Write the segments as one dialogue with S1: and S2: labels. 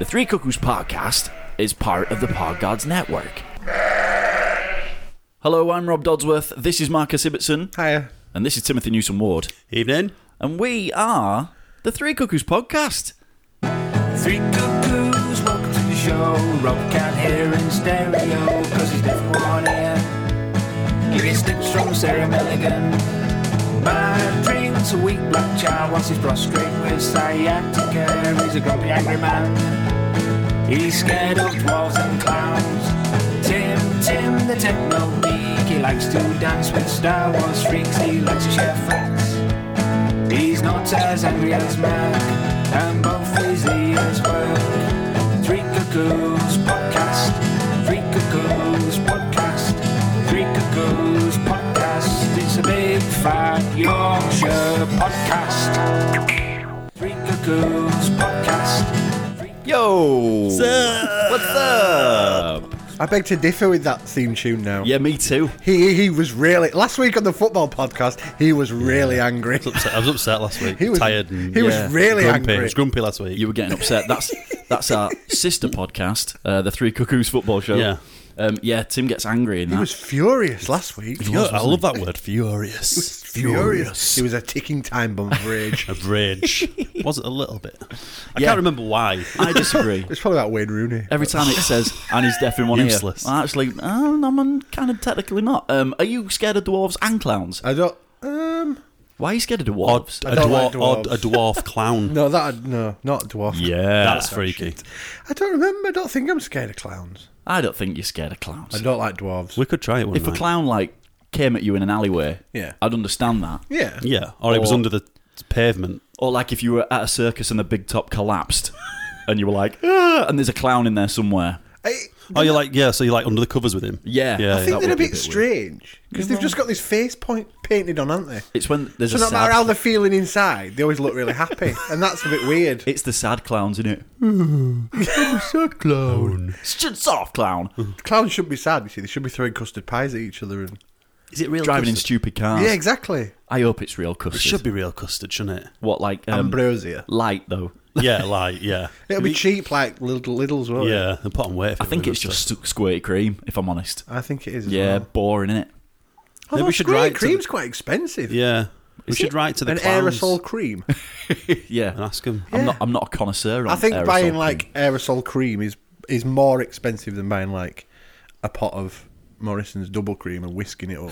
S1: The Three Cuckoos podcast is part of the Podgods Network. Hello, I'm Rob Dodsworth. This is Marcus Ibbotson.
S2: Hiya.
S1: And this is Timothy Newsom Ward.
S3: Evening.
S1: And we are the Three Cuckoos podcast.
S4: Three cuckoos, welcome to the show. Rob can't hear in stereo, cause he's deaf in one ear. Give his tips from Sarah Milligan. My drinks a weak black chow whilst he's prostrate with sciatica. He's a grumpy, angry man. He's scared of dwarves and clowns. Tim, Tim, the techno geek. He likes to dance with Star Wars freaks. He likes to share facts. He's not as angry as Mac, and both his ears work. Three Cuckoos Podcast, Three Cuckoos Podcast, Three Cuckoos Podcast. It's a big fat Yorkshire podcast. Three Cuckoos Podcast. Three
S1: Yo! What's up?
S2: I beg to differ with that theme tune now.
S1: Yeah, me too.
S2: He he was really last week on the football podcast. He was really angry.
S3: I was upset, I was upset last week.
S2: He was
S3: tired. And
S2: he
S1: yeah,
S2: was really
S3: grumpy. I
S2: angry.
S3: was grumpy last week.
S1: You were getting upset. That's that's our sister podcast, uh, the Three Cuckoos football show.
S3: Yeah.
S1: Um, yeah, Tim gets angry in that.
S2: He was furious last week.
S3: Fu- I love that word, furious.
S2: Furious. He was a ticking time bomb of rage.
S3: Of rage. was it a little bit? I
S1: Yeah.
S3: can't remember why.
S1: I disagree.
S2: It's probably about Wayne Rooney.
S1: Every time it says, and he's deaf in one
S3: Useless.
S1: ear. Well, actually, um, I'm kind of technically not. Um, are you scared of dwarves and clowns? Uh,
S2: I don't. Um.
S1: Why are you scared of
S3: Or
S1: dwarves?
S3: a,
S2: don't like
S3: dwarf, or
S2: dwarves.
S3: a dwarf clown.
S2: No, that no, not dwarf.
S1: yeah.
S3: That's freaky.
S2: I don't remember. I don't think I'm scared of clowns.
S1: I don't think you're scared of
S2: I
S1: clowns.
S2: don't like dwarves.
S3: We could try it one
S1: If a
S3: night.
S1: clown, like, came at you in an alleyway,
S2: Yeah.
S1: I'd understand that.
S2: yeah.
S3: yeah, or, it was
S1: Or-
S3: under the pavement.
S1: Or, like, if you were at a circus and the big top collapsed and you were like, "Ah," and there's a clown in there somewhere.
S2: I,
S3: Oh, you're like, yeah, so you're like under the covers with him?
S1: Yeah.
S3: Yeah,
S1: I
S2: I
S3: yeah.
S2: think
S1: That
S2: they're
S1: would
S2: a
S1: be a
S2: bit
S1: bit weird.
S2: strange because they've just got this face point painted on, aren't they?
S1: It's when there's
S2: So
S1: a
S2: no
S1: sad
S2: matter how they're feeling inside, they always look really happy, and that's a bit weird.
S1: It's the sad clowns, isn't it?
S3: clown.
S1: Soft clown.
S2: Clowns should be sad, you see. They should be throwing custard pies at each other. And...
S3: Is it real
S1: Driving in
S3: custard?
S1: stupid
S3: Ah.
S1: cars.
S2: Yeah, exactly.
S1: I hope it's real custard.
S3: It should be real custard, shouldn't it?
S1: What, like, um,
S2: Ambrosia.
S1: light, though?
S3: Yeah, like, yeah.
S2: It'll be cheap, like little Lidl's, won't it?
S3: Yeah, and put on weight. if
S1: I
S3: it
S1: think
S3: was
S1: it's
S3: up to-
S1: just squ- squirty cream, if I'm honest.
S2: I think it is. As
S1: Yeah,
S2: Well.
S1: boring, innit?
S2: Although
S3: we should
S2: squirty
S3: write to
S2: cream's quite expensive.
S3: Yeah. We
S1: Is
S3: should
S1: it?
S3: write to the
S2: An
S3: clowns
S2: aerosol cream.
S1: Yeah.
S3: and ask them.
S1: I'm
S2: Yeah.
S1: not. I'm not a connoisseur. On
S2: I think
S1: aerosol
S2: buying
S1: cream.
S2: like aerosol cream is is more expensive than buying like a pot of Morrison's double cream and whisking it up.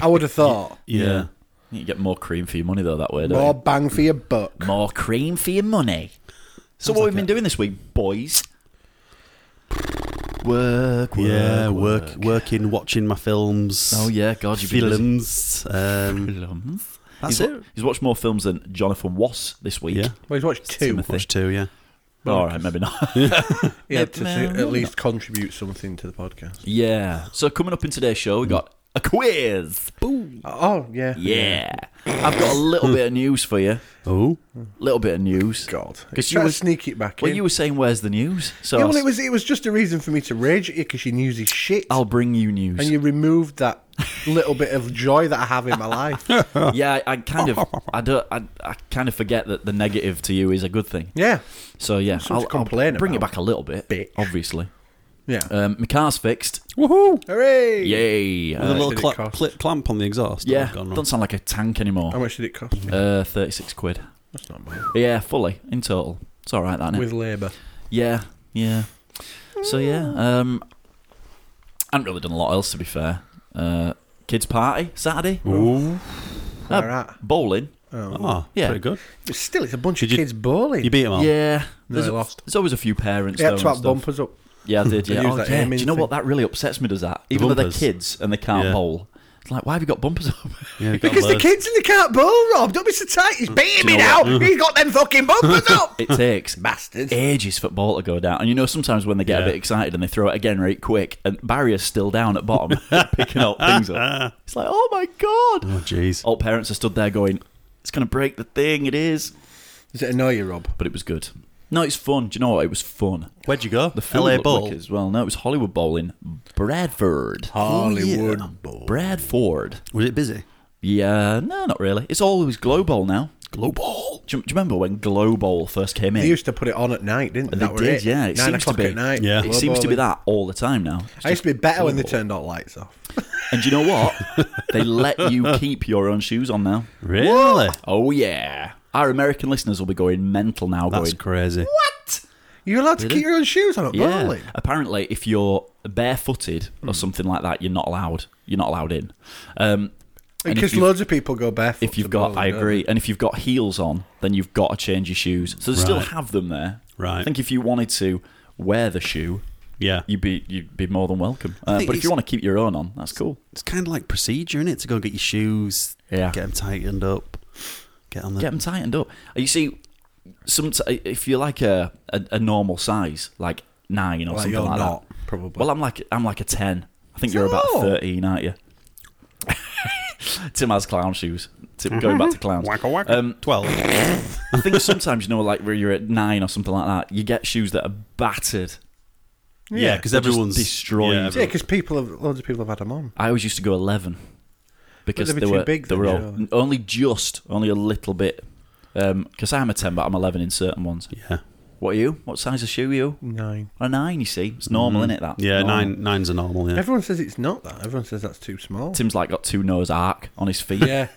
S2: I would have thought
S3: yeah.
S1: you get more cream for your money though that way. Don't
S2: more bang for your buck.
S1: you? more cream for your money. So what we've been doing this week, boys? Work, work,
S3: Yeah, work, working, watching my films.
S1: Oh yeah, God, you've been
S3: films. Um,
S1: busy. films.
S3: That's
S1: he's, wa-
S3: it.
S1: he's watched more films than Jonathan Wass this week.
S3: Yeah.
S2: Well, he's watched two.
S1: Timothy.
S3: watched two, yeah.
S1: All right, maybe not.
S2: He had to,
S1: Maybe-
S2: to at least contribute something to the podcast.
S1: yeah. So coming up in today's show, we got a quiz.
S2: Oh yeah,
S1: Yeah. I've got a little bit of news for you.
S3: Oh,
S1: Little bit of news.
S2: God,
S1: Because you
S2: try
S1: were
S2: to sneak it back
S1: Well,
S2: in.
S1: you were saying, "Where's the news?" So
S2: Yeah,
S1: I'll,
S2: well, it was it was just a reason for me to rage at you because you knew his shit,
S1: I'll bring you news.
S2: and you removed that little bit of joy that I have in my life.
S1: yeah, I, I kind of, I don't, I, I kind of forget that the negative to you is a good thing.
S2: yeah,
S1: So yeah,
S2: Something
S1: I'll,
S2: to
S1: I'll
S2: complain
S1: bring it
S2: about,
S1: back a little bit,
S2: bitch.
S1: obviously.
S2: yeah.
S1: Um, my car's fixed.
S3: woohoo!
S2: Hooray!
S1: Yay!
S3: With a
S1: Uh,
S3: little
S2: did it
S3: cla-
S2: cost?
S3: cli- clamp on the exhaust.
S1: yeah,
S3: Gone
S1: doesn't sound like a tank
S2: How
S1: anymore.
S2: much did it cost?
S1: Uh, thirty-six quid.
S2: Oh, That's not bad.
S1: Yeah, fully in total. It's all right, that. innit?
S2: With labour.
S1: Yeah, yeah. So yeah, um, I haven't really done a lot else to be fair. Uh, kids' party Saturday,
S3: Ooh.
S1: Uh,
S2: All right.
S1: bowling.
S3: Ah,
S1: Yeah.
S3: pretty good.
S2: But still, it's a bunch
S3: Did
S2: of
S3: you-
S2: kids bowling.
S3: You beat him all.
S1: Yeah,
S2: no,
S1: there's
S2: they
S1: a-
S2: lost.
S1: There's always a few parents.
S2: Yeah,
S1: though,
S2: it's
S1: and
S2: about
S1: stuff.
S2: bumpers up.
S1: Yeah, I did.
S2: They
S1: Yeah,
S2: use
S1: oh,
S2: that
S1: yeah. Do
S2: aiming
S1: you know what?
S2: thing.
S1: That really upsets me. Does that even though they're
S3: bumpers.
S1: kids and they can't
S3: Yeah.
S1: bowl? It's like, why have you got bumpers up?
S3: Yeah, you got
S2: Because the
S3: loads.
S2: kids in the can't bowl, Rob. Don't be so tight. He's beating
S1: Do you
S2: me
S1: know
S2: now. He's got them fucking bumpers up.
S1: It takes
S2: Bastards.
S1: ages for ball to go down, and you know sometimes when they get a
S3: Yeah.
S1: bit excited and they throw it again right quick, and barrier's still down at bottom, picking up things up. It's like, oh my god!
S3: Oh, jeez.
S1: All parents are stood there going, "It's going to break the thing." It is,
S2: Does it annoy you, Rob?
S1: but it was good. No, it's fun. Do you know what? It was fun.
S3: Where'd you go?
S1: The
S3: The
S1: food
S3: LA
S1: looked
S3: Bowl.
S1: wicked as well. No, it was Hollywood Bowl in Bradford.
S2: Hollywood
S1: Bradford.
S3: Was it busy?
S1: Yeah, no, not really. It's always Glow Bowl now.
S3: Global.
S1: Do you, do you remember when Glow Bowl first came in?
S2: They used to put it on at night, didn't they?
S1: They
S2: That were
S1: did,
S2: it.
S1: yeah. It
S2: Nine
S1: seems to
S2: o'clock
S1: be.
S2: at night.
S3: Yeah.
S1: it
S2: Blood
S1: seems to be
S2: boiling.
S1: that all the time now. It's
S2: I
S1: just-
S2: used to be better when they
S1: horrible.
S2: turned all the lights off.
S1: and you know what? they let you keep your own shoes on now.
S3: Really?
S1: Oh yeah, our American listeners will be going mental now.
S3: That's
S1: going
S3: crazy.
S1: what?
S2: You're allowed to
S3: Really?
S2: keep your own shoes on at
S1: Yeah.
S2: bowling.
S1: Apparently, if you're barefooted or something like that, you're not allowed. You're not allowed in. Um, and if
S2: Because
S1: you've-
S2: loads of people go barefoot.
S1: if you've
S2: to
S1: got,
S2: bowling,
S1: I
S2: don't
S1: agree. And if you've got heels on, then you've got to change your shoes. So they still
S3: Right.
S1: have them there.
S3: Right.
S1: I think if you wanted to wear the shoe,
S3: Yeah.
S1: you'd be you'd be more than welcome. Uh,
S3: think
S1: but if you
S3: it's-
S1: want to keep your own on, that's cool.
S3: It's kind of like procedure, is it? To go get your shoes,
S1: Yeah.
S3: get them tightened up, get on the.
S1: Get them tightened up. You see, some if you're like a a, a normal size, like nine or
S2: Like
S1: something
S2: you're
S1: like
S2: not,
S1: that.
S2: probably.
S1: Well, I'm like I'm like a ten. I think you're about
S2: Oh.
S1: thirteen, aren't you? Tim has clown shoes. Tim, going back to clowns. Um,
S3: 12.
S1: I think sometimes you know, like where you're at nine or something like that, you get shoes that are battered.
S3: yeah, because
S1: They're just
S3: everyone's
S1: destroyed.
S3: Yeah,
S2: Yeah,
S3: everyone-
S2: because people have loads of people have had them on.
S1: I always used to go eleven because
S2: they'd be
S1: they
S2: too
S1: were
S2: big
S1: they
S2: then,
S1: were all,
S2: surely.
S1: only just only a little bit. Because I'm a ten, but I'm eleven in certain ones.
S3: yeah.
S1: What are you? What size of shoe are you?
S2: Nine.
S1: A nine, you see. It's normal, innit? That.
S3: Mm. Yeah,
S1: Normal.
S3: nine nines are normal. Yeah,
S2: Everyone says it's not that. Everyone says that's too small.
S1: Tim's like got two nose arc on his feet.
S2: yeah.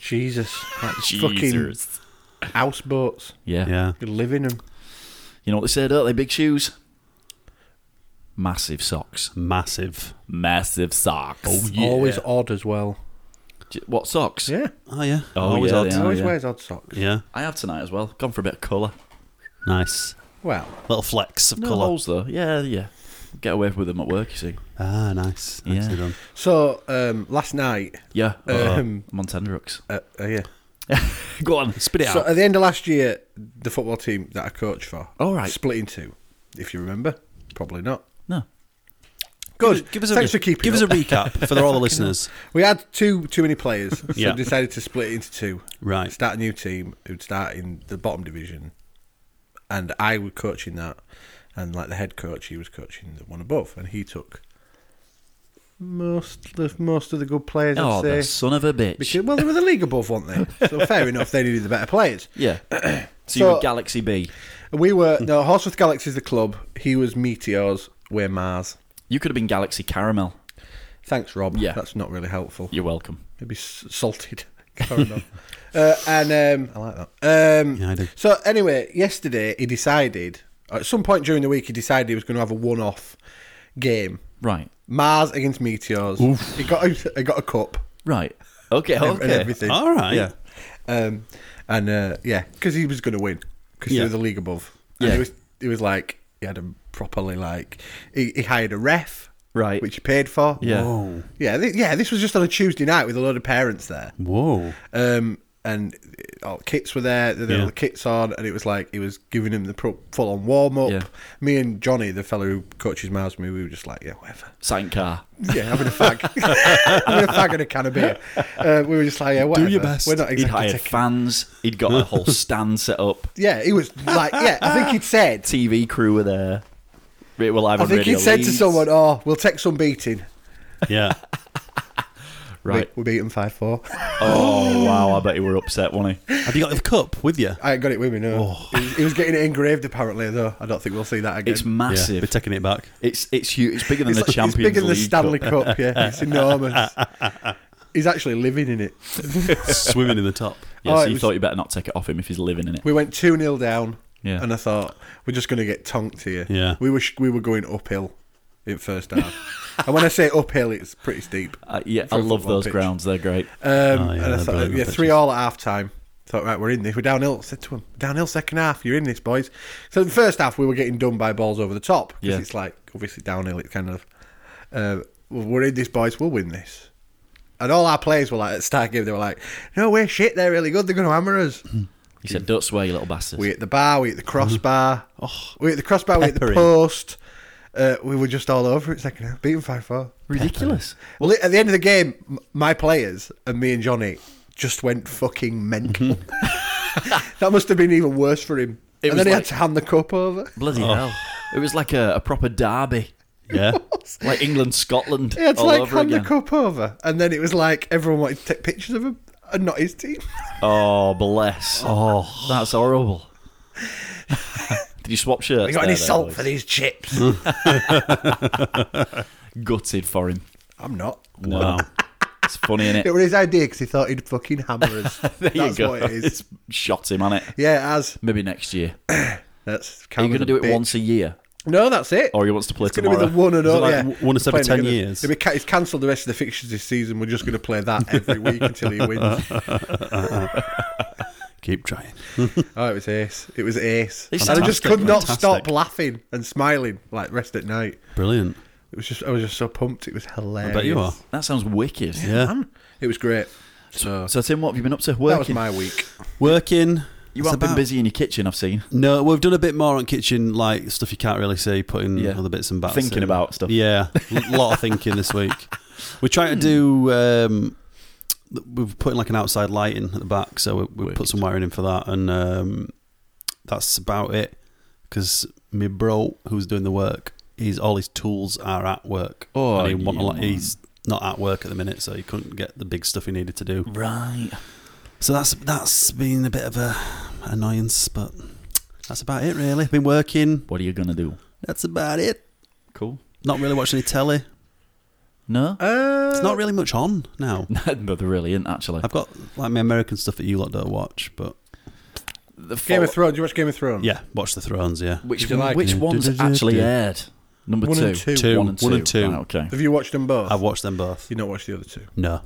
S2: Jesus. Like fucking
S1: Jesus.
S2: houseboats.
S1: Yeah.
S3: yeah.
S2: You live in them.
S1: You know what they say, don't they? Big shoes. Massive socks.
S3: Massive.
S1: Massive socks.
S3: Oh,
S2: Always odd as well.
S1: J- What socks?
S2: Yeah.
S3: Oh yeah.
S1: Oh,
S3: Always
S1: yeah,
S3: odd.
S1: they
S2: He
S1: are.
S2: always
S1: yeah.
S2: wears odd socks.
S3: Yeah.
S1: I have tonight as well. Gone for a bit of colour.
S3: Nice.
S2: Well,
S3: Little flex of
S1: No
S3: colour.
S1: holes though. Yeah, yeah. Get away with them at work, you see.
S3: Ah, nice.
S1: Yeah.
S3: Nicely done.
S2: so um, last night,
S1: Yeah.
S2: Um,
S1: I'm on tender hooks.
S2: uh, uh, yeah.
S1: Go on.
S3: Spit it
S2: So
S3: out.
S2: at the end of last year, the football team that I coached for,
S1: All right.
S2: split in two. If you remember, probably not.
S1: No.
S2: Good.
S3: Give us a
S2: Thanks
S3: re-
S2: for keeping.
S3: Give us
S2: up.
S3: a recap for all the listeners.
S2: We had two too many players, so
S3: Yeah.
S2: decided to split it into two.
S3: Right.
S2: Start a new team who'd start in the bottom division, and I was coaching that, and like the head coach, he was coaching the one above, and he took most of most of the good players.
S1: Oh,
S2: I'd
S1: the
S2: say.
S1: son of a bitch.
S2: Because, well, they were the league above, weren't they? So fair enough, they needed the better players.
S1: yeah. so,
S2: So-
S1: you were Galaxy B.
S2: We were no Horsworth Galaxy's the club. He was Meteors. We're Mars.
S1: You could have been Galaxy Caramel.
S2: Thanks, Rob.
S1: Yeah.
S2: that's not really helpful.
S1: You're welcome.
S2: Maybe s- salted caramel. uh, and um, I like that. Um,
S3: Yeah, I do.
S2: So anyway, yesterday he decided at some point during the week he decided he was going to have a one-off game.
S1: Right.
S2: Mars against Meteors. He got a, he got a cup
S1: Right. Okay.
S2: and-
S1: Okay.
S2: and everything.
S3: All right.
S2: Yeah. Um, and uh, yeah, because he was going to win because
S3: Yeah.
S2: he was the league above. And
S1: Yeah.
S2: He was. He was like he had him properly like he, he hired a ref.
S1: Right.
S2: Which he paid for. Oh.
S1: Yeah.
S3: Whoa.
S2: Yeah. thi- yeah. This was just on a Tuesday night with a load of parents there.
S3: Whoa.
S2: Um. And uh, all the kits were there. They had
S3: Yeah.
S2: all the kits on, and it was like he was giving him the pro- full on warm up.
S1: Yeah.
S2: Me and Johnny, the fellow who coaches Miles, me, we were just like, yeah, whatever.
S1: Sign car.
S2: Yeah, having a fag, having a fag and a can of beer. Uh, we were just like, yeah, whatever.
S3: your best.
S2: We're not
S1: He'd
S2: exactly
S1: hired
S2: taking-
S1: fans. He'd got a whole stand set up.
S2: Yeah, he was like, yeah, I think he'd said,
S1: TV crew were there. We were live
S2: I
S1: on
S2: think
S1: Radio
S2: he'd said to
S1: Leeds.
S2: someone, oh, we'll take some beating.
S3: Yeah.
S1: Right.
S2: We, we beat him 5 4.
S1: Oh, wow. I bet you were upset, wasn't he?
S3: Have you got the cup with you?
S2: I ain't got it with me, no. He, was, he was getting it engraved, apparently, though. I don't think we'll see that
S1: Oh.
S2: again.
S1: It's
S3: Yeah,
S1: massive.
S3: we're taking it back.
S1: It's it's huge. It's bigger than
S2: It's
S1: the
S2: like- it's
S1: Champions
S2: bigger than the
S1: League
S2: Stanley
S1: Cup.
S2: Cup, yeah. It's enormous. He's actually living in it.
S3: Swimming in the top.
S1: Yeah,
S2: Oh,
S1: so
S2: it
S1: you
S2: was-
S1: thought you better not take it off him if he's living in it.
S2: We went 2 0 down,
S1: Yeah.
S2: and I thought, we're just going to get tonked here.
S3: Yeah.
S2: We were, sh- we were going uphill in first half. and when I say uphill, it's pretty steep.
S1: Uh, yeah, I
S2: For a
S1: love
S2: football
S1: those
S2: pitch.
S1: grounds. They're great.
S2: Um,
S3: Oh, yeah,
S2: and I
S3: they're
S2: thought,
S3: brilliant
S2: yeah,
S3: pitches.
S2: three all at half time. Thought, right, we're in this. We're downhill. I said to him, downhill second half. You're in this, boys. So the first half, we were getting done by balls over the top because
S1: Yeah.
S2: it's like obviously downhill. It's kind of uh, well, we're in this, boys. We'll win this. And all our players were like at the start of the game. They were like, no, we're shit. They're really good. They're going to hammer us.
S1: He said, "Don't swear, you little bastard."
S2: we hit the bar. We hit the crossbar.
S1: Mm-hmm.
S2: Oh, we hit the crossbar. We hit the
S3: Peppering.
S2: post. Uh, we were just all over it second half. Beating five four.
S1: Ridiculous.
S2: Well, at the end of the game, m- my players and me and Johnny just went fucking mental. that must have been even worse for him.
S1: Mm-hmm. It
S2: and
S1: was
S2: then he
S1: like-
S2: had to hand the cup over.
S1: Bloody hell! It was like a, a proper derby,
S3: Yeah.
S1: like England Scotland
S2: He had to
S1: all
S2: like
S1: over
S2: hand
S1: again.
S2: the cup over, and then it was like everyone wanted to take pictures of him. and not his team.
S1: Oh, bless.
S3: Oh,
S1: That's horrible. Did you swap shirts?
S2: We got
S1: there,
S2: any
S1: then,
S2: salt
S1: boys? Mm.
S2: for these chips?
S1: Gutted for him.
S2: I'm not.
S1: Mm.
S3: wow.
S1: It's funny, innit?
S2: It was his idea because he thought he'd fucking hammer us.
S1: There you
S2: That's
S1: go.
S2: what it is.
S1: It's shot him, on it?
S2: Yeah, it has.
S1: Maybe next year.
S2: That's
S1: Are you going to do it once a year?
S2: No, that's it.
S1: Or he wants to play
S2: It's going
S1: tomorrow?
S2: to be the one and
S3: Is it
S2: all.
S3: like
S2: yeah.
S3: w- once every
S2: We're
S3: 10
S2: gonna-
S3: years?
S2: it'll be ca- It's cancelled the rest of the fixtures this season. We're just going to play that every week until he wins.
S3: Keep trying.
S2: Oh, it was ace. It was ace.
S1: It's
S2: and I just
S3: fantastic,
S2: could not
S3: fantastic.
S2: stop laughing and smiling like rest at night.
S3: Brilliant.
S2: It was just I was just so pumped. It was hilarious.
S3: I bet you are.
S1: That sounds wicked.
S3: Yeah.
S2: It was great. So
S1: So, Tim, what have you been up to?
S2: that was
S1: Working?
S2: my week.
S3: Working.
S1: you
S3: It's
S1: haven't been
S3: about-
S1: busy in your kitchen, I've seen.
S3: No, we've done a bit more on kitchen, like stuff you can't really see, putting
S1: Yeah.
S3: other bits and bats.
S1: Thinking
S3: in.
S1: about stuff.
S3: Yeah, a lot of thinking this week. We're trying to do. Um, th- we've put in like an outside lighting at the back, so we, we put some wiring in for that, and um, that's about it. Because my bro, who's doing the work, he's all his tools are at work.
S1: Oh,
S3: and he want a lot,
S1: yeah.
S3: he's not at work at the minute, so he couldn't get the big stuff he needed to do.
S1: Right.
S3: So that's that's been a bit of a annoyance, but that's about it really. Been working.
S1: What are you going to do?
S3: That's about it.
S1: Cool.
S3: Not really watching any telly.
S1: No?
S2: Uh,
S3: It's not really much on now.
S1: no, there really isn't, actually.
S3: I've got like my American stuff that you lot don't watch, but
S1: The
S2: Game of
S1: fo-
S2: Thrones. Did you watch Game of Thrones?
S3: yeah, watch the Thrones. Yeah,
S1: Which,
S2: Did you like
S1: which
S3: it?
S1: one's
S3: Du- du- du-
S1: actually
S3: du.
S1: aired? Number
S2: One
S1: two.
S2: and two.
S3: Two.
S1: One and two.
S3: One and two.
S1: Right, okay.
S2: Have you watched them both?
S3: I've watched them both.
S2: You've not watched the other two.
S3: No,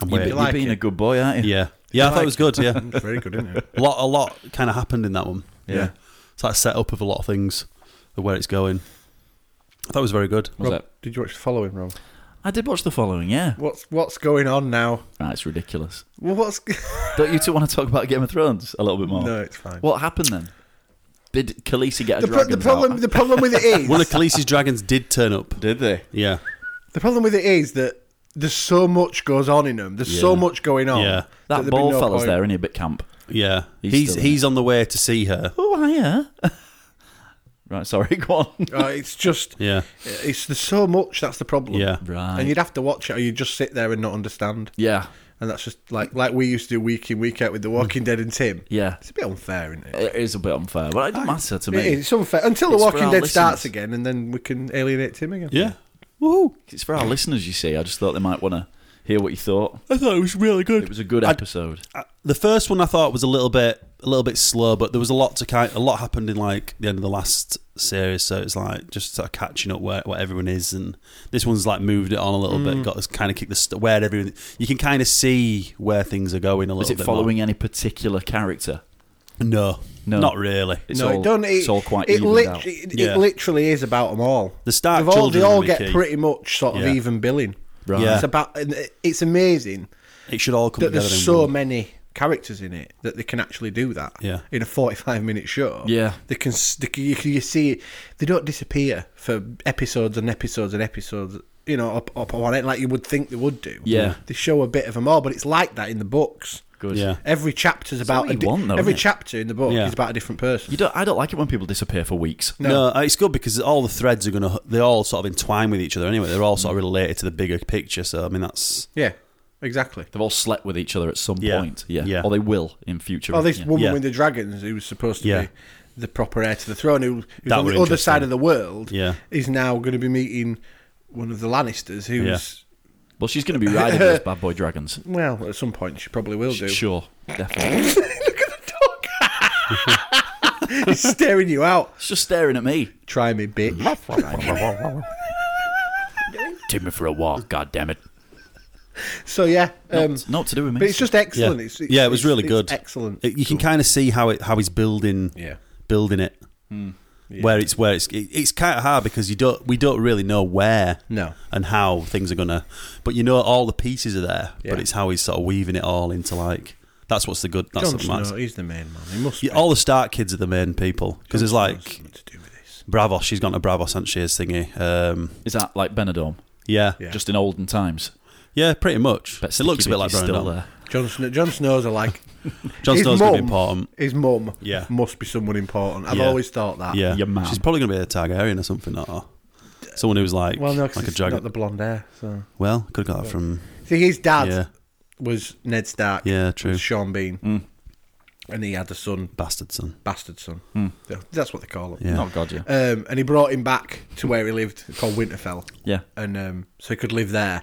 S3: I'm
S1: You've,
S3: weird.
S1: you've
S2: like
S1: been
S2: it?
S1: a good boy, aren't you?
S3: Yeah, yeah. I thought
S2: like
S3: it was good. Yeah,
S2: It's very good, isn't it?
S3: a lot, a lot kind of happened in that one.
S1: Yeah.
S3: It's like set up of a lot of things, of where it's going. I thought it was very good.
S1: Was
S2: Rob,
S1: it?
S2: did you watch the following, Rob?
S1: I did watch the following, yeah.
S2: What's what's going on now?
S1: That's ridiculous.
S2: Well, what's
S1: Don't you two want to talk about Game of Thrones a little bit more?
S2: no? It's fine.
S1: What happened then? Did Khaleesi get a
S2: the, pro-
S1: dragon?
S2: the problem the problem with it is
S3: One of Khaleesi's dragons did turn up.
S1: Did they?
S3: Yeah,
S2: the problem with it is that there's so much goes on in them. There's so
S3: Yeah.
S2: much going on.
S3: Yeah.
S2: there'd
S1: That
S2: be
S1: bald
S2: no
S1: fella's
S2: point.
S1: there, isn't he? A bit camp.
S3: yeah.
S1: He's
S3: He's
S1: still
S3: he's,
S1: there.
S3: on the way to see her.
S1: Oh, hiya. right, sorry, go on.
S2: Uh, it's just
S3: Yeah,
S2: it's there's so much that's the problem.
S3: yeah.
S1: Right.
S2: And you'd have to watch it, or you'd just sit there and not understand.
S1: yeah,
S2: And that's just like like we used to do week in week out with The Walking Dead and Tim.
S1: yeah.
S2: It's a bit unfair, isn't it?
S1: It is a bit unfair, but it doesn't matter to me.
S2: It is, it's unfair until The
S1: It's for
S2: Walking
S1: our
S2: Dead
S1: listeners.
S2: starts again, and then we can alienate Tim again.
S3: Yeah. Woohoo.
S1: It's for our listeners, you see. I just thought they might want to hear what you thought.
S3: I thought it was really
S1: It
S3: good.
S1: was a good
S3: I-
S1: episode.
S3: The first one I thought was a little bit a little bit slow, but there was a lot to kind a lot happened in like the end of the last series, so it's like just sort of catching up where, where everyone is and this one's like moved it on a little
S2: Mm.
S3: bit, got us kind of kick the st- where everyone you can kind of see where things are going a little
S1: Is it
S3: bit.
S1: following any particular character?
S3: more. No.
S1: No.
S3: Not really.
S1: It's
S2: no,
S1: all,
S2: it don't. It,
S1: it's all quite
S2: it,
S1: evened
S2: lit-
S1: out.
S2: it,
S3: Yeah.
S2: it literally is about them all.
S3: The Stark
S2: They've all, they
S3: children
S2: all
S3: were
S2: get
S3: key.
S2: pretty much sort of
S3: Yeah.
S2: even billing.
S1: Right.
S3: Yeah.
S2: It's about. It's amazing
S3: It should all come
S2: that
S3: together.
S2: there's
S3: in
S2: so
S3: one.
S2: many characters in it that they can actually do that.
S3: Yeah.
S2: In a 45 minute show.
S1: Yeah.
S2: They can. s- They, can- you, can- you see they don't disappear for episodes and episodes and episodes. You know, up, up on it like you would think they would do.
S1: Yeah.
S2: They show a bit of them all, but it's like that in the books.
S1: Good.
S3: Yeah.
S2: Every chapter's about
S1: what
S2: a
S1: you
S2: di-
S1: want, though,
S2: every
S1: innit?
S2: chapter in the book
S3: Yeah.
S2: is about a different person.
S1: You don't. I don't like it when people disappear for weeks.
S3: No. uh, it's good because all the threads are gonna they all sort of entwine with each other anyway. They're all sort of
S1: Mm.
S3: related to the bigger picture. So I mean that's
S2: Yeah. Exactly.
S1: They've all slept with each other at some
S3: Yeah.
S1: point. Yeah.
S3: Yeah.
S1: Or they will in future.
S2: Oh, this
S1: yeah.
S2: woman
S3: Yeah.
S2: with the dragons who was supposed to
S3: Yeah.
S2: be the proper heir to the throne, who, who's
S3: That
S2: on
S3: were
S2: the other
S3: interesting.
S2: side of the world,
S3: Yeah.
S2: is now going to be meeting one of the Lannisters, who's
S1: Well, she's going to be riding those bad boy dragons.
S2: well, at some point she probably will do.
S1: Sure, definitely.
S2: He's staring you out.
S1: it's just staring at me.
S2: Try me, bitch.
S1: Take me for a walk, god damn it.
S2: So yeah, um,
S1: It's not to do with me.
S2: but it's just excellent.
S3: Yeah,
S2: It's,
S3: yeah it was
S2: it's-
S3: really
S2: it's
S3: good.
S2: Excellent.
S3: It- you can kind of see how it how he's building
S2: Yeah.
S3: building it. Where it's where it's it, it's kind of hard because you don't we don't really know where
S2: No.
S3: and how things are gonna, but you know all the pieces are there. But
S2: Yeah.
S3: it's how he's sort of weaving it all into like that's what's the good that's
S2: Jon
S3: what
S2: Snow,
S3: matters.
S2: he's the main man. He must.
S3: Yeah,
S2: be.
S3: all the Stark kids are the main people because it's
S2: Jon Snow's
S3: like
S2: something to do with this.
S3: Bravos. She's gone to Bravos and she is thingy. Um,
S1: Is that like Benidorm?
S3: yeah,
S2: Yeah.
S3: yeah,
S1: Just in olden times.
S3: pretty much.
S1: But
S3: it looks a bit like
S1: Sticky Vicky's still there.
S3: Brandon.
S2: Jon Snow, Jon Snow's are like
S3: Jon
S2: his
S3: Snow's gonna be
S2: mum-
S3: important.
S2: His mum,
S3: Yeah.
S2: must be someone important. I've
S3: Yeah.
S2: always thought that.
S3: Yeah,
S1: Your mum.
S3: she's probably gonna be a Targaryen or something, or someone who's like
S2: Well, no,
S3: like a
S2: because like
S3: dragon.
S2: not the blonde hair. So
S3: Well, could have got that from
S2: see, his dad
S3: yeah.
S2: was Ned Stark.
S3: Yeah, true. Mm.
S2: Was Sean Bean, and he had a son,
S3: Bastard son.
S2: bastard son. Yeah, That's what they call him.
S3: Mm. Yeah.
S1: Oh god, yeah,
S2: Um, and he brought him back to where he lived, called Winterfell,
S1: yeah.
S2: and um, so he could live there.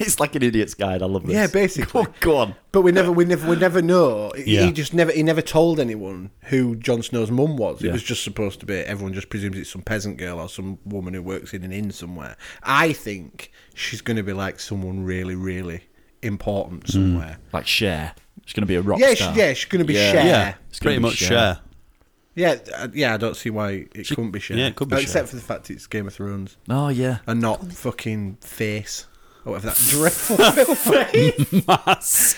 S1: It's like an idiot's guide. I love this.
S2: Yeah, basically.
S1: Oh, go on.
S2: But we never, we never, we never know.
S3: Yeah.
S2: He just never, he never told anyone who Jon Snow's mum was.
S1: Yeah.
S2: It was just supposed to be. Everyone just presumes it's some peasant girl or some woman who works in an inn somewhere. I think she's going to be like someone really, really important somewhere.
S1: Like Cher. She's gonna be a rock
S2: Yeah,
S1: star.
S2: she, yeah, she's going to be
S1: Yeah.
S2: Cher.
S3: Yeah,
S2: Yeah.
S3: it's
S1: gonna
S3: pretty
S1: be
S3: much
S1: Cher.
S3: share.
S2: yeah, uh, yeah, I don't see why it
S3: She-
S2: couldn't be Cher.
S3: yeah, it could be
S2: except
S3: Cher.
S2: for the fact it's Game of Thrones
S1: Oh yeah.
S2: and not fucking Face or whatever that dreadful film Face.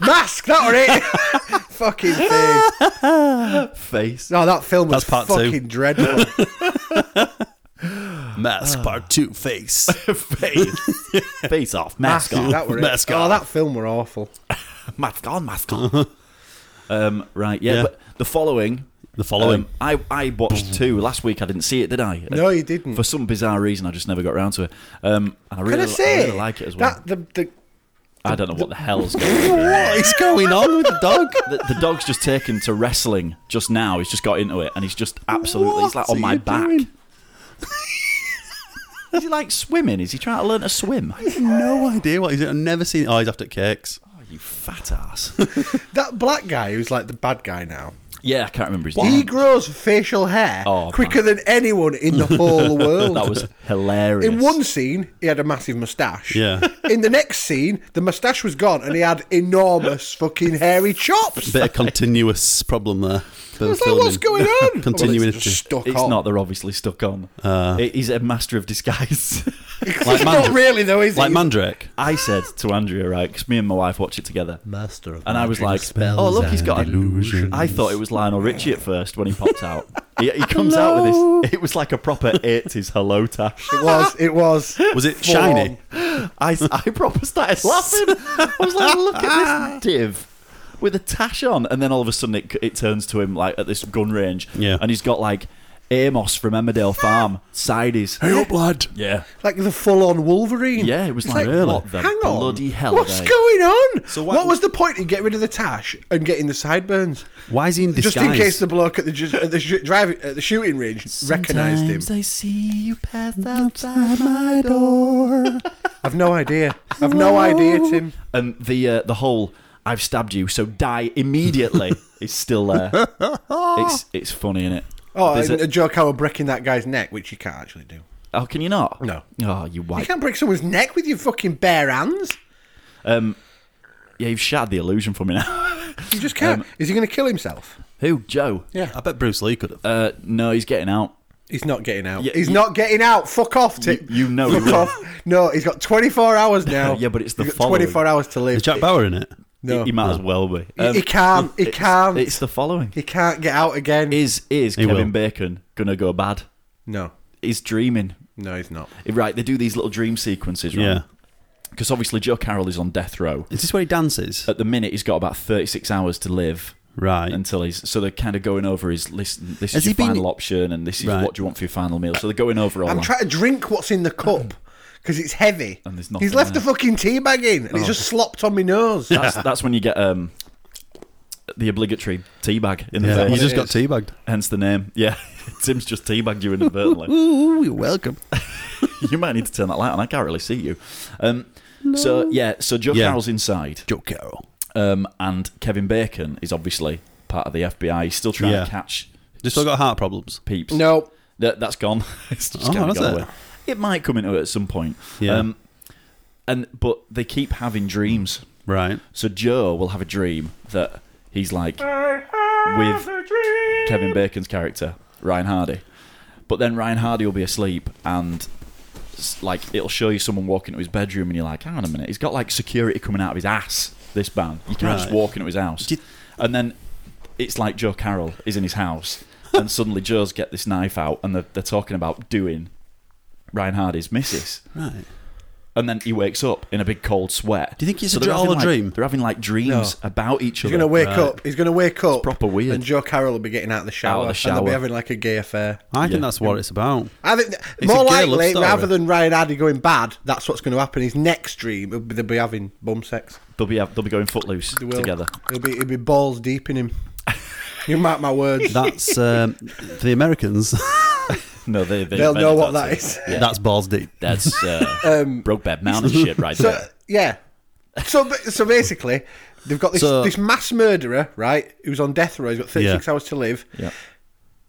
S2: Mask, that were it. fucking face.
S1: Face.
S2: No, that film was
S3: That's part two.
S2: fucking dreadful.
S3: Mask part two face.
S1: Face. Face off.
S2: Mask,
S1: Mask on.
S2: that were it.
S3: Mask
S2: Oh,
S3: on.
S2: that film were awful.
S1: Mask on. Mask on. um, right. Yeah,
S3: Yeah.
S1: But the following.
S3: The following.
S1: um, I I watched two last week. I didn't see it, did I?
S2: No, you didn't.
S1: For some bizarre reason, I just never got around to it. Um, and I really,
S2: Can I say?
S1: really like it as well.
S2: That, the, the,
S1: I don't know what the hell's going on.
S3: what is going on with the dog?
S1: The, the dog's just taken to wrestling just now. He's just got into it, and he's just absolutely. He's like
S3: What
S1: on
S3: are
S1: my
S3: you
S1: back.
S3: doing?
S1: Is he like swimming? Is he trying to learn to swim?
S3: No idea what he's. I've never seen. Oh, he's after cakes.
S1: Oh, you fat ass.
S2: that black guy who's like the bad guy now,
S1: yeah, I can't remember his
S2: he
S1: name.
S2: grows facial hair
S1: Oh,
S2: quicker than anyone in the whole world.
S1: That was hilarious.
S2: In one scene, he had a massive moustache.
S3: Yeah.
S2: In the next scene, the moustache was gone and he had enormous fucking hairy chops.
S3: Bit of continuous problem there. Bit
S2: I was
S3: of
S2: like,
S3: filming.
S2: what's going on? Well, it's
S3: Continuity.
S2: just stuck
S1: it's
S2: on.
S1: not. They're obviously stuck on.
S3: Uh.
S1: He- he's a master of disguise.
S3: like
S2: not really, though, is
S3: Like
S2: it?
S3: Mandrake.
S1: I said to Andrea, right, because me and my wife watch it together,
S2: Master of
S1: and I was like, "Oh, look, he's got an illusion." I thought it was Lionel Richie at first when he popped out. He, he comes out with this. It was like a proper '80s hello tash.
S2: It was. It was.
S3: Was it
S2: Full
S3: shiny?
S1: I, I proper started laughing. I was like, look at this div with a tash on. And then all of a sudden it, it turns to him like at this gun range.
S3: Yeah. Ah.
S1: And he's got like Amos from Emmerdale Farm, sideys.
S3: Hey up, lad.
S1: Yeah.
S2: Like the full-on Wolverine.
S1: Yeah, it was
S2: It's
S1: like, what the
S2: hang on,
S1: bloody hell
S2: What's
S1: are they?
S2: going on?
S3: So
S2: So
S3: what-
S2: what, was the point in getting rid of the tash and getting the sideburns?
S3: Why is he in disguise?
S2: Just in case the bloke at the, ju- at the, ju- driving, at the shooting range recognised him.
S1: I see you pass outside my door.
S2: I've no idea. I've no idea, Tim.
S1: And the uh, the whole "I've stabbed you, so die immediately" is still there. It's it's funny, is it?
S2: Oh,
S1: There's
S2: and
S1: a-
S2: a joke how I'm breaking that guy's neck, which you can't actually do.
S1: oh, can you not?
S2: No.
S1: Oh, you
S2: You
S1: white.
S2: can't break someone's neck with your fucking bare hands.
S1: Yeah, you've shattered the illusion for me now.
S2: You just
S1: Um,
S2: can't. Is he going to kill himself?
S1: Who? Joe?
S2: Yeah.
S3: I bet Bruce Lee could have.
S1: Uh, no, he's getting out.
S2: He's not getting out.
S1: Yeah,
S2: he's
S1: you-
S2: not getting out. Fuck off, Tim.
S1: You- you know he
S2: Fuck
S1: will.
S2: off. No, he's got 24 hours now.
S1: Yeah, but it's the
S2: he's got
S1: following.
S2: 24 hours to live.
S3: Is Jack Bauer in it?
S1: He-
S2: Oh, no,
S1: He,
S2: he,
S1: might as well be. Um,
S2: he can't. He
S1: it's-
S2: can't.
S1: It's the following.
S2: he can't get out again.
S1: Is is Kevin
S3: will.
S1: Bacon gonna go bad?
S2: no,
S1: He's dreaming.
S2: no, he's not.
S1: Right, they do these little dream sequences, right?
S3: Yeah.
S1: Because obviously Joe Carroll is on death row.
S3: Is this where he dances?
S1: At the minute, he's got about thirty-six hours to live.
S3: Right.
S1: Until he's so they're kind of going over his listen. This
S3: Has
S1: is your
S3: he been-
S1: final option, and this is
S3: Right.
S1: what do you want for your final meal. So they're going over all.
S2: I'm
S1: that.
S2: trying to drink what's in the cup because it's heavy.
S1: And there's
S2: he's
S1: nothing
S2: left
S1: there. Oh.
S2: a fucking tea bag in, and it's just slopped on my nose.
S1: That's, that's when you get um, the obligatory tea bag in the
S3: yeah.
S1: face.
S3: You just got
S2: It
S3: teabagged.
S1: Hence the name. Yeah, Tim's just teabagged you inadvertently.
S3: Ooh, you're welcome.
S1: you might need to turn that light on. I can't really see you. Um, So yeah, so Joe
S3: Yeah.
S1: Carroll's inside,
S3: Joe Carroll.
S1: um, and Kevin Bacon is obviously part of the FBI. He's still trying
S3: Yeah.
S1: to catch
S3: Just still got heart problems.
S1: peeps.
S2: no,
S1: That, that's gone. it's just
S3: Oh,
S1: kind of
S3: has
S1: gone
S3: it?
S1: away. It might come into it at some point. Um,
S3: Yeah.
S1: and but they keep having dreams.
S3: Right.
S1: So Joe will have a dream that he's like with Kevin Bacon's character Ryan Hardy, but then Ryan Hardy will be asleep and s- like it'll show you someone walking into his bedroom and you're like, hang on a minute, he's got like security coming out of his ass. This man, you can't just
S3: Right.
S1: walk into his house.
S3: Do you-
S1: and then it's like Joe Carroll is in his house, and suddenly Joe's get this knife out and they're, they're talking about doing Ryan Hardy's missus.
S3: Right.
S1: and then he wakes up in a big cold sweat.
S3: Do you think it's a
S1: they're
S3: dream or
S1: having, like-
S3: dream?
S1: They're having like dreams about each
S2: He's
S1: other.
S2: gonna wake up. He's gonna wake up.
S1: proper weird.
S2: And Joe Carroll will be getting out of the shower.
S1: Out of the
S2: And they'll be
S1: shower.
S2: having like a gay affair.
S3: I think that's what it's about.
S2: I think
S3: a
S2: more
S3: gay love
S2: likely,
S3: story.
S2: rather than Ryan Hardy going bad, that's what's going to happen. His next dream, will be- they'll be having bum sex
S1: They'll be uh, they'll be going footloose
S2: They will.
S1: together.
S2: It'll be it'll be balls deep in him. you mark my words.
S3: That's um, the Americans.
S1: No, they, they
S2: They'll know
S1: invented
S2: what
S1: that
S2: that is.
S3: That's balls deep.
S1: That's uh, broke bad mountain shit right
S2: So
S1: there.
S2: yeah. So ba- so basically, they've got this
S3: So-
S2: this mass murderer, right? Who's on death row. He's got 36
S3: Yeah.
S2: hours to live.
S1: Yeah.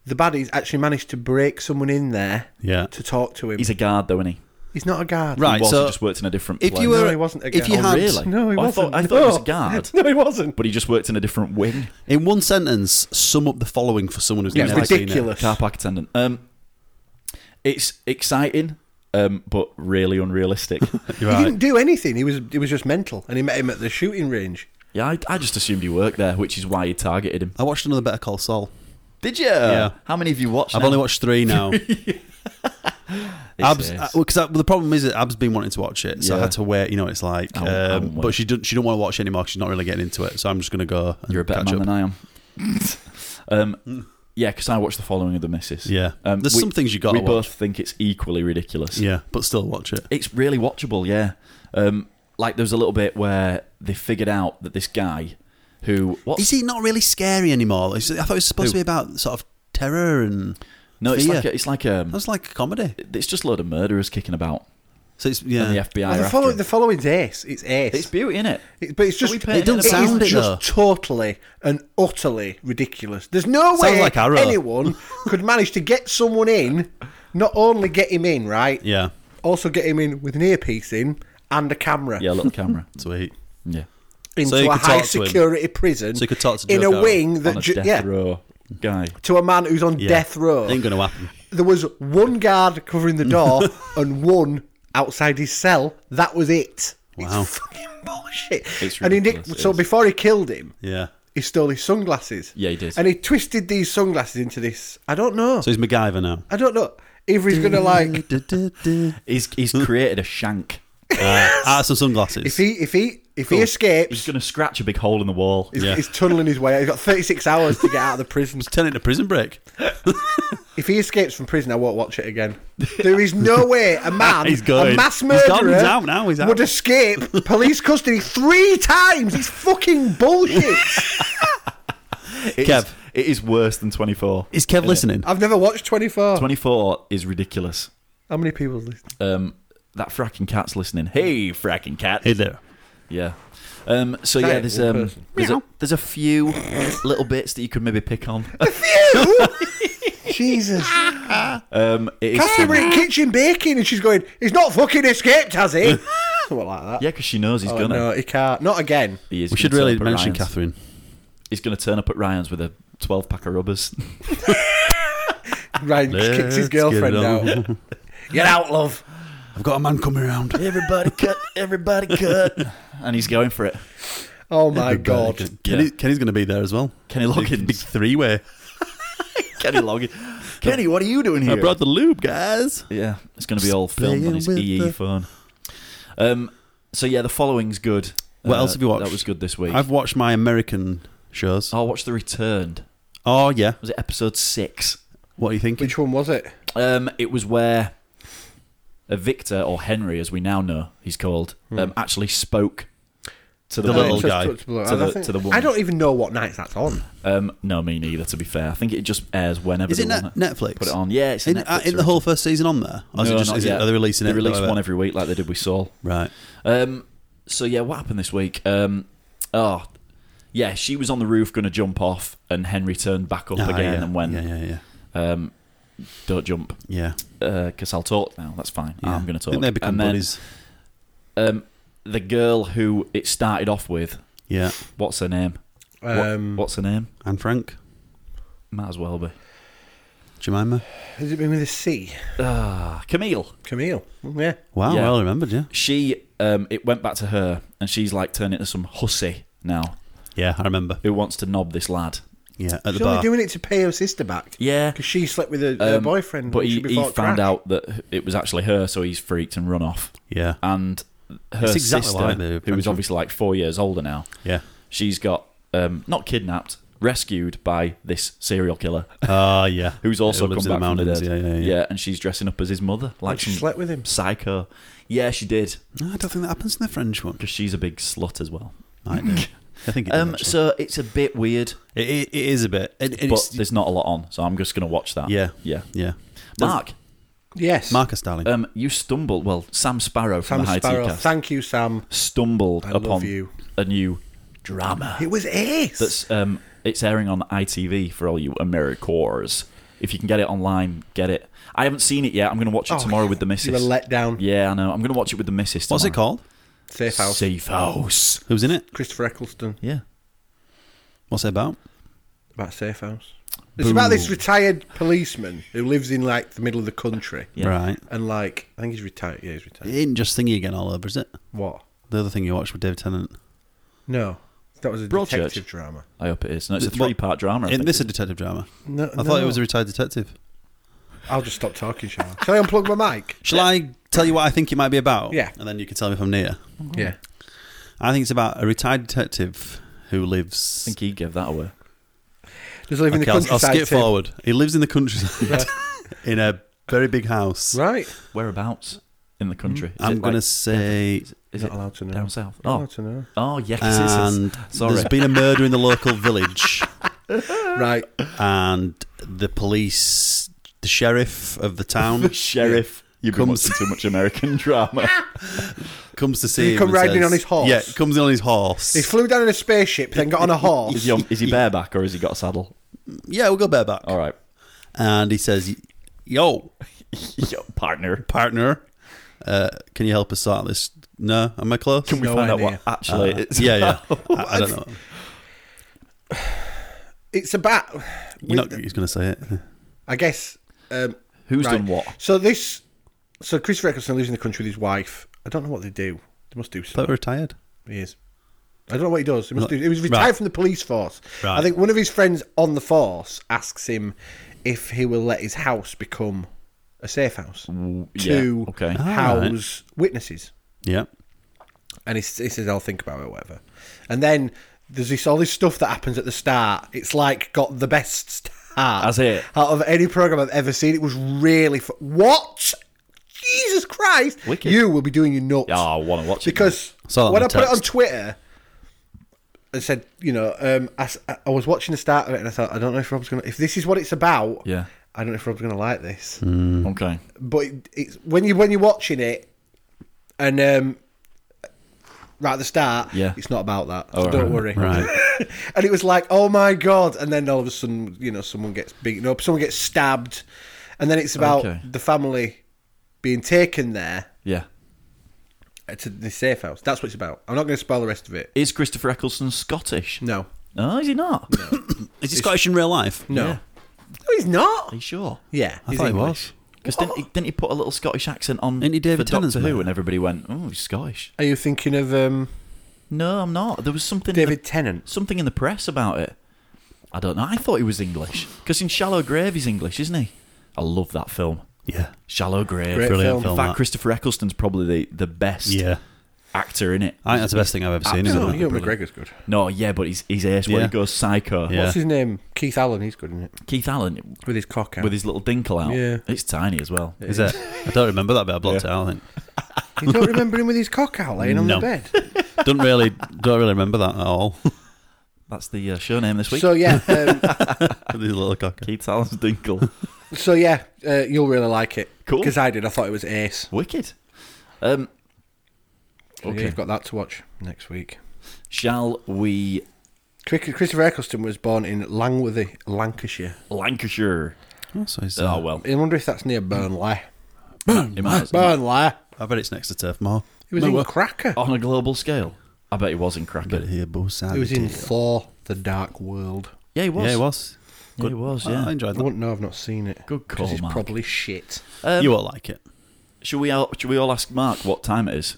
S2: The baddies actually managed to break someone in there
S3: Yeah.
S2: to talk to him.
S1: He's a guard though, isn't he?
S2: He's not a guard.
S3: Right,
S1: He was,
S3: so
S1: he just worked in a different
S3: if
S1: place.
S3: you
S2: No,
S3: were,
S2: he wasn't a
S3: if you
S2: guy.
S1: oh,
S3: had,
S1: really?
S2: No, he
S1: I
S2: wasn't.
S1: Thought, I thought he was a
S2: No.
S1: guard,
S2: No, he wasn't.
S1: but he just worked in a different wing.
S3: in one sentence, sum up the following for someone who's
S2: Yeah,
S3: never seen it.
S2: ridiculous.
S1: Car park attendant. Um, it's exciting, um, but really unrealistic.
S3: You're
S2: He
S3: right.
S2: didn't do anything. He was he was just mental, and he met him at the shooting range.
S1: yeah, I, I just assumed he worked there, which is why he targeted him.
S3: I watched another Better Call Saul.
S1: Did you?
S3: Yeah.
S1: How many of you watched?
S3: I've
S1: now?
S3: only watched three now.
S1: This
S3: Abs, uh,
S1: is-
S3: because the problem is that Ab's been wanting to watch it, so I
S1: Yeah.
S3: had to wait. You know, it's like,
S1: I won't- I
S3: um,
S1: won't
S3: but
S1: wait.
S3: she don't, she don't want to watch it anymore. 'cause she's not really getting into it. So I'm just gonna go. And
S1: You're a better
S3: catch
S1: man
S3: up. Hmm.
S1: than I am. um, yeah, because I watched the following of the missus. Um,
S3: Yeah. There's some things you gotta
S1: We
S3: watch.
S1: both think it's equally ridiculous.
S3: Yeah, but still watch it.
S1: it's really watchable. Yeah, um, like there was a little bit where they figured out that this guy, who what's
S3: Is he not really scary anymore? Is it- I thought it was supposed
S1: Who?
S3: to be about sort of terror and
S1: no, it's
S3: fear.
S1: like a, it's like um,
S3: that's like a comedy.
S1: it's just a load of murderers kicking about,
S3: So it's
S1: and the
S3: yeah.
S1: FBI.
S2: Well,
S1: are
S2: the,
S1: after
S2: follow,
S1: him.
S2: the following's Ace. It's Ace.
S1: It's beauty, innit?
S2: It- but it's just
S1: Are we
S2: it,
S1: paying
S2: does
S1: attention?
S2: sound
S3: sound it,
S2: just totally and utterly ridiculous. There's no
S3: Sounds
S2: way
S3: like Arrow.
S2: anyone could manage to get someone in, not only get him in right,
S3: Yeah.
S2: also get him in with an earpiece in and a camera
S1: Yeah, a little camera.
S3: Sweet.
S1: Yeah,
S2: into
S3: you
S2: a
S3: could talk to
S2: high
S3: him.
S2: security prison.
S3: So you could talk to
S2: in
S3: Joe
S2: a
S3: Carroll
S2: wing that
S1: on a
S2: ju-
S1: death
S2: yeah
S1: row guy.
S2: to a man who's on
S3: Yeah.
S2: death row.
S3: Ain't gonna happen.
S2: There was one guard covering the door and one outside his cell. That was it.
S3: Wow.
S2: It's fucking bullshit.
S1: It's
S2: and he nicked,
S1: ridiculous, it
S2: so
S1: is.
S2: before he killed him,
S3: Yeah.
S2: he stole his sunglasses.
S1: Yeah, he did.
S2: And he twisted these sunglasses into this. I don't know.
S3: So he's MacGyver now.
S2: I don't know. Either he's going to like.
S1: He's he's created a shank.
S3: Uh, add some
S2: If
S3: sunglasses.
S2: he if he if he
S1: He's
S2: escapes,
S1: gonna scratch a big hole in the wall.
S2: he's,
S3: Yeah.
S2: he's tunneling his way. out. He's got 36 hours to get out of the prison.
S3: Turn it into prison break.
S2: If he escapes from prison, I won't watch it again. There is no way a man,
S3: He's going.
S2: a mass
S3: He's gone,
S2: murderer,
S3: he's out now, he's out.
S2: would escape police custody three times. It's fucking bullshit.
S1: It
S3: Kev.
S1: is- it is worse than twenty four.
S3: Is Kev listening?
S2: I've never watched 24.
S1: Twenty four is ridiculous.
S2: How many people listen?
S1: Um, that fracking cat's listening. Hey, fracking cat.
S3: Hey there.
S1: Yeah. Um, so yeah,
S2: Giant
S1: there's
S2: little
S1: um,
S2: person.
S1: there's a, there's a few little bits that you could maybe pick on.
S2: Jesus.
S1: Um, it is
S2: Catherine were in kitchen baking and she's going, he's not fucking escaped, has he? Something like that.
S1: yeah, because she knows he's
S2: Oh,
S1: gonna.
S2: no, he can't. Not again.
S1: He is
S3: We
S1: gonna
S3: should
S1: turn
S3: really
S1: up at
S3: mention
S1: Ryan's.
S3: Catherine.
S1: He's gonna turn up at Ryan's with a twelve pack of rubbers.
S2: Ryan kicks his
S3: Let's
S2: girlfriend
S3: get it
S2: out. Get out, love.
S3: I've got a man coming around.
S1: everybody cut! Everybody cut! and he's going for it.
S2: Oh my god.
S3: Kenny,
S1: Yeah.
S3: Kenny's going to be there as well.
S1: Kenny Loggins.
S3: Big, big three way.
S1: Kenny Loggins. Kenny, what are you doing
S3: I
S1: here?
S3: brought the lube, guys.
S1: Yeah, it's going to be all filmed on his
S3: playing with
S1: EE
S3: the-
S1: phone. Um, so yeah, the following's good. Uh,
S3: What else have you watched?
S1: That was good this week.
S3: I've watched my American shows. Oh,
S1: Oh, watch The Returned.
S3: yeah.
S1: Was it episode six?
S3: What are you thinking?
S2: Which one was it?
S1: Um, it was where a Victor or Henry, as we now know, he's called, um, actually spoke to the,
S2: Uh,
S3: The little
S1: woman.
S3: guy.
S2: To the,
S1: To the-
S2: I think-
S1: to the woman.
S2: I don't even know what nights that's on.
S1: Um, no, me neither. To be fair, I think it just airs whenever.
S3: Is it
S1: they
S3: net
S1: want
S3: Netflix?
S1: Put it on. Yeah, it's a
S3: In,
S1: Netflix
S3: uh, in the
S1: original.
S3: whole first season on there? Or is
S1: No,
S3: it just,
S1: not
S3: is
S1: yet.
S3: it, are they releasing
S1: They
S3: it?
S1: release
S3: Whatever.
S1: one every week, like they did with Saul.
S3: Right.
S1: Um, so yeah, what happened this week? Um, oh, yeah, she was on the roof going to jump off, and Henry turned back up
S3: Ah,
S1: again
S3: yeah.
S1: and went,
S3: Yeah, yeah, yeah.
S1: Um, "Don't jump,
S3: Yeah.
S1: because I'll talk now. That's fine.
S3: yeah.
S1: I'm going to
S3: I
S1: talk."
S3: think they become
S1: and then,
S3: buddies.
S1: Um, the girl who it started off with,
S3: Yeah.
S1: what's her name? What-
S2: Um,
S1: what's her name?
S3: And Frank.
S1: Might as well be
S3: Jemima.
S2: Has it been with a C?
S1: ah Camille.
S2: Camille. Yeah.
S3: Wow,
S1: Yeah.
S3: well remembered, yeah.
S1: She, um, it went back to her, and she's like turned into some hussy now
S3: Yeah, I remember.
S1: who wants to knob this lad.
S3: Yeah, at the
S2: She's only
S3: bar.
S2: doing it to pay her sister back.
S1: Yeah.
S2: because she slept with her, her
S1: Um,
S2: boyfriend.
S1: But
S2: when she-
S1: he, he
S2: before
S1: found
S2: it crashed.
S1: out that it was actually her, so he's freaked and run off.
S3: Yeah,
S1: And her
S3: It's exactly
S1: sister,
S3: like the
S1: who was
S3: French one.
S1: obviously like four years older now,
S3: yeah.
S1: she's got um, not kidnapped, rescued by this serial killer
S3: Ah, yeah.
S1: who's also
S3: Who
S1: come
S3: lives
S1: back
S3: in the
S1: from the
S3: mountains?
S1: dead.
S3: Yeah, yeah, yeah.
S1: and she's dressing up as his mother, like
S2: she
S1: some
S2: slept with him.
S1: psycho. Yeah, she did
S3: No, I don't think that happens in the French one.
S1: because she's a big slut as well.
S3: I do. I think it,
S1: Um,
S3: does, actually.
S1: so it's a bit weird,
S3: it, it, it is a bit. And, and
S1: but
S3: it's,
S1: there's not a lot on, so I'm just gonna watch that.
S3: yeah,
S1: yeah.
S3: yeah.
S1: Mark,
S2: Yes,
S3: Marcus Darling.
S1: um, you stumbled. Well, Sam Sparrow from
S2: Sam
S1: the High
S2: Sparrow.
S1: Tea Cast
S2: Thank you, Sam.
S1: stumbled
S2: I love
S1: upon
S2: you.
S1: a new drama.
S2: It was Ace.
S1: That's um, it's airing on ITV for all you AmeriCores. If you can get it online, get it. I haven't seen it yet. I'm going to watch it
S2: Oh,
S1: tomorrow with the
S2: You were
S1: missus.
S2: let down.
S1: yeah, I know. I'm going to watch it with the missus.
S3: What's it
S1: tomorrow.
S3: called?
S2: Safe house.
S1: Safe House.
S3: Who's in it?
S2: Christopher Eccleston
S1: Yeah.
S3: What's it about?
S2: about safe house. It's about this retired policeman who lives in like the middle of the country,
S1: Yeah.
S3: Right.
S2: and like I think he's retired. Yeah, he's
S3: It
S2: retired.
S3: ain't just thingy again all over, is it?
S2: What?
S3: The other thing you watched with David Tennant.
S2: No, that was a
S1: Broadchurch.
S2: detective drama.
S1: I hope it is. No, it's a
S3: Th- what-
S1: three-part drama. I
S3: Isn't
S1: think.
S3: this a detective drama?
S2: No,
S3: I thought it was a retired detective.
S2: I'll just stop talking, shall I? Shall I unplug my mic?
S3: Shall I tell you what I think it might be about?
S2: Yeah.
S3: And then you can tell me if I'm near.
S1: Mm-hmm.
S2: Yeah.
S3: I think it's about a retired detective who lives.
S1: I think he gave that away.
S2: Just live in the
S3: Okay, I'll, I'll
S2: countryside.
S3: skip
S2: Tim.
S3: forward. He lives in the countryside in a very big house.
S2: Right.
S1: Whereabouts in the country?
S2: Hmm.
S1: Is
S3: I'm
S1: it,
S3: going to
S1: like,
S3: say.
S1: Is
S2: Not
S1: it
S2: allowed to know.
S1: down south?
S2: Not
S1: Oh,
S2: allowed to know.
S1: oh yes, it
S3: And
S1: is. Sorry.
S3: there's been a murder in the local village,
S2: Right.
S3: and the police, the sheriff of the town,
S1: The sheriff. You've been
S3: Comes-
S1: watching too much American drama.
S3: comes to see
S2: he
S3: him.
S2: come
S3: and
S2: riding
S3: says-
S2: on his horse?
S3: Yeah, comes in on his horse.
S2: He flew down in a spaceship, then got on a
S1: is,
S2: horse.
S1: he on, is he bareback or has he got a saddle?
S3: yeah, we'll go bareback.
S1: All right,
S3: And he says, "Yo,
S1: Yo, partner.
S3: partner, uh, can you help us sort this? No, am I close?
S1: Can we
S2: No
S1: find out
S2: idea.
S1: what actually?
S3: Uh,
S1: it's
S3: yeah, yeah. I, I don't know.
S2: It's about.
S3: You're not, he's going to say it.
S2: I guess. Um,
S1: Who's
S2: right.
S1: done what?
S2: So this. So Christopher Eccleston lives in the country with his wife. I don't know what they do. They must do
S3: But
S2: something.
S3: we're retired.
S2: He is. I don't know what he does. He, must
S3: Right.
S2: do, he was retired
S3: Right.
S2: from the police force.
S3: Right.
S2: I think one of his friends on the force asks him if he will let his house become a safe house
S1: yeah,
S2: to
S1: okay. Ah,
S2: house witnesses.
S3: Yeah.
S2: and he, he says, "I'll think about it, whatever." And then there's this all this stuff that happens at the start. It's like got the best start
S1: That's it.
S2: out of any program I've ever seen. It was really fu- what Jesus Christ!
S1: Wicked. Oh,
S2: You will be doing your nuts
S1: Yeah, I want to watch it
S2: because
S3: Saw that
S2: when I
S3: on
S2: put it on
S3: text.
S2: Twitter, I said, you know, um, I, s- I was watching the start of it, and I thought, I don't know if Rob's gonna if this is what it's about.
S1: Yeah.
S2: I don't know if Rob's gonna like this
S1: now. Okay.
S2: but it, it's when you when you're watching it, and um, right at the start,
S1: Yeah.
S2: it's not about that.
S1: Oh,
S2: so don't
S1: right.
S2: worry.
S3: Right.
S2: and it was like, oh my god! And then all of a sudden, you know, someone gets beaten up, someone gets stabbed, and then it's about
S1: Okay.
S2: the family being taken there
S1: Yeah.
S2: to the safe house. That's what it's about. I'm not going to spoil the rest of it.
S1: Is Christopher Eccleston Scottish?
S2: No,
S1: No, is he not? No.
S3: Is he Scottish in real life?
S2: no,
S1: Yeah.
S2: no, he's not.
S1: Are you sure?
S2: Yeah,
S3: I
S2: he's
S3: thought he
S2: English.
S3: was.
S1: Because didn't he, didn't he put a little Scottish accent on
S3: Ain't he David
S1: for
S3: Tennant's
S1: Doctor Who
S3: mate?
S1: and everybody went, oh, he's Scottish.
S2: Are you thinking of um,
S1: No, I'm not. There was something in
S2: David
S1: the,
S2: Tennant?
S1: something in the press about it. I don't know. I thought he was English. Because in Shallow Grave, he's English, isn't he? I love that film.
S3: Yeah.
S1: Shallow Grave.
S2: Great
S3: Brilliant
S2: film.
S3: film.
S1: In fact,
S3: that.
S1: Christopher Eccleston's probably the, the best
S3: Yeah.
S1: actor in it.
S3: I think that's the best thing I've ever seen.
S2: No,
S3: Isn't it?
S2: Ewan McGregor's good.
S1: No, yeah, but he's, he's ace when
S3: Yeah.
S1: he goes psycho.
S3: Yeah.
S2: What's his name? Keith Allen. He's good in it
S1: Keith Allen,
S2: with his cock out.
S1: with his little dinkle out.
S2: Yeah.
S1: It's tiny as well.
S3: Is it? I don't remember that bit. I blocked it out. I think.
S2: You don't remember him with his cock out laying on the
S3: No.
S2: bed.
S3: Don't really, don't really remember that at all.
S1: That's the uh, show name this week.
S2: So yeah, um,
S3: These little cocker.
S1: Keith Allen's dinkle.
S2: so yeah, uh, you'll really like it.
S1: Cool.
S2: Because I did. I thought it was ace.
S1: Wicked. Um,
S2: Okay,
S1: okay.
S2: you've got that to watch next week.
S1: Shall we
S2: Chris- Christopher Eccleston was born in Langworthy, Lancashire.
S1: Lancashire?
S3: Oh, so he's, uh,
S1: Oh well,
S2: I wonder if that's near Burnley.
S1: it might-
S2: Burnley.
S3: I bet it's next to Turf Moor.
S2: He was
S3: No,
S2: in
S3: well,
S2: Cracker.
S1: on a global scale. I bet he was in
S3: I bet
S1: Cracker.
S3: he both sides.
S2: He was in
S3: of the-
S2: Thor: The Dark World.
S1: Yeah, he was.
S3: Yeah, he was.
S1: Yeah, he was.
S3: I
S1: Yeah.
S3: enjoyed
S2: I
S3: that.
S2: wouldn't know. I've not seen it.
S1: Good
S2: 'Cause
S1: call,
S2: It's
S1: Mark.
S2: probably shit.
S1: Um,
S3: you won't like it.
S1: should we all should we all ask Mark what time it is?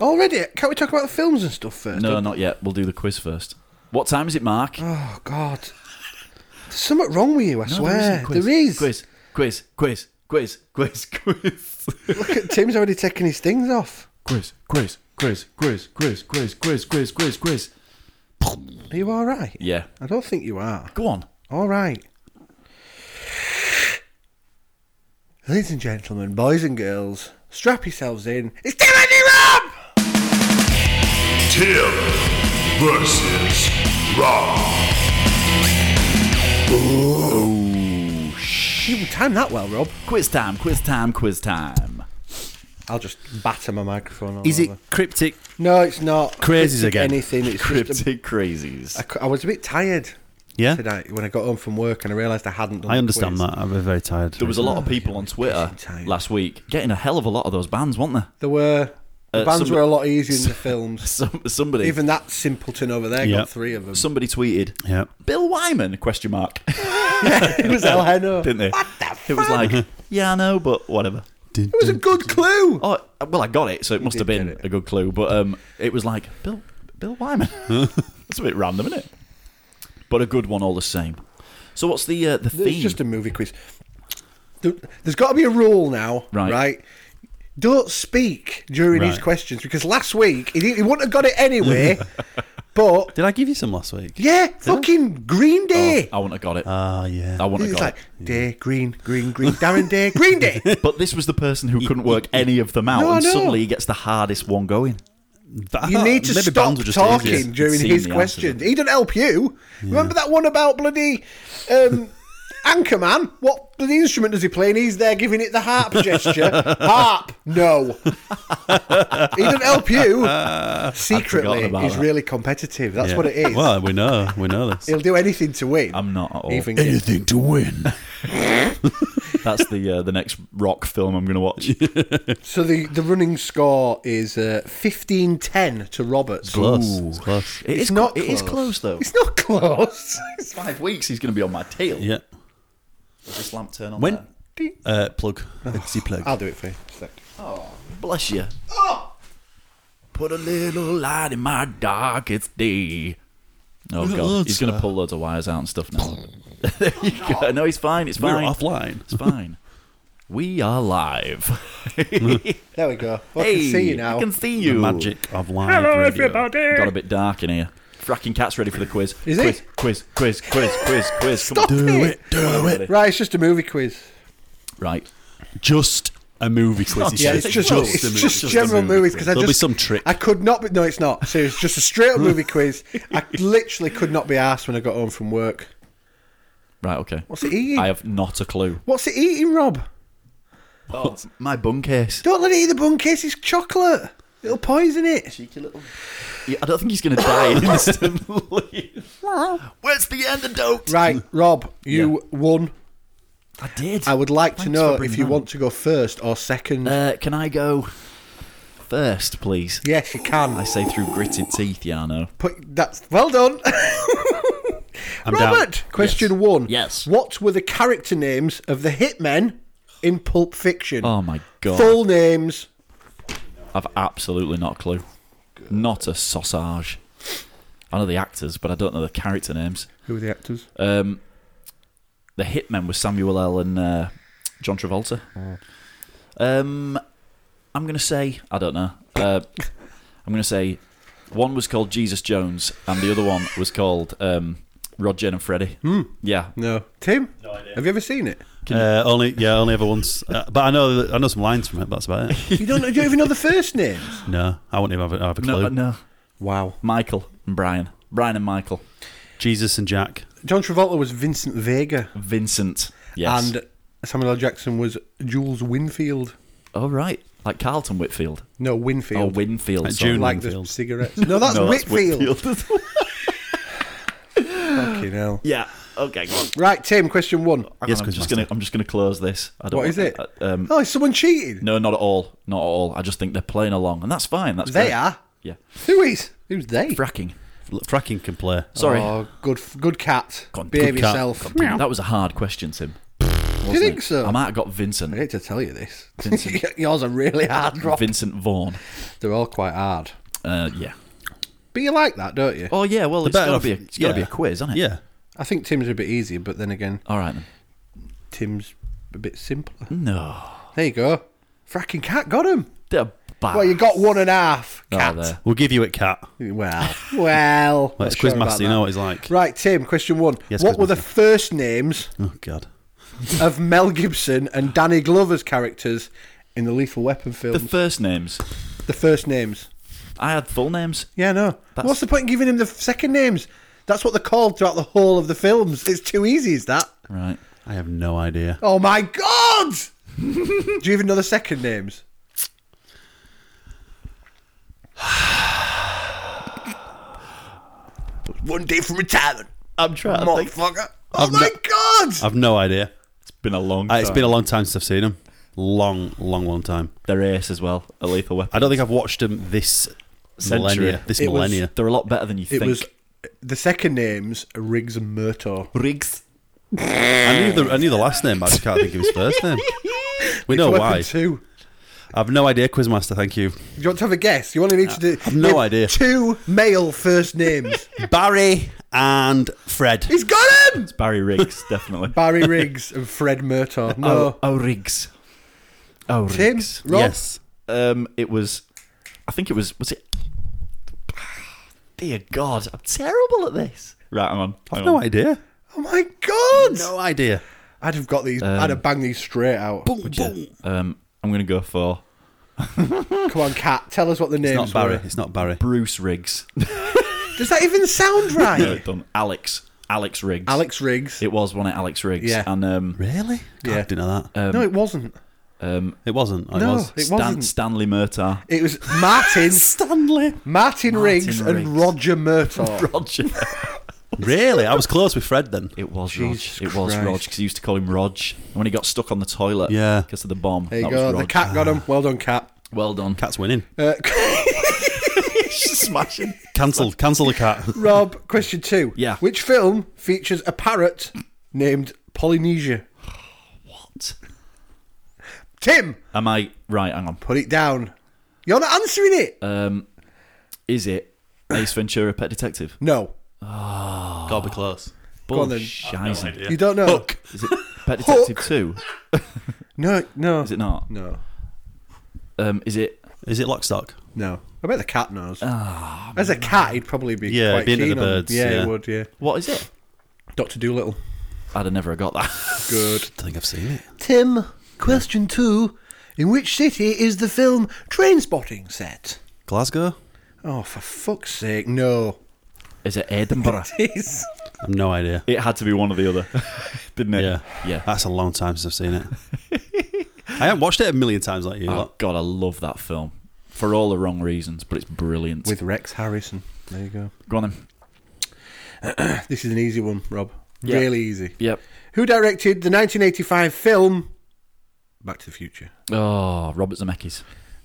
S2: Already? Oh, Can't we talk about the films and stuff first?
S1: No, not yet. We'll do the quiz first. What time is it, Mark?
S2: Oh God. something wrong with you, I
S1: No,
S2: swear.
S1: isn't. Quiz,
S2: there is.
S1: Quiz, quiz, quiz, quiz, quiz, quiz.
S2: Look at Tim's already taking his things off.
S1: quiz, quiz, quiz, quiz, quiz, quiz, quiz, quiz, quiz, quiz.
S2: Are you all right?
S1: Yeah.
S2: I don't think you are.
S1: Go on.
S2: All right. Ladies and gentlemen, boys and girls, strap yourselves in. It's Tim and Rob!
S5: Tim versus Rob.
S2: You timed that well, Rob.
S1: Quiz time, quiz time, quiz time.
S2: I'll just batter my microphone. All
S3: Is it
S2: over.
S3: cryptic?
S2: No, it's not.
S3: Crazies
S2: Cryptic
S3: again.
S2: Anything. It's Just a,
S1: Cryptic crazies.
S2: I cou- I was a bit tired
S3: Yeah,
S2: tonight when I got home from work and I realised I hadn't done
S3: I
S2: the
S3: understand
S2: quiz.
S3: that. I'm very, very tired.
S1: There was a lot of people on Twitter
S2: time.
S1: last week getting a hell of a lot of those bans, weren't there?
S2: There were. The
S1: Uh,
S2: bands
S1: some-
S2: were a lot easier in the films.
S1: Some, somebody,
S2: Even that simpleton over there
S3: Yeah.
S2: got three of them.
S1: somebody tweeted,
S3: Yeah.
S1: "Bill Wyman?" Question mark.
S2: it was hell I know.
S1: Didn't they? What the It was like, yeah, I know, but whatever.
S3: It
S2: It was a good clue.
S1: Oh, well, I got it, so it must have
S2: did
S1: been
S2: get it.
S1: a good clue. But um, it was like Bill, Bill Wyman. That's a bit random, isn't it? But a good one all the same. So what's the uh, the
S2: It's
S1: theme?
S2: just a movie quiz. There- There's got to be a rule now,
S1: Right.
S2: right? Don't speak during his
S3: Right.
S2: questions because last week he, didn't- he wouldn't have got it anyway. but
S3: Did I give you some last week?
S2: yeah, fucking Green Day.
S1: I wouldn't have got it.
S3: Ah, yeah.
S1: Oh, I wouldn't have
S2: it's
S1: got
S2: like Day Green, Green, Green, Darren Day, Green Day.
S1: it. But this was the person who couldn't work any of them out,
S2: No, I
S1: and
S2: know.
S1: suddenly he gets the hardest one going.
S3: That-
S2: You need to
S3: maybe
S2: stop
S3: bands were just
S2: talking
S3: easier.
S2: during
S1: Seeing
S2: his
S1: the answers,
S2: questions.
S1: haven't
S2: He doesn't help you. Remember that one about bloody um, Anchorman? What bloody instrument does he play? And he's there giving it the harp gesture. harp, no. he doesn't help you. Secretly,
S1: about
S2: he's
S1: that.
S2: really competitive. That's
S3: Yeah.
S2: what it is.
S3: Well, we know. We know this.
S2: He'll do anything to win.
S1: I'm not at all.
S2: Even
S3: Anything to win.
S1: That's the uh, the next rock film I'm going to watch.
S2: so the, the running score is uh, 15-10 to Roberts.
S3: Close.
S1: Ooh.
S3: Close.
S1: It
S2: It's
S1: is
S2: not
S1: clo- It is
S2: close.
S1: close though.
S2: It's not close.
S1: It's five weeks. He's going to be on my tail.
S3: Yeah.
S1: Does this lamp turn on?
S3: When?
S1: there?
S3: Uh, plug. It's plug.
S2: Oh, I'll do it for you. Just a sec.
S1: Bless you. Put a little light in my darkest day. Oh god,
S3: loads
S1: he's going to
S3: of-
S1: pull loads of wires out and stuff now. there you go. No, he's fine. It's
S3: We're
S1: fine.
S3: offline.
S1: It's fine. We are live.
S2: There we go. I
S1: hey,
S2: can see you now.
S1: I can see
S3: The
S1: you.
S3: magic of live radio.
S1: Got a bit dark in here. Fracking cat's ready for the quiz.
S2: Is
S1: quiz,
S2: he?
S1: Quiz, quiz, quiz, quiz, quiz.
S2: Stop
S1: Come on.
S2: it.
S3: Do it.
S2: Right, it's just a movie quiz.
S1: Right.
S3: Just a movie quiz. he
S2: Yeah,
S3: said.
S2: it's just, it's just, general movies because I
S3: There'll
S2: just
S3: be some trick.
S2: I could not be. No, it's not. So it's just a straight up movie quiz. I literally could not be asked when I got home from work.
S1: Right, okay.
S2: What's it eating?
S1: I have not a clue.
S2: What's it eating, Rob?
S1: Oh, my bun case.
S2: Don't let it eat the bun case. It's chocolate. It'll poison it.
S1: cheeky little. I don't think he's going to die instantly. Where's the antidote?
S2: Right, Rob, you won.
S1: I did.
S2: I would like to
S1: Thanks
S2: know
S1: for
S2: if
S1: bringing
S2: you
S1: that.
S2: want to go first or second.
S1: Uh, can I go first, please?
S2: yes, you can.
S1: I say through gritted teeth, Yano.
S2: Put, that's well done.
S3: I'm down.
S2: Robert, question one.
S1: Yes.
S2: What were the character names of the hitmen in Pulp Fiction?
S1: Oh my god.
S2: Full names.
S1: I've absolutely not a clue. Not a sausage. I know the actors, but I don't know the character names.
S2: Who were the actors?
S1: Um, the hitmen were Samuel L. and uh, John Travolta. Um, I'm going to say, I don't know. Uh, I'm going to say one was called Jesus Jones and the other one was called um, Rod, Jen and Freddie.
S2: Hmm.
S1: Yeah.
S2: No. Tim? No idea. Have you ever seen it?
S3: Uh, only yeah, only ever once. Uh, but I know that- I know some lines from it. That's about it.
S2: You don't, you don't even know the first names.
S3: No, I wouldn't even have a, have a clue.
S1: No, no.
S2: Wow.
S1: Michael and Brian. Brian and Michael.
S3: Jesus and Jack.
S2: John Travolta was Vincent Vega.
S1: Vincent. Yes.
S2: And Samuel L. Jackson was Jules Winfield.
S1: oh, right. Like Carlton Whitfield.
S2: No,
S1: Oh,
S2: Winfield.
S1: Winfield.
S3: Like
S1: sorry.
S3: June.
S2: like the
S3: Winfield.
S2: cigarettes. No, that's
S1: No, that's
S2: Whitfield.
S1: Whitfield.
S2: Fucking hell.
S1: yeah. Okay, go on.
S2: Right, Tim, question one.
S1: Yes,
S3: on,
S1: I'm
S3: Quizmaster.
S1: just gonna I'm just gonna close this. I don't
S2: What is
S1: want-
S2: it?
S1: uh, Um,
S2: Oh, is someone cheating?
S1: no, not at all. Not at all. I just think they're playing along, and that's fine. That's
S2: They
S1: great.
S2: are.
S1: Yeah,
S2: Who is? Who's they?
S1: fracking.
S3: Look, Fracking can play.
S1: Sorry,
S2: Oh, good, good cat.
S1: Go on,
S2: Behave
S3: good cat.
S2: yourself.
S1: that was a hard question, Tim.
S2: Do you think so?
S1: I might have got
S2: I
S1: Vincent.
S2: hate to tell you this.
S1: Vincent.
S2: Yours are really hard, Rob.
S1: Vincent Vaughan.
S2: They're all quite hard.
S1: Uh, yeah.
S2: But you like that, don't you?
S1: Oh yeah. Well, it's
S3: better
S1: gotta
S3: off-
S1: be a, it's gotta
S3: yeah.
S1: be a quiz, isn't it?
S3: Yeah.
S2: I think Tim's a bit easier, but then again,
S1: All right then.
S2: Tim's a bit simpler.
S1: No.
S2: There you go. Fracking cat got him.
S1: They're bad.
S2: Well, you got one and a half.
S1: Oh,
S2: Cat.
S1: there.
S3: We'll give you it, Cat.
S2: Well, well.
S3: Ah, Well, it's
S2: not sure
S3: Quizmaster,
S2: about
S3: you know
S2: that.
S3: what he's like.
S2: Right, Tim. Question one.
S3: Yes,
S2: what were the
S3: Quizmaster.
S2: first names
S3: Oh, God.
S2: of Mel Gibson and Danny Glover's characters in the Lethal Weapon
S1: The
S2: films? The,
S1: first names.
S2: first names.
S1: I had full names.
S2: Yeah, no.
S1: That's-
S2: What's the point in giving him the second names? That's what they're called throughout the whole of the films. It's too easy, is that?
S1: Right.
S3: I have no idea.
S2: Oh my god! Do you even know the second names? One day from retirement,
S1: I'm trying. to think.
S2: motherfucker. Oh my god!
S3: I've no idea.
S1: It's been a long
S3: Uh,
S1: time.
S3: It's been a long time since I've seen him. Long, long, long time.
S1: They're ace as well. A lethal weapon.
S3: I don't think I've watched him this
S1: Century.
S3: millennia. This
S2: It was-
S3: millennia.
S1: They're a lot better than you
S2: It
S1: think.
S2: was the second names are Riggs and Murto.
S1: Riggs.
S3: I knew the I knew the last name, but I just can't think of his first name. We know
S2: Weapon
S3: why.
S2: Two.
S3: I've no idea, Quizmaster. Thank you,
S2: Do you want to have a guess? You only need to do.
S3: I've no
S2: name
S3: idea.
S2: Two male first names.
S3: Barry and Fred.
S2: He's got him.
S1: Barry Riggs, definitely.
S2: Barry Riggs and Fred Murto.
S1: Oh,
S2: No,
S1: oh, Riggs. Oh,
S2: Tim.
S1: Riggs.
S2: Rob?
S3: Yes,
S1: Um, it was. I think it was. Was it? Dear God, I'm terrible at this. Right, hang on.
S3: I've
S1: hang
S3: no
S1: on.
S3: idea.
S2: Oh my god!
S3: No idea.
S2: I'd have got these. I'd have banged these straight out.
S3: Boom, boom.
S1: Um, I'm gonna go for
S2: Come on, Cat. Tell us what the
S3: It's
S2: names
S3: not Barry.
S2: were.
S3: It's not Barry.
S1: Bruce Riggs.
S2: Does that even sound
S1: No,
S2: right?
S1: done. Alex. Alex Riggs.
S2: Alex Riggs.
S1: It was one at Alex Riggs.
S2: Yeah.
S1: And um,
S3: Really?
S2: Yeah.
S3: God, I didn't know that.
S2: no, it wasn't.
S1: um,
S3: it wasn't. I
S2: No.
S3: was.
S2: It
S1: Stan-
S2: wasn't.
S1: Stanley Murtaugh.
S2: It was Martin,
S3: Stanley.
S2: Martin,
S1: Riggs.
S2: Riggs, and Roger Murtaugh.
S1: Roger.
S3: Really? I was close with Fred then.
S1: It was
S2: Jesus
S1: Rog. It was
S2: Christ.
S1: Rog because he used to call him Rog. And when he got stuck on the toilet,
S3: Yeah.
S1: because of the bomb,
S2: There you
S1: that
S2: go.
S1: was
S2: The
S1: Rog.
S2: cat got him. Well done, cat.
S1: Well done.
S3: Cat's winning.
S2: Uh,
S1: smashing.
S3: Cancel. Cancel the cat.
S2: Rob, question two.
S1: Yeah.
S2: Which film features a parrot named Polynesia?
S1: What?
S2: Tim,
S1: Am I right? Hang on.
S2: put it down. You're not answering it.
S1: Um, is it Ace Ventura: Pet Detective?
S2: no,
S3: Gotta be close.
S2: Go on then.
S1: Bullshit.
S2: you don't know.
S3: Hook.
S1: Is it Pet Detective Two?
S2: No, no.
S1: Is it not?
S2: No,
S1: Um, is it?
S3: Is it Lockstock?
S2: no. I bet the cat knows. As a cat, he'd probably be
S3: Yeah,
S2: quite
S3: be into
S2: keen
S3: the
S2: on-
S3: birds,
S2: Yeah,
S3: yeah.
S2: he would. Yeah,
S1: What is it?
S2: Doctor Doolittle.
S1: I'd have never have got that.
S2: Good.
S3: I think I've seen it.
S2: Tim, question two. In which city is the film Train Spotting set?
S3: Glasgow?
S2: Oh, for fuck's sake, no.
S1: Is it Edinburgh?
S2: It's
S3: I've no idea.
S1: it had to be one or the other, didn't it?
S3: Yeah.
S1: Yeah.
S3: That's a long time since I've seen it. I haven't watched it a million times like you.
S1: Oh
S3: lot.
S1: God, I love that film for all the wrong reasons, but it's brilliant.
S2: with Rex Harrison. There you go.
S1: Go on then.
S2: This is an easy one, Rob.
S1: Yeah.
S2: Really easy.
S1: Yep.
S2: Who directed the 1985 film Back to the Future?
S1: Oh, Robert Zemeckis.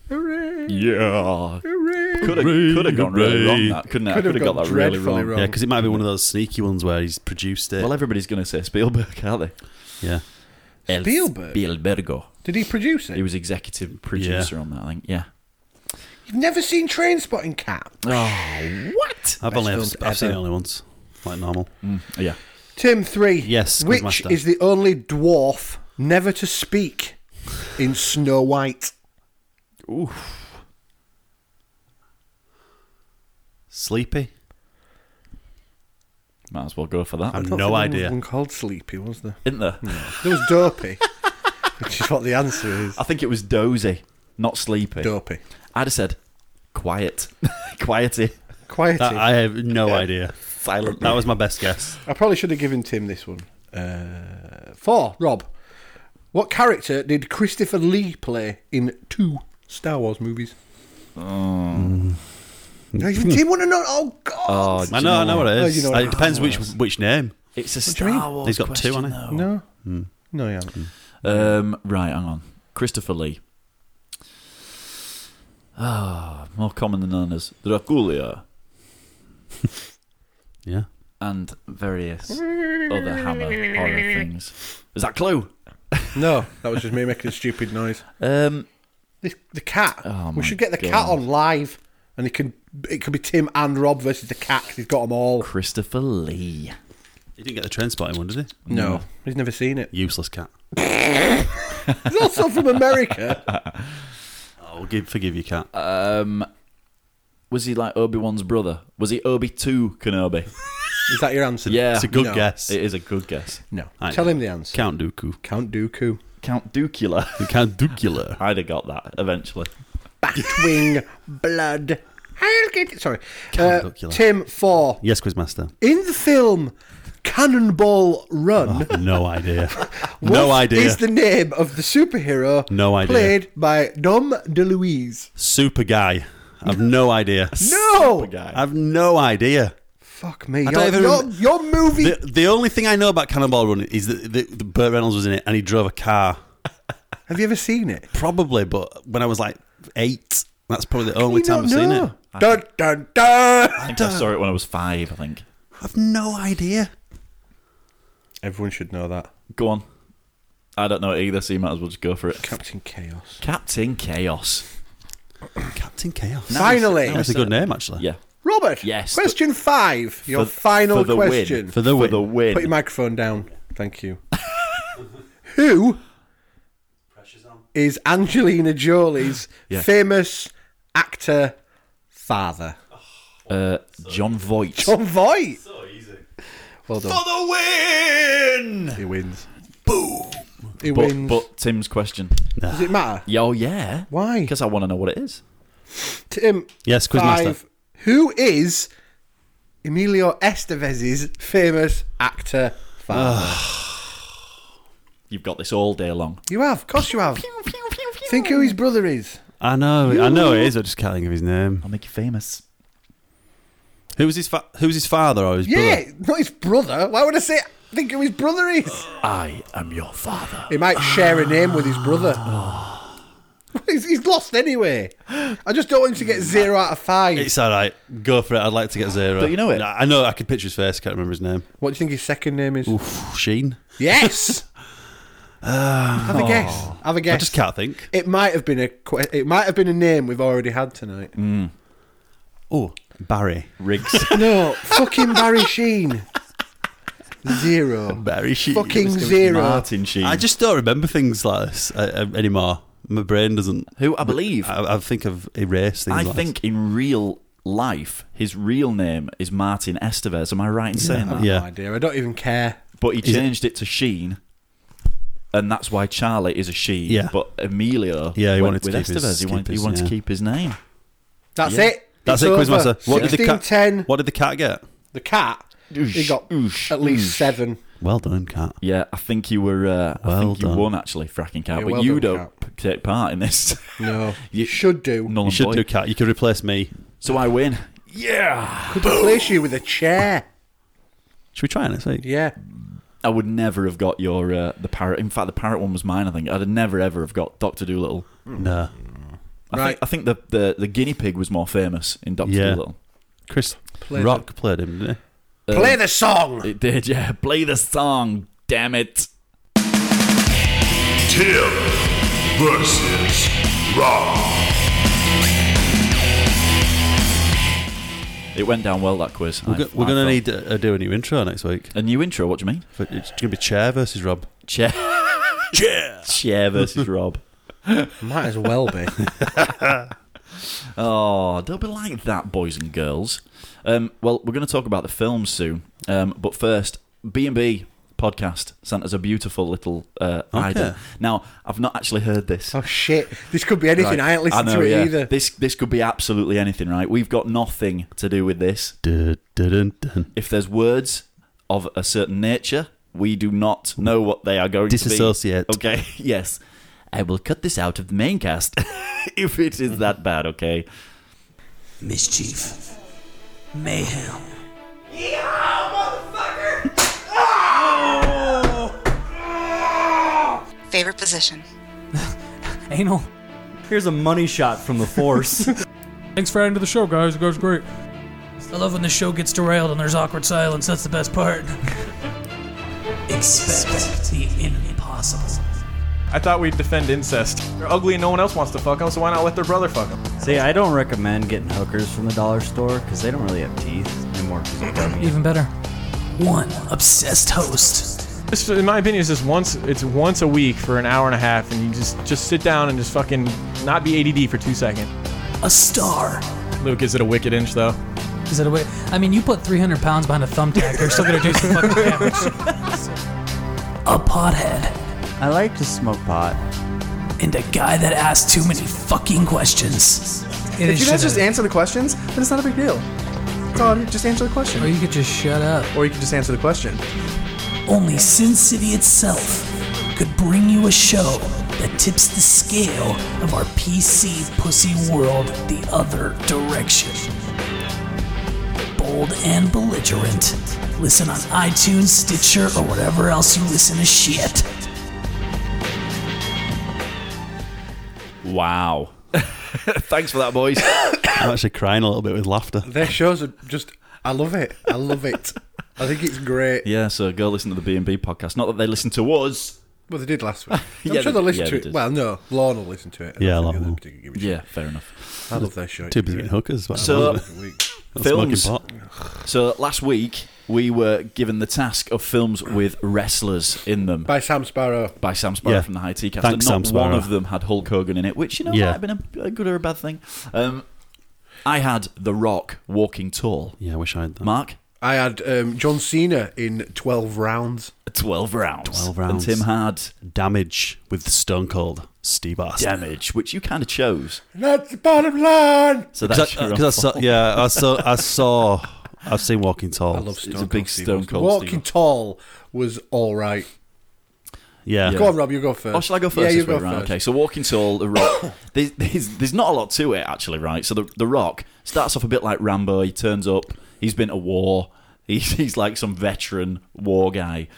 S2: Hooray!
S1: Yeah.
S2: Hooray!
S1: Could have could have gone really wrong
S3: hooray.
S1: that, couldn't it? I
S2: Could have
S1: could have got
S2: gone
S1: that really
S2: dreadfully
S1: wrong.
S2: wrong.
S3: Yeah, because it might be one of those sneaky ones where he's produced it.
S1: Well, everybody's going to say Spielberg, aren't
S3: yeah.
S1: they? El
S2: Spielberg?
S1: Spielbergo.
S2: Did he produce it?
S1: He was executive producer on that, I think. Yeah.
S2: You've never seen Train Spotting Cat?
S1: Oh, what?
S3: I've
S2: Best
S3: only
S2: films
S3: I've, I've seen it
S2: ever.
S3: only once, like normal.
S1: Yeah.
S2: Tim three.
S3: Yes,
S2: which
S3: Quizmaster.
S2: is the only dwarf never to speak in Snow White?
S3: Sleepy.
S1: Might as well go for that.
S3: I'm-
S1: then.
S2: Not
S3: No
S2: that
S3: idea.
S2: There was one called Sleepy, was there?
S1: Isn't there?
S2: There was Dopey, which is what the answer
S3: Ah.
S2: is.
S1: I think it was dozy, not sleepy.
S2: Dopey,
S1: I'd have said quiet. Quiety.
S2: quiet.
S3: That, I have no idea.
S1: Silent.
S3: That was my best guess.
S2: I probably should have given Tim this one. Uh, four, Rob. What character did Christopher Lee play in two Star Wars movies? Oh.
S3: Hmm.
S2: Even Tim want to know. Oh God!
S1: Oh,
S3: I know, I know what it
S2: Oh,
S3: is.
S2: you know what
S3: it
S2: it
S3: depends which which name.
S1: It's a
S2: do you mean?
S1: Star Wars.
S3: He's got two,
S1: question,
S3: hasn't
S1: though.
S2: No,
S3: Hmm.
S2: no, you haven't.
S1: Um, right, hang on. Christopher Lee. Ah, more common than known as Dracula
S3: Yeah.
S1: and various other hammer horror things. Is that a clue?
S2: No, that was just me making a stupid noise.
S1: Um,
S2: The, the cat.
S1: Oh,
S2: we
S1: my
S2: should get the cat
S1: God.
S2: on live, and it can it could be Tim and Rob versus the cat. he he's got them all.
S1: Christopher Lee.
S3: He didn't get the train spotting one, did he?
S2: No, he's never seen it.
S3: Useless cat.
S2: He's also from America.
S3: I'll Oh, give, forgive you, cat.
S1: Uh, Was he like Obi Wan's brother? Was he Obi Two Kenobi?
S2: Is that your answer?
S1: Yeah,
S3: it's a good
S2: no.
S3: guess.
S1: It is a good guess.
S2: No.
S3: I
S2: Tell
S3: know.
S2: him the answer.
S3: Count Dooku.
S2: Count Dooku.
S1: Count Dookular.
S3: Count Dooku.
S1: I'd have got that eventually.
S2: Batwing blood. I'll get it. Sorry. Uh,
S3: Count Dooku.
S2: Tim Four.
S3: Yes, Quizmaster.
S2: In the film Cannonball Run,
S3: No idea.
S2: what
S3: Oh, no idea.
S2: is the name of the superhero
S3: No idea.
S2: played by Dom DeLuise?
S3: Super guy. I've no idea.
S2: No!
S1: guy.
S3: I've no idea.
S2: Fuck me.
S3: don't
S2: Your,
S3: even
S2: your,
S3: rem-
S2: your movie.
S3: The, the only thing I know about Cannonball Run is that the, the Burt Reynolds was in it and he drove a car.
S2: Have you ever seen it?
S3: Probably, but when I was like eight, that's probably the only
S2: We don't
S3: time I've seen it.
S2: know. Dun, dun, dun.
S1: I think I saw it when I was five. I think.
S3: I've no idea.
S2: Everyone should know that.
S1: Go on. I don't know it either, so you might as well just go for it.
S2: Captain Chaos.
S1: Captain Chaos.
S3: Captain Chaos.
S2: Finally.
S3: That's a good name, actually.
S1: Yeah.
S2: Robert.
S1: Yes.
S2: Question five. Your
S1: For-
S2: final
S1: for the win.
S2: question.
S3: For the
S1: for
S3: win.
S1: the win.
S2: Put your microphone down. Thank you. Who is Angelina Jolie's famous actor father?
S1: Uh, John Voight.
S2: John Voight. So easy. Well done.
S3: the win!
S2: he wins. Boom. He
S1: but,
S2: wins.
S1: but Tim's question.
S2: Does it matter?
S1: Yeah, oh yeah.
S2: Why?
S1: Because I want to know what it is.
S2: Tim.
S3: Yes, Quizmaster.
S2: Five. Who is Emilio Estevez's famous actor father?
S1: You've got this all day long.
S2: you have. Of course you have. Think who his brother is.
S3: I know, I know it is. I just can't think of his name.
S1: I'll make you famous.
S3: Who was his fa- Who was his father or his
S2: Yeah,
S3: brother?
S2: not his brother. Why would I say think who his brother is?
S1: I am your father.
S2: He might share a name with his brother. he's, he's lost anyway. I just don't want him to get zero out of five.
S3: It's all right. Go for it. I'd like to get zero.
S1: Don't you know it?
S3: Nah, I know. I can picture his face. Can't remember his name.
S2: What do you think his second name is?
S3: Oof, Sheen.
S2: Yes. have a guess. Have a guess.
S3: Oh. I just can't think.
S2: It might have been a. que- It might have been a name we've already had tonight.
S3: Oh, Barry.
S1: Riggs.
S2: No, fucking Barry Sheen. Zero.
S3: Barry Sheen.
S2: Fucking zero.
S1: Martin Sheen.
S3: I just don't remember things like this uh, uh, anymore. My brain doesn't.
S1: who I believe. I,
S3: I, I think I've erased things. like
S1: think in real life, his real name is Martin Estevez. Am I right in saying that?
S3: this.
S2: No
S3: Yeah.
S2: idea. I don't even care.
S1: But he
S3: it-
S1: changed it? to Sheen. And that's why Charlie is a Sheen.
S3: Yeah.
S1: But Emilio
S3: Yeah, he
S1: went
S3: wanted to
S1: with
S3: keep his-
S1: Estevez. he
S3: keep
S1: wanted,
S3: his-
S1: he wanted
S3: yeah.
S1: to keep his name.
S2: That's
S1: Yeah.
S2: it.
S3: That's
S2: It's
S3: it,
S2: over.
S3: Quizmaster. What did the
S2: 16,
S3: cat?
S2: 10.
S3: What did the cat get?
S2: The cat. he
S1: Oosh,
S2: got
S1: oosh,
S2: at least
S1: oosh.
S2: seven.
S3: Well done, cat.
S1: Yeah, I think you were. Uh, I
S3: Well
S1: think you
S3: done.
S1: won actually, fracking cat.
S2: Yeah,
S1: but
S2: well
S1: you
S2: done,
S1: don't p- take part in this.
S2: No,
S1: You-
S2: you should do.
S1: Null
S3: You
S1: and
S3: should
S1: void.
S3: do cat. You could replace me.
S1: So I win. Yeah.
S2: Replace you with a chair.
S3: Should we try it next week?
S2: Yeah,
S1: I would never have got your uh, the parrot. In fact, the parrot one was mine. I think I'd have never ever have got Doctor Doolittle.
S3: No.
S1: I
S2: Right.
S1: Think, I think the, the the guinea pig was more famous in Doctor
S3: Yeah.
S1: Doolittle.
S3: Chris
S2: Played
S3: Rock played him, didn't
S1: Uh,
S2: play the song.
S1: It did. Yeah. Play the song. Damn it.
S5: Tim versus Rob.
S1: It went down well that quiz.
S3: he? We're, go- we're going to need to uh, do a new intro next week.
S1: a new intro. What do you mean?
S3: But It's going to be Chair versus Rob.
S1: Chair. Chair. Chair versus Rob.
S2: Might as well be.
S1: Oh, don't be like that, boys and girls. Um, well, we're going to talk about the films soon, um, but first, B and B podcast sent us a beautiful little uh, idea. Now, I've not actually heard this.
S2: oh shit! This could be anything. I ain't listened
S1: I know,
S2: to it
S1: yeah.
S2: either.
S1: This this could be absolutely anything, right? We've got nothing to do with this.
S3: Dun, dun, dun, dun.
S1: If there's words of a certain nature, we do not know what they are going
S3: Disassociate.
S1: to be. Okay, yes. I will cut this out of the main cast if it is that bad, okay?
S6: mischief, mayhem.
S7: Favorite position.
S8: Anal. Here's a money shot from the force.
S9: Thanks for adding to the show, guys. You guys are great.
S6: I love when the show gets derailed and there's awkward silence. That's the best part. Expect the impossible.
S10: I thought we'd defend incest. They're ugly and no one else wants to fuck them, so why not let their brother fuck them?
S8: See, I don't recommend getting hookers from the dollar store because they don't really have teeth anymore. 'cause they're gummy.
S9: Even better.
S6: one obsessed host.
S10: This, in my opinion, is just once. It's once a week for an hour and a half, and you just just sit down and just fucking not be ADD for two seconds.
S6: A star.
S10: Luke, is it a wicked inch though?
S6: Is that a way? I mean, you put 300 pounds behind a thumbtack, you're still gonna do some fucking damage. A pothead
S7: I like to smoke pot.
S6: and a guy that asks too many fucking questions.
S11: If
S6: It is
S11: you guys
S6: shit
S11: just
S6: up.
S11: answer the questions, then it's not a big deal. It's on. Just answer the
S6: or
S11: question,
S6: you could just shut up.
S11: or you can just answer the question.
S6: Only Sin City itself could bring you a show that tips the scale of our PC pussy world the other direction. Bold and belligerent. Listen on iTunes, Stitcher, or whatever else you listen to shit.
S1: Wow. Thanks for that, boys.
S3: I'm actually crying a little bit with laughter.
S2: Their shows are just. I love it. I love it. I think it's great.
S1: yeah, so go listen to the B and B podcast. Not that they listen to us.
S2: Well, they did last week. I'm
S1: Yeah, they-
S2: sure they'll listen
S1: yeah,
S2: to
S1: they
S2: it.
S1: did.
S2: Well, no, Lorne will listen to it. I
S3: Yeah, a
S2: don't
S3: lot
S2: think
S3: more.
S2: they'll particularly give a shit.
S1: Yeah, fair enough.
S2: I love their show.
S3: Two between hookers. but I
S1: So-
S3: love it.
S2: Every week.
S3: Not
S1: Films.
S3: Smoking pot.
S1: So last week we were given the task of films with wrestlers in them
S2: By Sam Sparrow.
S1: by Sam Sparrow
S3: Yeah.
S1: from the High Tea Cast,
S3: Thanks,
S1: and not
S3: Sam Sparrow.
S1: one of them had Hulk Hogan in it, which you know
S3: Yeah.
S1: might have been a, a good or a bad thing. Um, I had The Rock walking tall.
S3: Yeah, I wish I had that.
S1: Mark,
S2: I had um, John Cena in 12 rounds.
S1: twelve rounds.
S3: 12 rounds.
S1: And Tim had
S3: Damage with Stone Cold Steve Austin.
S1: damage, which you kind of chose.
S2: That's the bottom line.
S1: So that's
S3: Because I, uh,
S1: your own
S3: 'cause I
S1: fault.
S3: saw, yeah, I saw, I saw, I've seen Walking Tall.
S2: I love Stone
S1: It's a big
S2: Cold Steve
S1: Stone
S2: Austin.
S1: Cold
S2: Walking
S1: Steve
S2: Tall was all right.
S3: yeah,
S2: Go on, Rob. You go first.
S1: Oh, shall I go first?
S2: Yeah, you
S1: this
S2: go
S1: week? Right,
S2: first.
S1: okay, so Walking Tall, The Rock. there's, there's, there's not a lot to it, actually, right? So The, the Rock starts off a bit like Rambo. He turns up, he's been to war. He's, he's like some veteran war guy.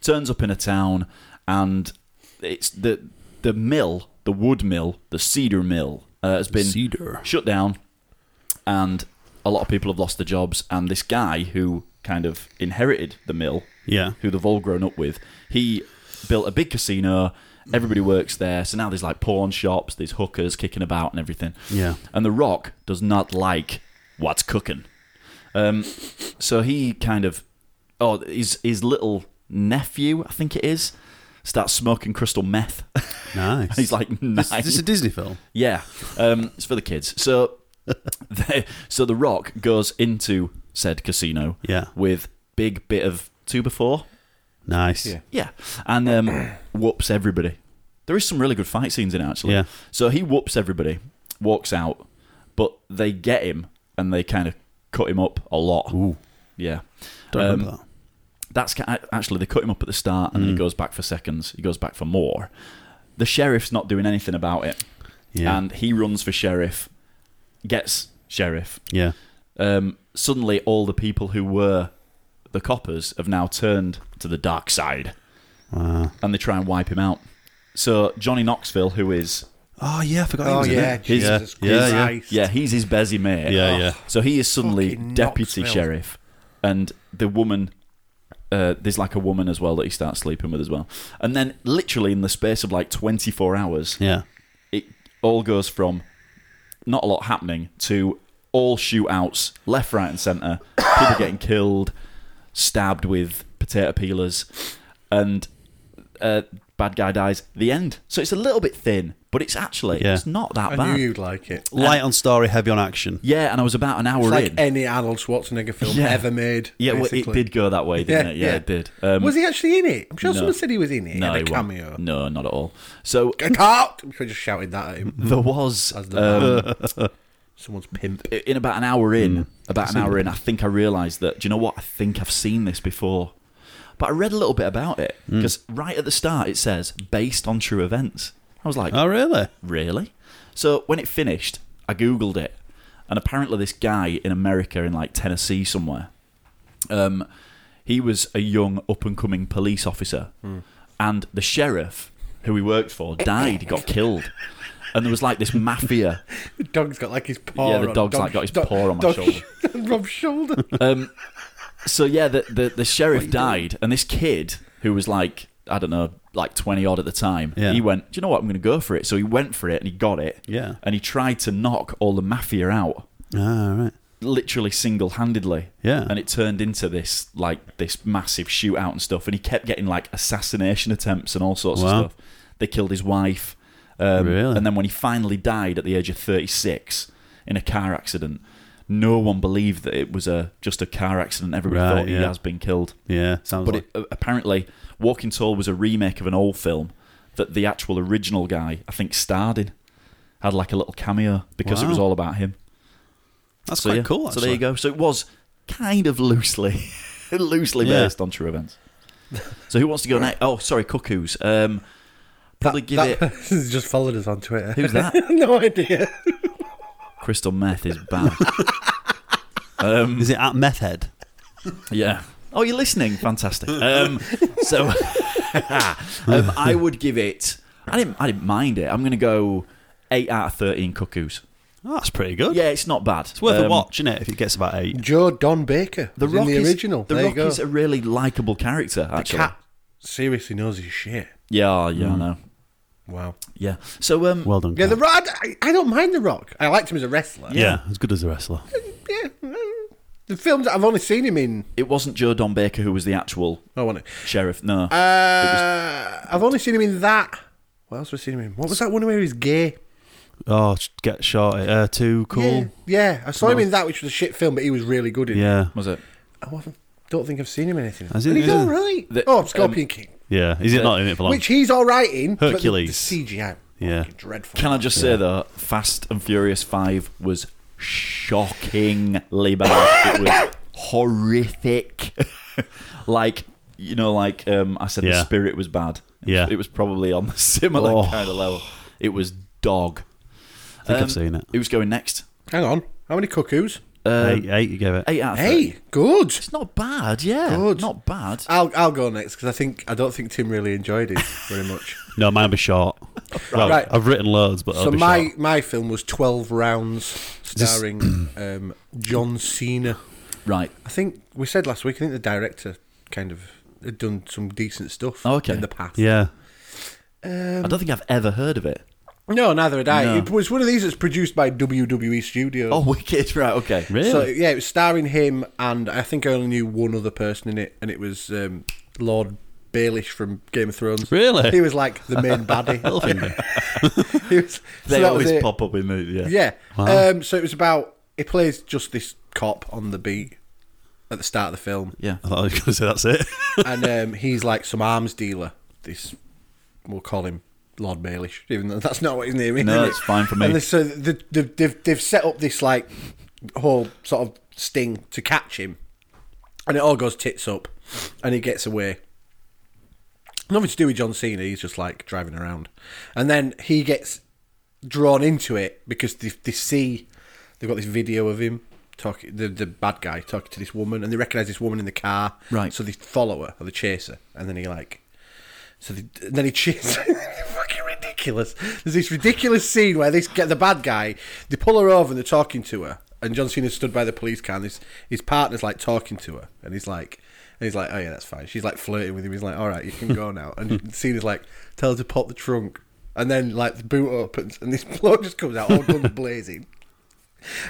S1: Turns up in a town, and it's the, the mill, the wood mill, the cedar mill, uh, has been
S3: Cedar.
S1: shut down, and a lot of people have lost their jobs. And this guy who kind of inherited the mill
S3: yeah.
S1: who they've all grown up with. He built a big casino.
S3: Mm.
S1: Everybody works there. So now there's like pawn shops, there's hookers kicking about and everything.
S3: Yeah.
S1: And The Rock does not like what's cooking. Um, so he kind of, oh, his, his little nephew, I think it is, starts smoking crystal meth.
S3: Nice.
S1: He's like, nice.
S3: This, this is a Disney film.
S1: Yeah, um, it's for the kids. So, they, so the Rock goes into said casino.
S3: Yeah.
S1: with big bit of two before.
S3: Nice.
S2: Yeah.
S1: Yeah, and um, whoops everybody. There is some really good fight scenes in it actually.
S3: Yeah.
S1: So he whoops everybody, walks out, but they get him and they kind of cut him up a lot.
S3: Ooh.
S1: Yeah.
S3: Don't
S1: Um,
S3: remember that.
S1: That's ca- actually they cut him up at the start, and then he
S3: Mm.
S1: goes back for seconds. He goes back for more. The sheriff's not doing anything about it,
S3: Yeah.
S1: and he runs for sheriff, gets sheriff.
S3: yeah.
S1: Um, suddenly, all the people who were the coppers have now turned to the dark side,
S3: Wow.
S1: and they try and wipe him out. So Johnny Knoxville, who is
S3: Oh yeah, I forgot. he
S2: Oh,
S3: was in
S2: yeah.
S3: it.
S2: Jesus
S3: yeah, yeah,
S2: Christ.
S3: yeah.
S1: yeah, he's his bezzy mate.
S3: Yeah, yeah.
S1: So he is suddenly
S2: Fucking
S1: deputy
S2: Knoxville.
S1: sheriff, and the woman. Uh, there's like a woman as well that he starts sleeping with as well, and then literally in the space of like 24 hours,
S3: Yeah.
S1: it all goes from not a lot happening to all shootouts, left, right, and centre. People getting killed, stabbed with potato peelers, and uh, bad guy dies. The end. So it's a little bit thin, but it's actually
S3: Yeah.
S1: it's not that
S2: I
S1: bad.
S2: knew you'd like it.
S3: Light on story, heavy on action.
S1: Yeah, and I was about an hour
S2: It's like
S1: in.
S2: any Arnold Schwarzenegger film
S1: Yeah.
S2: ever made.
S1: yeah, well, it
S2: basically.
S1: did go that way, didn't
S2: Yeah,
S1: it? Yeah,
S2: yeah.
S1: it did. Um,
S2: was he actually in it? I'm sure
S1: no.
S2: someone said he was in it.
S1: no,
S2: No, in a
S1: he wasn't.
S2: cameo.
S1: No, not at all. So
S2: Get out! I just shouted that at him.
S1: there was
S2: Hmm. As
S1: um,
S2: the someone's pimp. Hmm.
S1: in about an hour in, about an hour in, I think I realised that. Do you know what? I think I've seen this before, but I read a little bit about it
S2: Hmm.
S1: because right at the start it says based on true events. I was like,
S3: Oh really?
S1: really? So when it finished, I googled it, and apparently this guy in America, in like Tennessee somewhere, um, he was a young up and coming police officer,
S3: Hmm.
S1: and the sheriff who he worked for died, he got killed. And there was like this mafia
S2: The dog's got like his paw.
S1: Yeah, the
S2: on-
S1: dog's, like, got his paw on my shoulder.
S2: Rob's shoulder.
S1: Um, so yeah, the the, the sheriff died, and this kid who was like I don't know, like twenty odd at the time,
S3: Yeah.
S1: he went. Do you know what? I'm going to go for it. So he went for it, and he got it.
S3: Yeah.
S1: And he tried to knock all the mafia out,
S3: Ah, all right.
S1: literally single-handedly.
S3: Yeah.
S1: And it turned into this like this massive shootout and stuff. And he kept getting like assassination attempts and all sorts
S3: Wow.
S1: of stuff. They killed his wife. Um,
S3: Really?
S1: And then when he finally died at the age of 36 in a car accident, no one believed that it was a just a car accident. Everybody
S3: Right,
S1: thought he
S3: yeah.
S1: has been killed.
S3: Yeah, sounds
S1: But
S3: like-
S1: it, apparently, Walking Tall was a remake of an old film that the actual original guy, I think, starred in. Had like a little cameo because it
S3: Wow.
S1: was all about him.
S3: That's
S1: So,
S3: quite
S1: yeah.
S3: cool.
S1: So there you
S3: actually.
S1: go. So it was kind of loosely, loosely
S3: Yeah.
S1: based on true events. So who wants to go next? Oh, sorry, cuckoos. Um, probably give
S2: that
S1: it.
S2: person's just followed us on Twitter.
S1: Who's that?
S2: no idea.
S1: Crystal meth is bad. um,
S3: Is it at meth head?
S1: yeah. Oh, you're listening. Fantastic. Um, so um, I would give it. I didn't. I didn't mind it. I'm going to go eight out of thirteen cuckoos.
S3: Oh, that's pretty good.
S1: Yeah, it's not bad. It's
S3: Worth a watch, isn't it? If it gets about eight.
S2: Joe Don Baker.
S1: The
S2: The
S1: Rock
S2: in the
S1: is-
S2: original.
S1: The
S2: there
S1: Rock
S2: you go.
S1: is a really likable character. Actually.
S2: Cat seriously knows his shit.
S1: Yeah. oh, Yeah. I know.
S2: Wow.
S1: Yeah. So um,
S3: Hmm. Well done.
S2: Yeah,
S3: Kat.
S2: the Rock. I, I don't mind the Rock. I liked him as a wrestler.
S3: yeah. as good as a wrestler.
S2: Yeah. mm. The films that I've only seen him in.
S1: it wasn't Joe Don Baker who was the actual
S2: Oh, wasn't it?
S1: sheriff. No.
S2: Uh, I've only seen him in that. What else have I seen him in? What was that one where he's gay?
S3: Oh, sh- get shot. Uh, too cool.
S2: Yeah, yeah. I saw him in that, which was a shit film, but he was really good
S3: Yeah.
S2: in it.
S3: Yeah.
S1: was it?
S2: I wasn't, don't think I've seen him in anything.
S3: Has he-
S2: But he's
S3: is
S2: all
S3: it-
S2: right.
S1: The-
S2: oh, Scorpion King,
S3: Is it not in it for long?
S2: which he's all right in. but the-
S3: Hercules.
S2: the, CGI,
S3: Yeah.
S2: fucking dreadful.
S1: Can I just say though, Fast and Furious Five was shockingly bad. it was horrific. like you know, like um, I said,
S3: Yeah.
S1: the spirit was bad. It was-
S3: Yeah.
S1: it was probably on the similar
S3: Oh.
S1: kind of level. It was dog.
S3: I think
S1: Um,
S3: I've seen it.
S1: Who's going next?
S2: Hang on, how many cuckoos?
S1: Uh,
S3: eight, eight, you gave it.
S1: eight out. Of 30.
S2: Hey, good.
S1: it's not bad. Yeah,
S2: Good.
S1: not bad.
S2: I'll I'll go next because I think I don't think Tim really enjoyed it very much.
S3: No, mine will be short. Well,
S2: Right.
S3: I've written loads, but
S2: so
S3: I'll be
S2: my
S3: short.
S2: my film was Twelve Rounds, starring um, John Cena.
S1: Right.
S2: I think we said last week. I think the director kind of had done some decent stuff
S1: Oh, okay.
S2: in the past.
S3: Yeah.
S2: Um,
S1: I don't think I've ever heard of it.
S2: No, neither had I.
S1: No.
S2: It was one of these that's produced by WWE Studios.
S1: Oh, wicked. Right. Okay.
S3: Really?
S2: So yeah, it was starring him, and I think I only knew one other person in it, and it was um, Lord Baelish from Game of Thrones.
S3: Really?
S2: He was like the main baddie. he was, so
S1: They
S2: that was
S1: always
S2: it.
S1: pop up in the yeah.
S2: Yeah. Um, so it was about he plays just this cop on the beat at the start of the film,
S1: Yeah.
S3: I thought I was going to say that's it.
S2: and um, he's like some arms dealer. This we'll call him Lord Baelish, even though that's not what his name is.
S1: No,
S2: is it?
S1: it's fine for me.
S2: And they- so the, the, they've they've set up this like whole sort of sting to catch him, and it all goes tits up, and he gets away. Nothing to do with John Cena. He's just like driving around, and then he gets drawn into it because they, they see they've got this video of him talking the the bad guy talking to this woman, and they recognise this woman in the car.
S1: Right.
S2: So they follow her or they chase her, and then he like so they, and then he cheats. fucking ridiculous. There's this ridiculous scene where this get the bad guy. They pull her over and they're talking to her, and John Cena's stood by the police car. And his his partner's like talking to her, and he's like, and he's like, oh yeah, that's fine. She's like flirting with him. He's like, all right, you can go now. And Cena's like, tell her to pop the trunk, and then like the boot opens, and this bloke just comes out all guns blazing.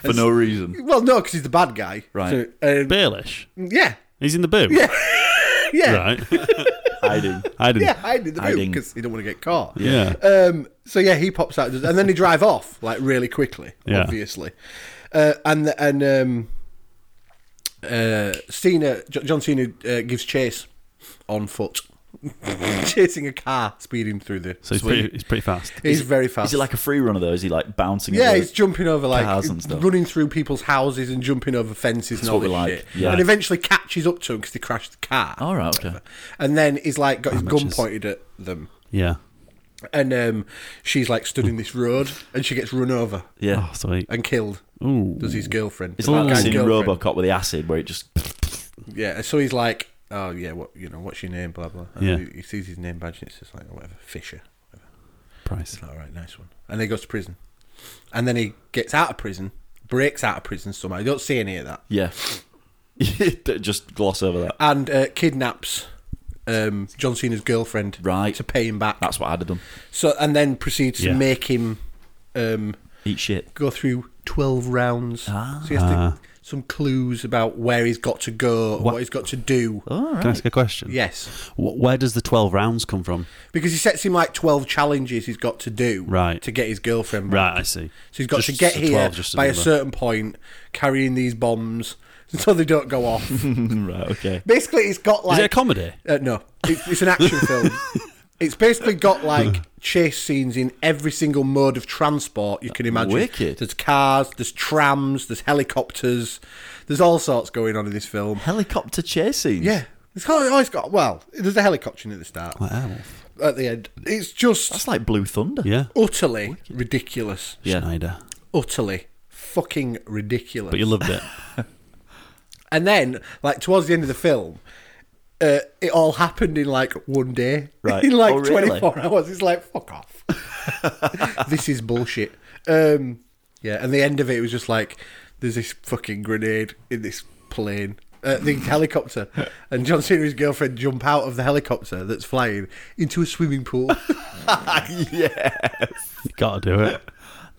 S1: For no reason.
S2: Well, no, because he's the bad guy,
S1: Right.
S2: So, um,
S3: Baelish.
S2: yeah,
S3: He's in the boot.
S2: yeah, yeah.
S3: Right.
S1: Hiding.
S3: I didn't.
S2: Yeah, hiding in the boot
S1: Hiding.
S2: because he don't want to get caught.
S3: Yeah.
S2: Um, so yeah, he pops out, and then they drive off like really quickly,
S3: Yeah.
S2: obviously. Uh, and and um, uh, Cena, Jo- John Cena uh, gives chase on foot, chasing a car speeding through the.
S3: So he's pretty, he's pretty fast.
S2: He's very fast.
S1: Is he like a free runner though? Is he like bouncing?
S2: yeah,
S1: over-
S2: he's jumping over like
S1: cars and stuff?
S2: running through people's houses and jumping over fences and all
S1: what we
S2: this
S1: like,
S2: shit.
S1: yeah.
S2: And eventually catches up to him because they crashed the car.
S1: All right, okay.
S2: And then he's like got his
S3: much
S2: gun
S3: is-
S2: pointed at them.
S3: Yeah.
S2: and um, she's like stood in this road, and she gets run over
S1: Yeah.
S3: Oh, sweet.
S2: and killed.
S3: Ooh.
S2: Does his girlfriend?
S1: It's
S2: Does that
S1: like
S2: guy's
S1: that scene in
S2: girlfriend.
S1: RoboCop with the acid where it just
S2: Yeah, and so he's like, oh yeah, what you know, what's your name, blah blah. And
S3: Yeah.
S2: he, he sees his name badge, and it's just like oh, whatever, Fisher.
S3: Price.
S2: It's like, all right, nice one. And then he goes to prison, and then he gets out of prison, breaks out of prison somehow. You don't see any of that,
S1: yeah. just gloss over that.
S2: and uh, kidnaps um, John Cena's girlfriend
S1: Right.
S2: to pay him back.
S1: That's what I'd have done.
S2: So and then proceeds
S3: Yeah.
S2: to make him um,
S1: Eat shit.
S2: Go through 12 rounds. So you have
S3: Ah.
S2: to, some clues about where he's got to go, or what, he's got to do.
S3: Can I ask a question?
S2: Yes.
S3: Wh- Where does the 12 rounds come from?
S2: Because he sets him like 12 challenges he's got to do
S3: Right.
S2: to get his girlfriend back.
S3: Right, I see.
S2: So he's got
S3: Just
S2: to get
S3: the
S2: here
S3: 12, just a
S2: by a
S3: number.
S2: certain point carrying these bombs so they don't go off.
S1: right, okay.
S2: Basically, it's got like.
S3: Is it a comedy?
S2: Uh, no, it's, it's an action film. It's basically got like chase scenes in every single mode of transport you can imagine.
S1: Wicked.
S2: There's cars, there's trams, there's helicopters, there's all sorts going on in this film.
S1: Helicopter chase scenes.
S2: Yeah, it's got, oh, it's got well, there's a helicopter in at the start,
S3: Wow.
S2: at the end. It's just
S1: That's like Blue Thunder.
S3: Yeah.
S2: utterly ridiculous.
S1: Yeah.
S3: Schneider.
S2: Utterly fucking ridiculous.
S3: But you loved it.
S2: And then, like towards the end of the film, uh, it all happened in like one day,
S1: Right.
S2: in like
S1: Oh, really?
S2: 24 hours. It's like fuck off. this is bullshit. Um, yeah, and the end of it was just like there's this fucking grenade in this plane. Uh, the helicopter and John Cena and his girlfriend jump out of the helicopter that's flying into a swimming pool.
S3: Gotta do it.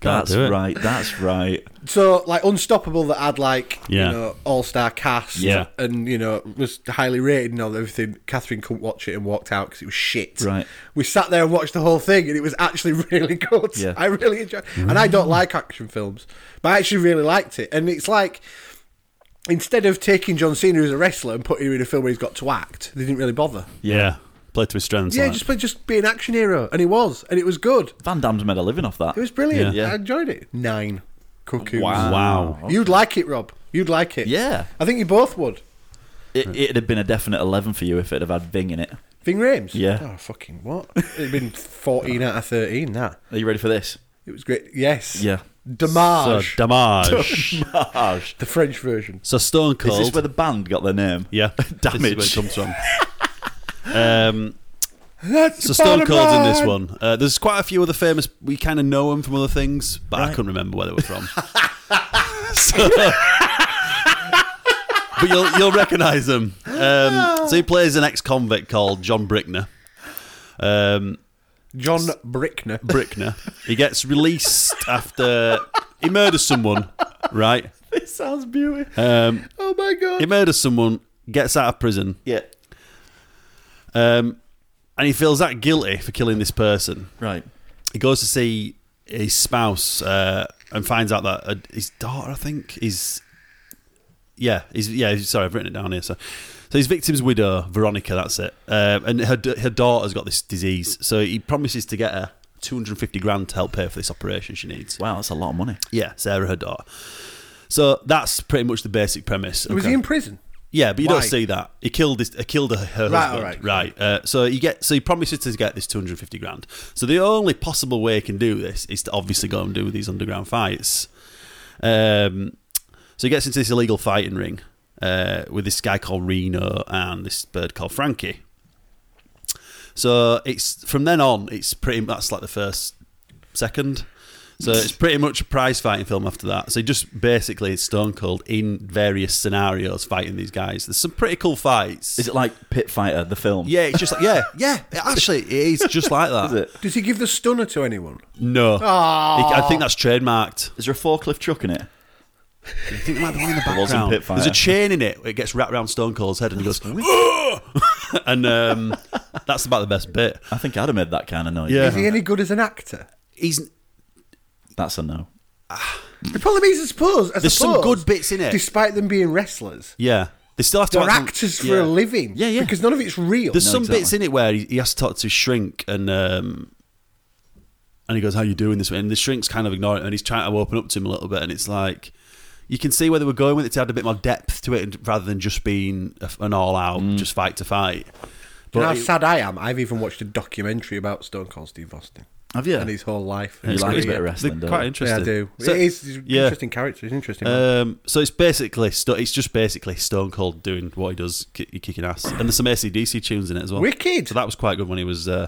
S3: Gotta
S1: That's
S3: do it.
S1: right. That's right.
S2: so like unstoppable that had like
S3: Yeah.
S2: you know all star cast
S3: Yeah.
S2: and you know was highly rated and all everything. Catherine couldn't watch it and walked out because it was shit.
S1: Right.
S2: We sat there and watched the whole thing and it was actually really good.
S1: Yeah.
S2: I really enjoyed. And I don't like action films, but I actually really liked it. And it's like. Instead of taking John Cena as a wrestler and putting him in a film where he's got to act, they didn't really bother.
S3: Yeah. Play to his strengths.
S2: Yeah,
S3: like.
S2: just play, just be an action hero, and he was, and it was good.
S1: Van Damme's made a living off that.
S2: It was brilliant.
S1: Yeah.
S2: I enjoyed it. Nine cuckoos.
S3: Wow.
S2: You'd like it, Rob. You'd like it.
S1: Yeah.
S2: I think you both would.
S1: It, it'd have been a definite 11 for you if it'd have had Ving in it.
S2: Ving Rames?
S1: Yeah.
S2: Oh, fucking what? It'd been 14 out of 13, that.
S1: Are you ready for this?
S2: It was great. Yes.
S1: Yeah.
S3: So,
S2: Damage.
S3: damage.
S1: Damage.
S2: the French version.
S3: so, Stone
S1: Is
S3: Cold.
S1: this where the band got their name?
S3: yeah.
S1: Damage.
S3: This is where it comes from. um,
S2: That's
S3: So Stone
S2: bottom
S3: Cold's in this
S2: line.
S3: one. Uh, there's quite a few other famous. We kind of know them from other things, but I couldn't remember where they were from. So- but you'll you'll recognise them. Um, so he plays an ex-convict called John Brickner. Um,
S2: John Brickner.
S3: Brickner. He gets released after he murders someone. Right.
S1: It sounds beautiful.
S3: Um,
S2: Oh my god.
S3: he murders someone. Gets out of prison.
S1: Yeah.
S3: Um, and he feels that guilty for killing this person.
S1: Right.
S3: he goes to see his spouse uh, and finds out that uh, his daughter, I think, is yeah, he's yeah. he's- Sorry, I've written it down here. So, so his victim's widow, Veronica, that's it, uh, and her d- her daughter's got this disease. So he promises to get her two hundred and fifty grand to help pay for this operation she needs.
S1: Wow, that's a lot of money.
S3: Yeah, Sarah, her daughter. So that's pretty much the basic premise.
S2: Was he in prison?
S3: Yeah, but you
S2: Why?
S3: don't see that. He killed his, he killed her, her
S2: Right,
S3: husband.
S2: alright.
S3: Right. Uh, so you get so he promises to get this 250 grand. So the only possible way he can do this is to obviously go and do these underground fights. Um, so he gets into this illegal fighting ring uh, with this guy called Reno and this bird called Frankie. So it's from then on, it's pretty much that's like the first second. So it's pretty much a prize fighting film after that. So just basically it's Stone Cold in various scenarios fighting these guys. There's some pretty cool fights.
S1: Is it like Pit Fighter, the film?
S3: yeah, it's just like yeah, yeah. It actually, it is just like that.
S1: Is it?
S2: Does he give the stunner to anyone?
S3: No, I think that's trademarked.
S1: Is there a forklift truck in it?
S3: I think there might be one in the
S1: wasn't
S3: background.
S1: Pit Fighter.
S3: There's a chain in it. It gets wrapped around Stone Cold's head and he goes, "Ugh!" and um, that's about the best bit.
S1: I think I'd have made that kind of noise.
S3: Yeah.
S2: Is he any good as an actor?
S3: He's
S1: That's a no.
S2: The problem is, I suppose. I
S3: There's some
S2: suppose,
S3: good bits in it.
S2: Despite them being wrestlers,
S3: yeah. They still have to
S2: they're
S3: act on-
S2: actors for
S3: Yeah.
S2: a living.
S1: Yeah, yeah.
S2: Because none of it's real.
S3: There's
S1: No,
S3: some
S1: exactly.
S3: bits in it where he, he has to talk to his shrink and um, and he goes, "How you doing this?" way?" And the shrink's kind of ignoring it, and he's trying to open up to him a little bit, and it's like you can see where they were going with it to add a bit more depth to it, and, rather than just being a, an all-out,
S1: Mm.
S3: just fight to fight.
S2: Do you know
S3: But
S2: how
S3: it-
S2: sad I am? I've even watched a documentary about Stone Cold Steve Austin.
S1: Have you?
S2: And his whole life.
S1: You like a
S2: It's
S1: bit of
S2: great.
S1: wrestling,
S3: they're
S1: don't
S3: quite
S1: you?
S3: interesting.
S2: Yeah, I do.
S3: So-
S2: it is he's
S3: yeah.
S2: interesting character. It's interesting.
S1: Uh,
S2: man.
S3: Um, so it's basically sto- it's just basically Stone Cold doing what he does, ki- kicking ass, and there's some ACDC tunes in it as well.
S2: Wicked.
S3: So that was quite good when he was. Uh,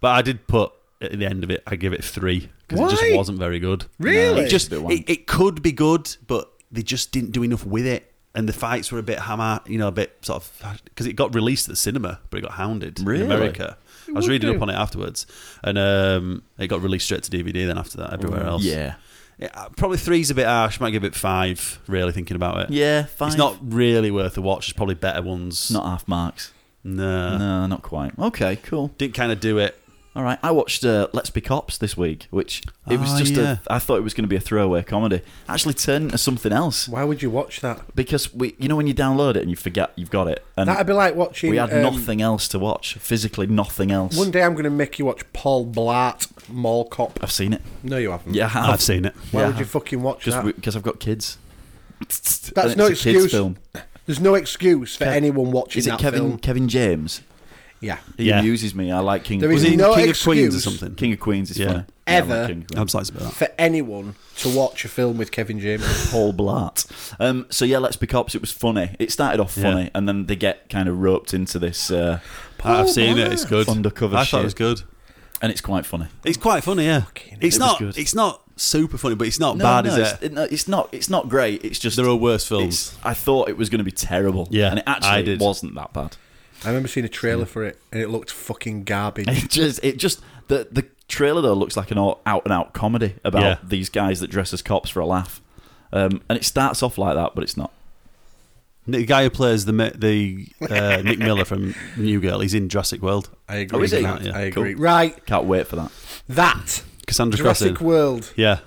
S3: but I did put at the end of it, I give it three because it
S2: Why?
S3: just wasn't very good.
S2: Really?
S3: it
S1: It's
S3: just
S1: a bit
S3: it,
S1: wank.
S3: it could be good, but they just didn't do enough with it, and the fights were a bit hammer, you know, a bit sort of because it got released at the cinema, but it got hounded
S1: Really?
S3: in America. I was reading up on it afterwards, and um, it got released straight to DVD. Then after that, everywhere else,
S1: Oh, Yeah.
S3: Yeah, probably three's a bit harsh. Might give it five. Really thinking about it.
S1: Yeah, five.
S3: It's not really worth a watch. There's probably better ones.
S1: Not half marks.
S3: No,
S1: no, not quite. Okay, cool.
S3: Didn't kind of do it.
S1: All right, I watched uh, Let's Be Cops this week, which it was
S3: Ah,
S1: just
S3: yeah.
S1: a. I thought it was going to be a throwaway comedy. Actually, turned into something else
S2: Why would you watch that?
S1: because we, you know, when you download it and you forget you've got it, and
S2: That'd be like watching.
S1: we had
S2: um,
S1: nothing else to watch. Physically, nothing else.
S2: One day I'm going to make you watch Paul Blart Mall Cop.
S1: I've seen it.
S2: No, you haven't.
S1: Yeah, I have.
S3: I've seen it.
S2: Why
S1: yeah,
S2: would you fucking watch that?
S1: Because I've got kids.
S2: That's
S1: And
S2: no
S1: it's a
S2: excuse.
S1: Kids film.
S2: There's no excuse for
S1: Kev-
S2: anyone watching
S1: Is it
S2: that
S1: Kevin
S2: film.
S1: Kevin James?
S2: Yeah.
S1: He
S3: Yeah.
S1: amuses me. I like King.
S2: There
S1: of
S2: is
S1: Queens.
S3: he
S2: no
S3: King
S2: excuse
S3: of Queens or something?
S1: King of Queens is
S3: Yeah.
S1: funny.
S2: Ever.
S1: Yeah, I like King of Queens.
S3: I'm excited about that.
S2: for anyone to watch a film with Kevin James.
S1: Paul Blart. Um, so yeah, Let's Be Cops. It was funny. It started off funny,
S3: Yeah.
S1: and then they get kind of roped into this, uh,
S3: I've seen it. It's good.
S1: Undercover
S3: I thought
S1: shit.
S3: it was good.
S1: and it's quite funny.
S3: It's quite funny. Yeah. It's
S1: it was
S3: not.
S1: good.
S3: It's not super funny, but it's not bad,
S1: no,
S3: is
S1: it's,
S3: it?
S1: no, it's not. It's not great. It's just
S3: There are worse films.
S1: it's- I thought it was going to be terrible.
S3: Yeah,
S1: and it actually
S3: I did.
S1: wasn't that bad.
S2: I remember seeing a trailer for it and it looked fucking garbage.
S1: It just, it just the the trailer though looks like an out and out comedy about
S3: Yeah.
S1: these guys that dress as cops for a laugh, um, and it starts off like that, but it's not.
S3: The guy who plays the mi- the uh, Nick Miller from New Girl, he's in Jurassic World.
S2: I agree.
S1: Oh, is
S2: with
S1: it?
S2: that.
S3: Yeah,
S2: I
S1: cool.
S2: agree. Right,
S1: Can't wait for that.
S2: that
S3: Cassandra
S2: Jurassic
S3: Crossing.
S2: World.
S3: Yeah,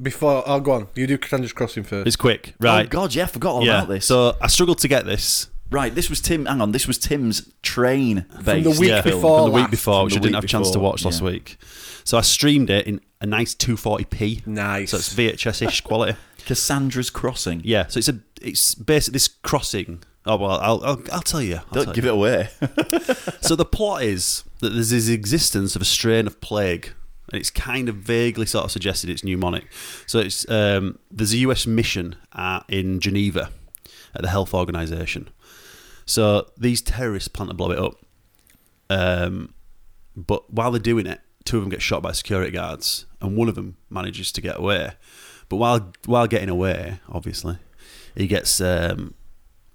S2: Before, I'll go on. You do Cassandra's Crossing first.
S3: it's quick. Right.
S1: Oh God, yeah, I forgot all
S3: yeah.
S1: about this.
S3: So I struggled to get this
S1: Right, this was Tim. Hang on, this was Tim's train
S2: the
S1: based
S2: week
S1: film.
S2: before
S3: from the week
S2: last.
S3: before,
S1: From
S3: which
S1: the
S3: I didn't
S1: week
S3: have a chance to
S1: before,
S3: watch last
S1: yeah.
S3: week. So I streamed it in a nice 240p.
S2: Nice.
S3: So it's VHS-ish quality.
S1: Cassandra's Crossing.
S3: Yeah. So it's a it's basically this crossing. Oh well, I'll I'll, I'll tell you. I'll tell
S1: Don't give it away.
S3: so the plot is that there's this existence of a strain of plague, and it's kind of vaguely sort of suggested it's pneumonic. So it's um, there's a US mission uh, in Geneva at the Health Organization. So these terrorists plan to blow it up, um, but while they're doing it, two of them get shot by security guards, and one of them manages to get away. But while while getting away, obviously, he gets um,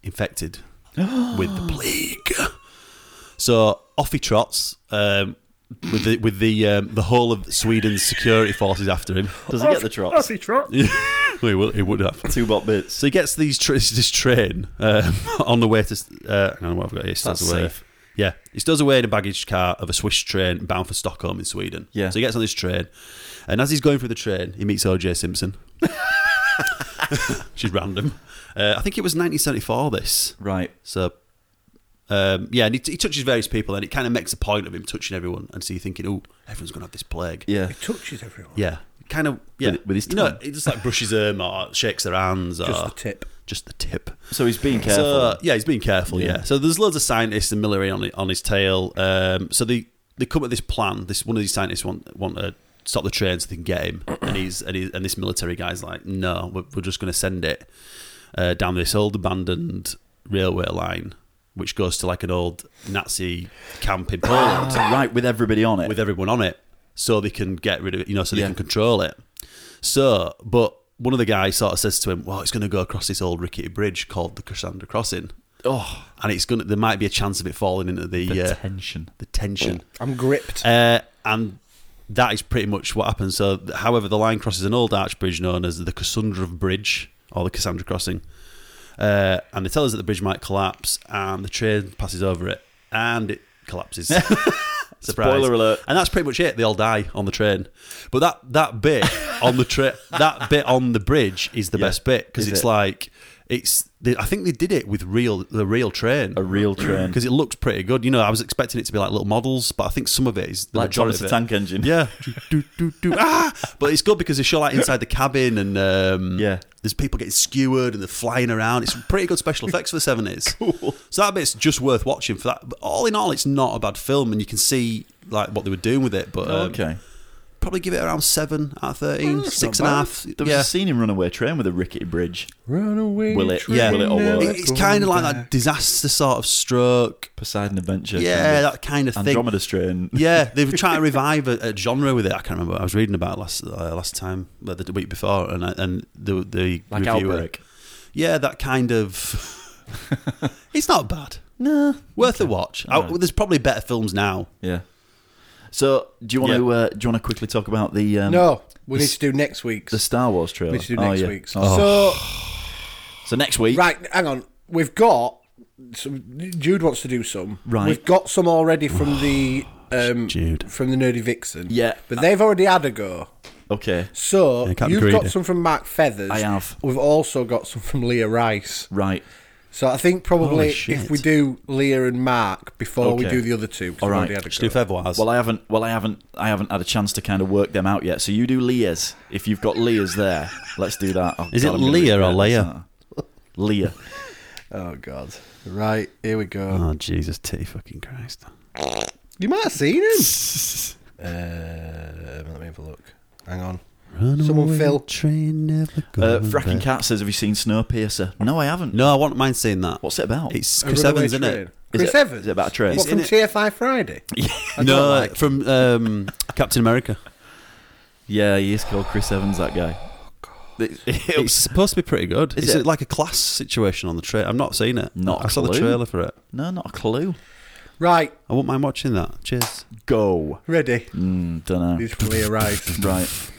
S3: infected with the plague. So off he trots um, with the with the um, the whole of Sweden's security forces after him.
S1: Does it get the trots?
S3: he would, he would have.
S1: Two bot bits.
S3: So he gets these tr- this train um, on the way to. Uh, hang on, what have I got here? He stows
S1: That's
S3: away.
S1: safe.
S3: Yeah, he stows away in a baggage car of a Swiss train bound for Stockholm in Sweden.
S1: Yeah.
S3: So he gets on this train, and as he's going through the train, he meets O.J. Simpson. She's random. Uh, I think it was 1974. This.
S1: Right.
S3: So, um, yeah, and he, he touches various people, and it kind of makes a point of him touching everyone, and so you're thinking, oh, everyone's going to have this plague.
S1: Yeah.
S2: It touches everyone.
S3: Yeah. Kind of, yeah.
S1: With- with his
S3: You know,
S1: tongue.
S3: he just like brushes them or shakes their hands or.
S2: Just the tip.
S3: Just the tip.
S1: So he's being careful.
S3: So, yeah, he's being careful, yeah. So there's loads of scientists and military on, on his tail. Um, so they, they come up with this plan. This One of these scientists want, want to stop the train so they can get him. And, he's, and, he's, and this military guy's like, no, we're, we're just going to send it uh, down this old abandoned railway line, which goes to like an old Nazi camp in Poland
S1: right, with everybody on it.
S3: with everyone on it, so they can get rid of it, you know, so they
S1: Yeah.
S3: can control it. So, but one of the guys sort of says to him, "Well, it's going to go across this old rickety bridge called the Cassandra Crossing,
S1: oh,
S3: and it's going to there might be a chance of it falling into the
S1: the
S3: uh,
S1: tension.
S3: the tension."
S2: I'm gripped.
S3: Uh, and that is pretty much what happens. So, th- however, the line crosses an old arch bridge known as the Cassandra Bridge or the Cassandra Crossing. Uh, and they tell us that the bridge might collapse, and the train passes over it, and it collapses. Surprise.
S1: Spoiler alert.
S3: And that's pretty much it. They all die on the train. But that that bit on the train, that bit on the bridge is the
S1: Yeah.
S3: best bit because
S1: Is
S3: it's
S1: it?
S3: like it's. They, I think they did it with real the real train,
S1: A real train.
S3: because it looks pretty good. You know, I was expecting it to be like little models, but I think some of it is the
S1: Like
S3: majority
S1: Thomas
S3: of
S1: the
S3: it-
S1: Tank Engine.
S3: Yeah, Do, do, do. Ah! but it's good because they show like inside the cabin and um,
S1: Yeah.
S3: there's people getting skewered and they're flying around. It's pretty good special effects for the seventies. Cool. So that bit's just worth watching for that. But all in all, it's not a bad film, and you can see like what they were doing with it. But um,
S1: okay. Oh,
S3: probably give it around seven out of 13, six and a half.
S1: There was
S3: yeah.
S1: a scene in Runaway Train with a rickety bridge.
S2: Run away.
S1: Will it?
S3: yeah,
S1: Will it all work?
S3: It- it's kind of like that disaster sort of stroke.
S1: Poseidon Adventure.
S3: Yeah,
S1: kind of.
S3: that kind of thing.
S1: Andromeda Strain.
S3: Yeah, they were trying to revive a, a genre with it. I can't remember. I was reading about it last uh, last time, uh, the week before, and I- and the the
S1: Like
S3: reviewer.
S1: Outbreak.
S3: Yeah, that kind of. it's not bad.
S1: No.
S3: Worth a watch. Oh, I,
S1: Alright.
S3: There's probably better films now.
S1: Yeah. So, do you want
S2: Yeah.
S1: to uh, do you want to quickly talk about the? Um,
S2: No, we
S1: the
S2: need to do next week's.
S1: The Star Wars trailer.
S2: We need to do
S1: Oh,
S2: next
S1: yeah.
S2: week's.
S1: Oh.
S2: So
S1: so next week,
S2: Right, hang on. We've got some. Jude wants to do some.
S1: Right.
S2: We've got some already from the um,
S3: Jude
S2: from the Nerdy Vixen.
S1: Yeah.
S2: but they've already had a go.
S1: Okay.
S2: So
S1: Yeah, can't be
S2: you've got
S1: greedy.
S2: some from Mark Feathers.
S1: I have.
S2: We've also got some from Leah Rice.
S1: Right.
S2: So I think
S1: Holy
S2: probably
S1: shit.
S2: if we do Leah and Mark before we
S1: Okay.
S2: do the other two, 'cause
S1: All
S2: we've
S1: right.
S2: already had a go.
S1: Well, I haven't. Well, I haven't. I haven't had a chance to kind of work them out yet. So you do Leah's. If you've got Leah's there, let's do that. Oh,
S3: Is it
S1: God, I'm gonna be
S3: Leah or
S1: embarrassed
S3: Leia?
S1: now. Leah.
S2: Oh God! Right here we go.
S3: Oh Jesus, titty fucking Christ!
S2: You might have seen him. uh, let me have a look. Hang on. Someone Phil.
S3: Train never
S1: Uh,
S3: goes
S1: Fracking
S3: back.
S1: Cat says, "Have you seen Snowpiercer?" No, I haven't.
S3: No, I won't mind seeing that.
S1: What's it about?
S3: It's
S2: A
S3: Chris
S2: runaway
S3: Evans, isn't
S2: train.
S3: it?
S2: Chris
S1: it-
S2: Evans.
S1: is it about a train?
S2: What
S1: Is
S2: from
S1: it-
S2: TFI Friday? I don't
S3: No,
S2: like
S3: from um, Captain America.
S1: Yeah, he is called Chris Evans. That guy. It- it-
S3: It's supposed to be pretty good.
S1: Is
S3: Is it's
S1: it?
S3: like a class situation on the train. I've not seen it.
S1: Not
S3: I
S1: a
S3: saw the
S1: clue.
S3: trailer for it.
S1: No, not a clue.
S2: Right.
S3: I won't mind watching that. Cheers.
S1: Go.
S2: Ready?
S1: Mm, don't know.
S2: These really arrived.
S1: right.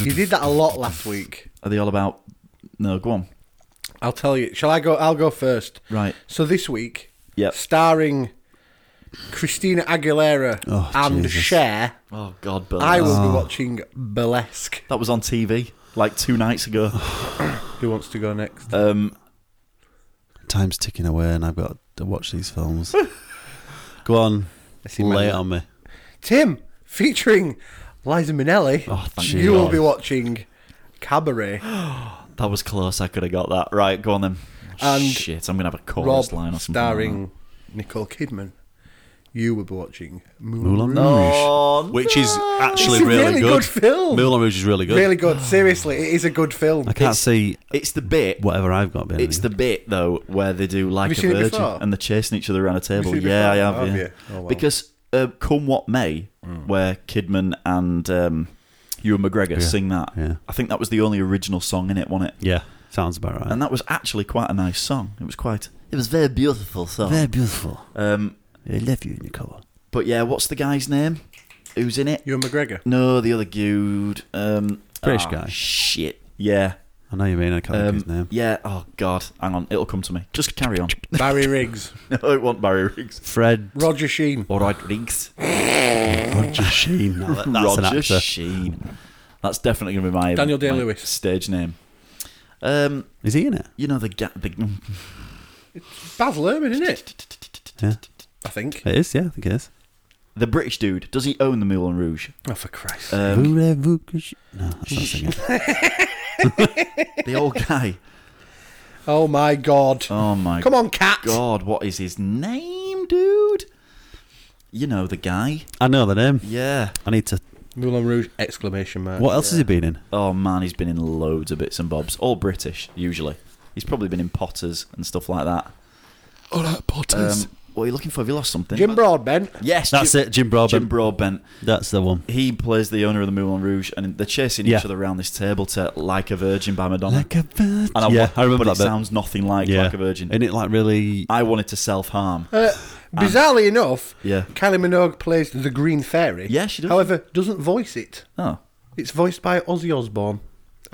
S2: You did that a lot last week.
S1: Are they all about? No, go on.
S2: I'll tell you. Shall I go? I'll go first.
S1: Right.
S2: So this week,
S1: Yep.
S2: starring Christina Aguilera
S1: Oh,
S2: and
S1: Jesus.
S2: Cher,
S1: Oh God, burn.
S2: I will
S1: Oh.
S2: be watching Burlesque.
S1: That was on TV like two nights ago.
S2: Who wants to go next?
S1: Um,
S3: Time's ticking away, and I've got to watch these films. Go on, lay it on me.
S2: Tim, featuring Liza Minnelli.
S1: Oh, thank
S2: you will
S1: God.
S2: be watching Cabaret.
S1: that was close. I could have got that. Right, go on then.
S2: Oh, And
S1: Shit, I'm gonna have a chorus
S2: Rob,
S1: line or something. like
S2: starring Nicole Kidman. You will be watching Moulin,
S3: Moulin Rouge,
S2: Rouge.
S3: which is actually
S2: It's a
S3: really,
S2: really
S3: good.
S2: good film.
S3: Moulin Rouge is really good.
S2: Really good. Seriously, it is a good film.
S3: I can't
S1: It's-
S3: see
S1: that. It's the bit.
S3: whatever I've got. Being
S1: It's the bit though where they do like
S2: you
S1: a
S2: seen it
S1: virgin
S2: before?
S1: and they're chasing each other around a table.
S2: seen it
S1: Yeah, I
S2: before?
S1: have.
S2: Have
S1: yeah.
S2: you? Oh, Hmm. wow.
S1: Because uh, come what may, where Kidman and um, Ewan McGregor sing that.
S3: yeah.
S1: I think that was the only original song in it, wasn't it?
S3: yeah, sounds about right.
S1: And that was actually quite a nice song. It was quite. It was very beautiful song.
S3: They're beautiful.
S1: Um,
S3: I love you, Nicole.
S1: but yeah, what's the guy's name? Who's in it?
S2: Ewan McGregor.
S1: No, the other dude. Um,
S3: British
S1: ah,
S3: guy.
S1: Shit. Yeah.
S3: I know you mean. I can't
S1: Um,
S3: think of his name.
S1: Yeah. Oh God. Hang on. It'll come to me. Just carry on.
S2: Barry Riggs.
S1: no, it won't Barry Riggs.
S3: Fred
S2: Roger Sheen.
S1: All right, Riggs.
S3: Roger Sheen. Now that- that's an
S1: Roger
S3: actor.
S1: Sheen. That's definitely going to be my
S2: Daniel
S1: my
S2: Day-Lewis.
S1: stage name. Um,
S3: Is he in it?
S1: you know the ga- the
S2: Baz Luhrmann, isn't it?
S3: Yeah,
S2: I think.
S3: it is. Yeah, I think it is.
S1: the British dude. Does he own the Moulin Rouge?
S2: Oh, for Christ.
S1: Um,
S3: Voulez-vous que je- No, that's not singing.
S1: the old guy.
S2: oh, my God.
S1: Oh my
S2: Come on, cat.
S1: God, what is his name, dude? You know the guy.
S3: I know the name.
S1: Yeah.
S3: I need to.
S2: Moulin Rouge! Exclamation mark.
S3: What else has he been in?
S1: Oh man, he's been in loads of bits and bobs. All British, usually. He's probably been in Potters and stuff like that.
S3: All right, Potters.
S1: Um, what are you looking for? Have you lost something?
S2: Jim Broadbent.
S1: Yes,
S3: That's
S1: Jim,
S3: it, Jim Broadbent.
S1: Jim Broadbent.
S3: That's the one.
S1: He plays the owner of the Moulin Rouge, and they're chasing
S3: Yeah.
S1: each other around this table to "Like a Virgin" by Madonna.
S3: Like a virgin.
S1: and I,
S3: yeah,
S1: wa-
S3: I remember
S1: but
S3: that
S1: it
S3: bit.
S1: sounds nothing like
S3: yeah.
S1: "Like a Virgin."
S3: Isn't it like really?
S1: I wanted to self harm.
S2: Uh, bizarrely enough,
S1: Um, Yeah.
S2: Kylie Minogue plays the Green Fairy.
S1: Yeah, she does.
S2: However, doesn't voice it.
S1: Oh,
S2: It's voiced by Ozzy Osbourne.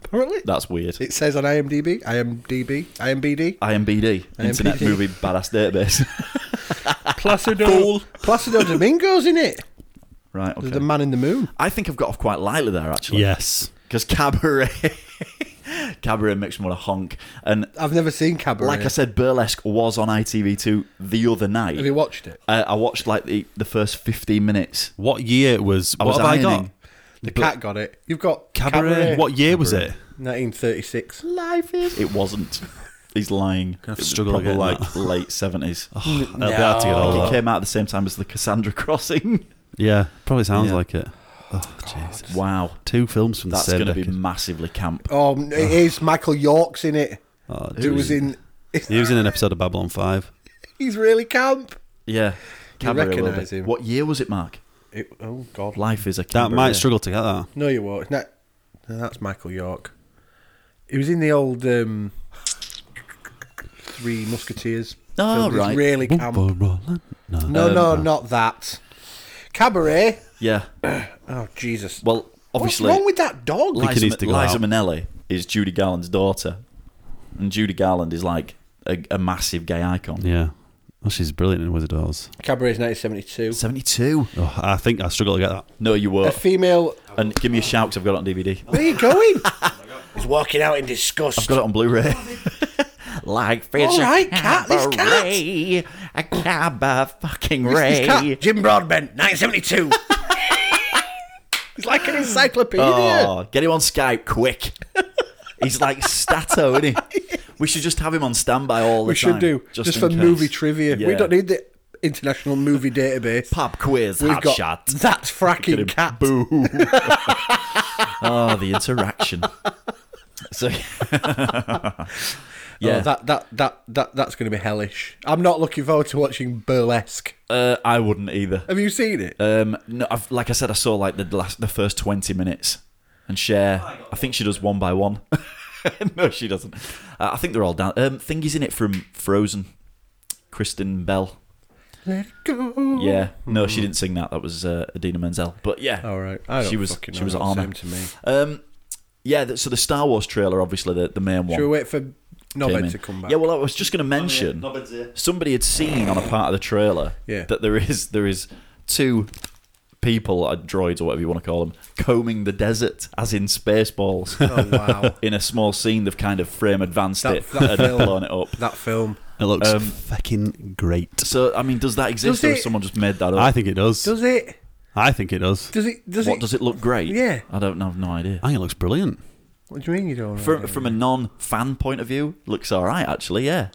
S2: Apparently,
S1: that's weird.
S2: it says on IMDb, IMDb, IMBD.
S1: IMBD, Internet
S2: IMBD.
S1: Movie Badass Database.
S2: Placido, Placido Domingo's in it.
S1: right. Okay.
S2: The Man in the Moon.
S1: I think I've got off quite lightly there actually.
S3: Yes.
S1: Because cabaret, cabaret makes me want to honk. And
S2: I've never seen Cabaret.
S1: like I said, burlesque was on ITV2 the other night. Uh,
S2: have you watched it?
S1: I, I watched like the, the first 15 minutes.
S3: What year it was?
S1: I
S3: what
S1: was
S3: have I got?
S1: ironing.
S2: The cat got it. You've got
S3: Cabaret. What year was it?
S2: 1936.
S1: Life is. It wasn't. He's lying.
S3: Gonna have to
S1: It was
S3: struggle
S1: probably
S3: again,
S1: like
S3: that.
S1: late 70s.
S3: I'll be hard to get all
S1: It
S3: that.
S1: came out at the same time as the Cassandra Crossing.
S3: Yeah, probably sounds
S1: Yeah.
S3: like it. Oh, Jesus.
S1: Wow.
S3: Two films from
S1: That's
S3: the same
S1: going to be
S3: decade.
S1: massively camp.
S2: Oh, it is. Michael York's in it.
S3: Oh,
S2: Who
S3: dude.
S2: was in?
S3: He was in an episode of Babylon Five.
S2: He's really camp.
S1: Yeah. Cabaret will be.
S2: recognise him.
S1: What year was it, Mark?
S2: It, oh God.
S1: Life is a
S3: That
S1: cabaret.
S3: might struggle to get that.
S2: No, you won't. It's not- no, that's Michael York. He was in the old um, Three Musketeers.
S1: Oh,
S2: film. He's
S1: right.
S2: really camp.
S1: Um,
S3: Bumper rolling. No.
S2: No, no, not that. Cabaret.
S1: Yeah.
S2: oh Jesus.
S1: Well, obviously,
S2: wrong with that dog? I think it
S1: Liza,
S2: needs to go
S1: Liza
S2: out.
S1: Minnelli is Judy Garland's daughter, and Judy Garland is like a, a massive gay icon.
S3: Yeah. Well, she's brilliant in Wizard of Oz.
S2: Cabaret's 1972.
S1: 72.
S3: Oh, I think I struggle to get that.
S1: No, you were
S2: A female.
S1: And give me a shout because I've got it on DVD.
S2: Where are you going? He's walking out in disgust.
S1: I've got it on Blu-ray. like fish.
S2: All right, cat, this
S1: cabaret, A cabba fucking
S2: This- this
S1: ray.
S2: cat, Jim Broadbent, 1972. He's like an encyclopedia.
S1: Oh, get him on Skype quick. He's like Stato, isn't he? We should just have him on standby all the
S2: we
S1: time.
S2: should do just,
S1: in
S2: for
S1: case.
S2: movie trivia. We
S1: Yeah.
S2: don't need the international movie database.
S1: Pop quiz,
S2: We've
S1: hot
S2: got
S1: shot.
S2: that's fracking cat.
S1: Boo. oh, the interaction. So, yeah,
S2: Oh, that that that that that's going to be hellish. I'm not looking forward to watching burlesque.
S1: uh, I wouldn't either.
S2: Have you seen it?
S1: Um, no, I've, like I said, I saw like the last, the first twenty minutes, and Cher. I think she does one by one. no, she doesn't. Uh, I think they're all down. Um, Thingy's in it from Frozen. Kristen Bell.
S2: Let it go.
S1: Yeah, no, she didn't sing that. That was uh, Adina Menzel. But yeah,
S2: All right. I don't
S1: she was
S2: fucking know.
S1: she was
S2: It's the
S1: Anna.
S2: same to me.
S1: Um, yeah. th- So the Star Wars trailer, obviously the the main one.
S2: Should we wait for
S1: came
S2: Nobbed
S1: in.
S2: to come back?
S1: Yeah, well, I was just going to mention somebody had seen on a part of the trailer
S2: Yeah.
S1: that there is there is two people, uh, droids or whatever you want to call them, combing the desert as in Spaceballs.
S2: Oh wow,
S1: in a small scene, they've kind of frame advanced
S2: That-
S1: it
S2: that
S1: and
S2: film.
S1: blown it up.
S2: that film.
S3: It looks
S1: Um,
S3: fucking great.
S1: So, I mean, does that exist,
S2: Does
S1: or
S2: it-
S1: has someone just made that up?
S3: I think it does.
S2: Does it?
S3: I think it does.
S2: Does it? Does
S1: what
S2: it?
S1: does it look great?
S2: Yeah.
S1: I don't know. I've no idea.
S3: I think it looks brilliant.
S2: What do you mean you don't?
S1: From
S2: know?
S1: from a non fan point of view, looks all right actually. Yeah,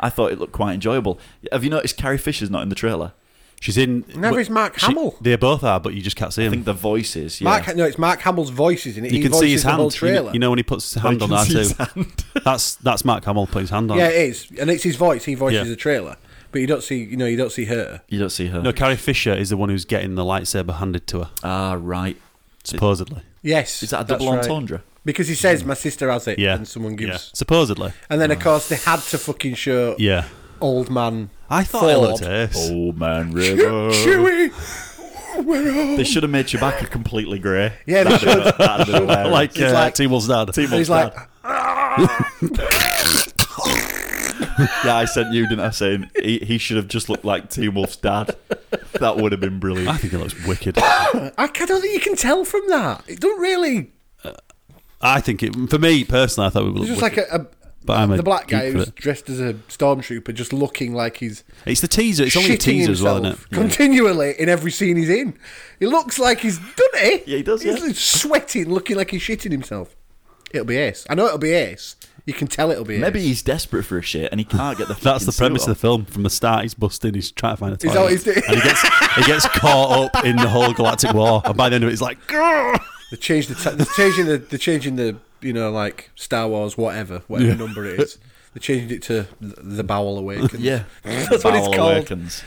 S1: I thought it looked quite enjoyable. Have you noticed Carrie Fisher's not in the trailer?
S3: She's in.
S2: No,
S3: but
S2: it's Mark Hamill.
S3: They both are, but you just can't see
S1: I
S3: him.
S1: think the voices. Yeah.
S2: Mark, no, it's Mark Hamill's voices in it.
S3: you
S2: he
S3: can see
S2: voices
S3: his
S2: the
S3: hand.
S2: Whole
S3: You-
S2: trailer.
S3: You, know when he puts his
S1: I
S3: hand on
S1: can
S3: that
S1: see
S3: too.
S1: his hand.
S3: That's that's Mark Hamill putting his hand on.
S2: yeah,
S3: it.
S2: it is, and it's his voice. He voices
S3: Yeah.
S2: the trailer, but you don't see. You know, you don't see her.
S1: You don't see her.
S3: No, Carrie Fisher is the one who's getting the lightsaber handed to her,
S1: Ah, right.
S3: supposedly.
S2: Yes,
S1: Is that a
S2: that's
S1: double
S2: right.
S1: entendre?
S2: Because he says my sister has it,
S3: Yeah,
S2: and someone gives.
S3: Yeah. Supposedly,
S2: And then of course they had to fucking show
S3: yeah.
S2: old man.
S3: I thought it
S2: Ford.
S3: looked ace.
S1: Oh man, River.
S2: Chewie.
S1: they should have made Chewbacca completely grey.
S2: Yeah, they should.
S1: That'd have been hilarious.
S3: Like, uh,
S2: like-
S3: Teemal's dad.
S2: And he's like,
S1: yeah, I sent you, didn't I? Saying he, he should have just looked like Team Wolf's dad. That would have been
S3: I
S1: brilliant.
S3: think it looks wicked.
S2: I ca- don't think you can tell from that. It don't really.
S3: I think it. For me personally, I thought it would look
S2: It's just
S3: wicked.
S2: like a, a
S3: But I'm a
S2: the black guy
S3: geek for
S2: who's
S3: it.
S2: dressed as a stormtrooper, just looking like he's
S3: It's the teaser. It's only a
S2: shitting
S3: teaser as well, isn't it?
S2: himself Continually in every scene he's in, he looks like he's done it.
S1: Yeah, he does,
S2: He's
S1: yeah.
S2: sweating, looking like he's shitting himself. It'll be ace. I know it'll be ace. You can tell it'll be
S1: Maybe
S2: ace.
S1: he's desperate for a shit and he can't get the.
S3: That's
S1: fucking
S3: the
S1: suit
S3: premise
S1: off.
S3: of the film. From the start, he's busting. He's trying to find a
S2: Is
S3: toilet.
S2: that what he's doing?
S3: and he gets he gets caught up in the whole Galactic War. And by the end of it, he's like, "Grr."
S2: They changed the ta- they're changing the they're changing the you know like Star Wars whatever whatever number it is. They changed it to th- the Bowel Awakens.
S1: Yeah,
S2: that's what it's
S1: Bowel
S2: called.
S1: Awakens.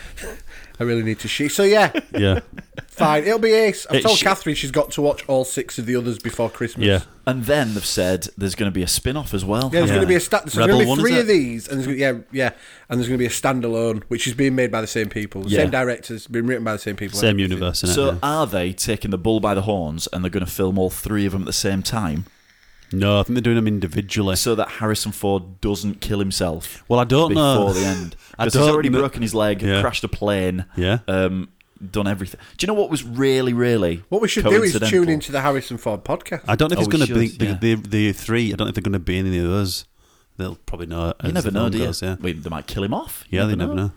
S2: I really need to shit. So yeah,
S3: yeah,
S2: fine. It'll be ace. I've
S3: It
S2: told
S3: sh-
S2: Catherine she's got to watch all six of the others before Christmas.
S3: yeah.
S1: And then they've said there's going to be a spin-off as well.
S2: Yeah, there's going to be a sta- so there's going
S3: Rebel
S2: to
S3: one,
S2: be
S3: is
S2: three of
S3: it?
S2: these, and there's gonna, yeah, yeah, and there's going to be a standalone, which is being made by the same people, the
S1: Yeah.
S2: same directors, being written by the same people,
S3: Same
S2: everything.
S3: universe, is
S1: So are they taking the bull by the horns and they're going to film all three of them at the same time
S3: no, I think they're doing them individually.
S1: so that Harrison Ford doesn't kill himself
S3: Well, I don't
S1: before
S3: know.
S1: the end?
S3: I
S1: Because he's
S3: don't
S1: already
S3: kn-
S1: broken his leg,
S3: Yeah.
S1: crashed a plane,
S3: Yeah.
S1: um, done everything. Do you know what was really, really
S2: What we should do is
S1: coincidental?
S2: tune into the Harrison Ford podcast.
S3: I don't know if
S1: Oh,
S3: it's going to
S1: we
S3: be
S1: should,
S3: the,
S1: yeah.
S3: the, the three. I don't know if they're going to be in any of those. They'll probably know.
S1: You never know, do you?
S3: yeah,
S1: Well, they might kill him off. You
S3: yeah, they never know.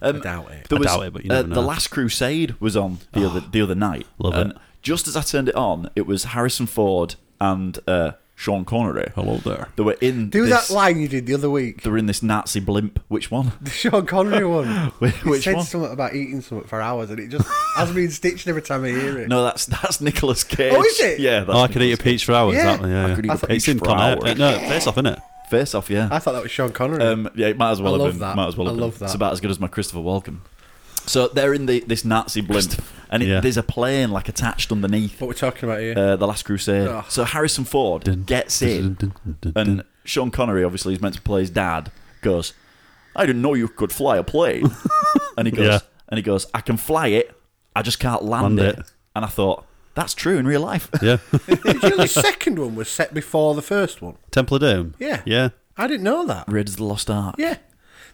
S1: Um,
S2: I doubt it.
S1: There
S3: I
S1: was,
S3: doubt it, but you
S1: uh,
S3: never
S1: The
S3: know. Ah.
S1: Last Crusade was on the other the other night.
S3: Love
S1: and
S3: it.
S1: Just as I turned it on, it was Harrison Ford and uh, Sean Connery.
S3: Hello there.
S1: They were in
S2: Do
S1: this,
S2: that line you did the other week,
S1: They were in this Nazi blimp. Which one?
S2: the Sean Connery one.
S1: Which
S2: He said
S1: one?
S2: something about eating something for hours, and it just has me in stitched every time I hear it.
S1: No, that's that's Nicolas Cage.
S2: Oh, is it?
S1: Yeah. That's
S3: Oh, I could eat a peach for hours.
S2: Yeah.
S3: that one, yeah,
S1: I
S3: yeah.
S1: could eat a
S3: It's
S1: peach
S3: in
S1: for
S3: Con Air.
S1: hours.
S3: No, face off, innit?
S1: Face off. Yeah.
S2: I thought that was Sean Connery.
S1: Um, yeah, it might as well
S2: I
S1: have
S2: love
S1: been.
S2: that.
S1: Might as well have
S2: I
S1: been.
S2: love that.
S1: It's about as good as my Christopher Walken. So they're in the, this Nazi blimp, and it,
S3: Yeah.
S1: there's a plane like attached underneath
S2: what we're talking about here.
S1: uh, the Last Crusade.
S2: Ugh.
S1: So Harrison Ford gets in,
S3: Dun, dun, dun, dun,
S1: and Sean Connery, obviously, is meant to play his dad. Goes, I didn't know you could fly a plane. and he goes,
S3: Yeah.
S1: and he goes, I can fly it. I just can't land,
S3: Land
S1: it. And I thought, that's true in real life.
S3: Yeah.
S2: Did you know the second one was set before the first one?
S3: Temple of Doom.
S2: Yeah.
S3: Yeah.
S2: I didn't know that.
S1: Raiders of the Lost Ark.
S2: Yeah.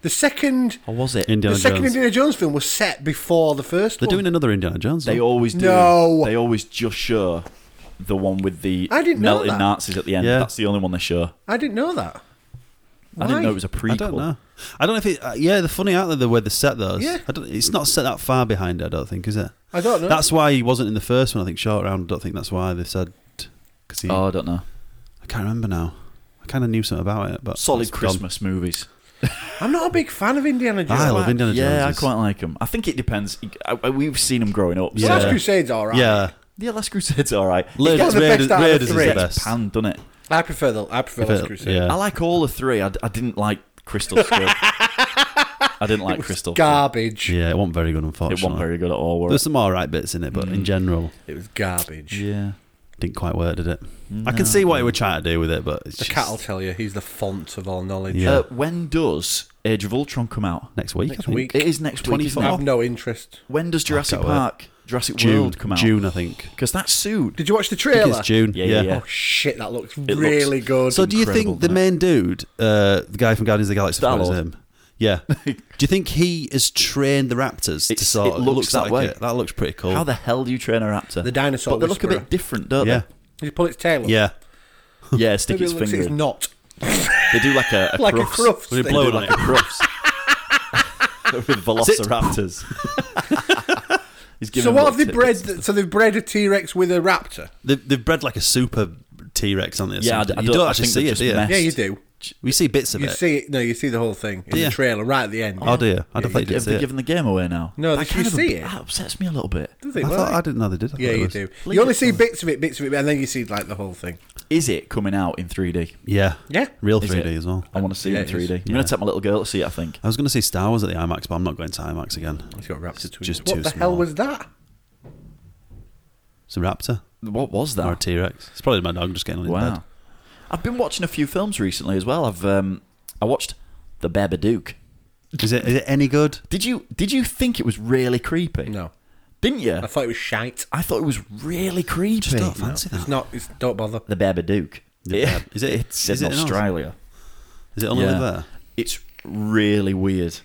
S2: The second
S1: Or was it?
S3: Indiana
S2: the second
S3: Jones.
S2: Indiana Jones film was set before the first
S3: They're
S2: one.
S3: doing another Indiana Jones.
S1: They
S3: aren't
S1: always do.
S2: No.
S1: They always just show the one with the
S2: I didn't know
S1: melting
S2: that.
S1: Nazis at the end.
S3: Yeah.
S1: That's the only one they show.
S2: I didn't know that.
S1: I didn't
S2: Why?
S1: know it was a
S3: they?
S1: prequel.
S3: I don't know. I don't know if it. Uh, yeah, they're funny, aren't they? The way they set those.
S2: Yeah.
S3: I don't, it's not set that far behind. I don't think, is it?
S2: I don't know.
S3: That's why he wasn't in the first one. I think short round. I don't think that's why they said because he.
S1: Oh, I don't know.
S3: I can't remember now. I kind of knew something about it, but
S1: Solid
S3: it's gone.
S1: Christmas movies.
S2: I'm not a big fan of Indiana Jones.
S3: I love
S2: Like-
S3: Indiana Jones.
S1: Yeah, I quite like them. I think it depends. I- I- we've seen them growing up.
S2: The
S1: So.
S2: Last
S3: Yeah.
S2: Crusade's alright.
S3: Yeah,
S1: Yeah, Last Crusade's all right.
S2: one
S3: Raiders,
S2: of the best
S3: Raiders,
S2: out of the
S3: Raiders is
S2: three.
S3: the
S1: It's
S3: best.
S1: panned, doesn't it?
S2: I prefer the I prefer Last Crusade.
S3: yeah.
S1: I like all the three. I, d- I didn't like Crystal Skull. I didn't like Crystal. Skull.
S2: Garbage.
S3: Yeah, it wasn't very good, unfortunately.
S1: It wasn't very good at all. were it?
S3: There's some alright bits in it, but in general,
S2: It was garbage.
S1: Yeah.
S3: didn't quite work, did it? I can see what he would try to do with it, but it's
S2: The
S3: just
S2: cat will tell you he's the font of all knowledge.
S3: Yeah.
S1: Uh, when does Age of Ultron come out?
S3: next week.
S2: Next
S3: I think.
S2: week.
S1: It is next week.
S2: I
S1: Isn't
S2: have
S1: it?
S2: no interest.
S1: When does Jurassic
S3: can't wait.
S1: Park, Jurassic
S3: June,
S1: World come out?
S3: June, I think.
S1: Because that's sued.
S2: Did you watch the
S3: I
S2: trailer?
S3: think it's June.
S1: Yeah, yeah, yeah.
S2: Oh shit, that looks
S1: looks-
S2: really good.
S3: So, do you
S1: Incredible,
S3: think the
S1: isn't it?
S3: main dude, uh, the guy from Guardians of the Galaxy, I forgot his
S1: Star-Lord.
S3: name? Yeah. do you think he has trained the raptors to
S1: It's-
S3: sort?
S1: it
S3: of-
S1: looks that
S3: like
S1: way.
S3: it. That looks pretty cool.
S1: How the hell do you train a raptor?
S2: The dinosaur
S1: But they look a
S2: whisperer.
S1: bit different, don't
S3: yeah,
S2: Did you pull its tail up?
S3: yeah.
S1: they? Yeah, stick
S2: Maybe it
S1: its
S2: looks
S1: finger.
S2: it's
S1: in.
S2: not.
S1: They do like a, a
S2: Like a
S1: crufts.
S2: crufts
S1: They
S2: thing.
S1: blow
S3: Blow
S1: like
S3: it.
S1: a crufts. With velociraptors. He's giving
S2: So
S1: them
S2: what
S1: little
S2: have they
S1: tidbits.
S2: bred? So they've bred a T Rex with a raptor.
S3: They, they've bred like a super T Rex on this.
S1: Yeah, I d- I
S3: you
S1: don't-
S3: don't
S1: I
S3: actually
S1: think
S3: see
S1: they're
S3: it.
S1: just
S3: Do you?
S1: mess.
S2: Yeah, you do.
S3: We see bits of
S2: You
S3: it.
S2: see it? No, you see the whole thing in
S3: Yeah.
S2: the trailer right at the end.
S3: Oh dear, I don't
S1: Have
S3: think
S1: they,
S3: you
S1: have
S3: see
S1: they
S3: it.
S1: given the game away now?
S2: No,
S1: That
S2: did you
S1: kind of-
S2: see it?
S1: That upsets me a little bit.
S2: Do
S3: I
S2: they?
S3: thought
S2: Well,
S3: I didn't know they did. I
S2: yeah,
S3: thought it
S2: you
S3: was-
S2: do.
S1: Leave
S2: You only
S1: it
S2: see
S1: alone.
S2: bits of it, bits of it, and then you see like the whole thing.
S1: Is it coming out in 3D?
S3: Yeah,
S2: Yeah.
S3: real
S1: Is
S3: 3D
S1: it?
S3: as well.
S1: I want to see
S2: Yeah,
S1: it
S2: it
S1: in 3D.
S2: is.
S1: I'm going to take my little girl to see it, I think.
S3: I was going to see Star Wars at the IMAX, but I'm not going to IMAX again.
S2: It's got raptor
S3: It's
S2: to it.
S3: just
S2: What
S3: too
S2: the hell
S3: small.
S2: was that?
S3: It's a raptor
S1: What was
S3: or a
S1: that?
S3: T Rex. It's probably my dog just getting on his bed.
S1: Wow. I've been watching a few films recently as well. I've um, I watched The Babadook.
S3: Is it is it any good?
S1: Did you did you think it was really creepy?
S2: No,
S1: Didn't you?
S2: I thought it was shite.
S1: I thought it was really creepy.
S3: Just don't fancy
S2: It's
S3: that.
S2: not. It's don't bother.
S1: The Babadook.
S3: The
S1: Yeah.
S3: Bab- is it-
S1: It's
S3: is
S1: in
S3: it Oh, in Aus-
S1: Australia.
S3: Is it only
S1: Yeah.
S3: there?
S1: It's really weird.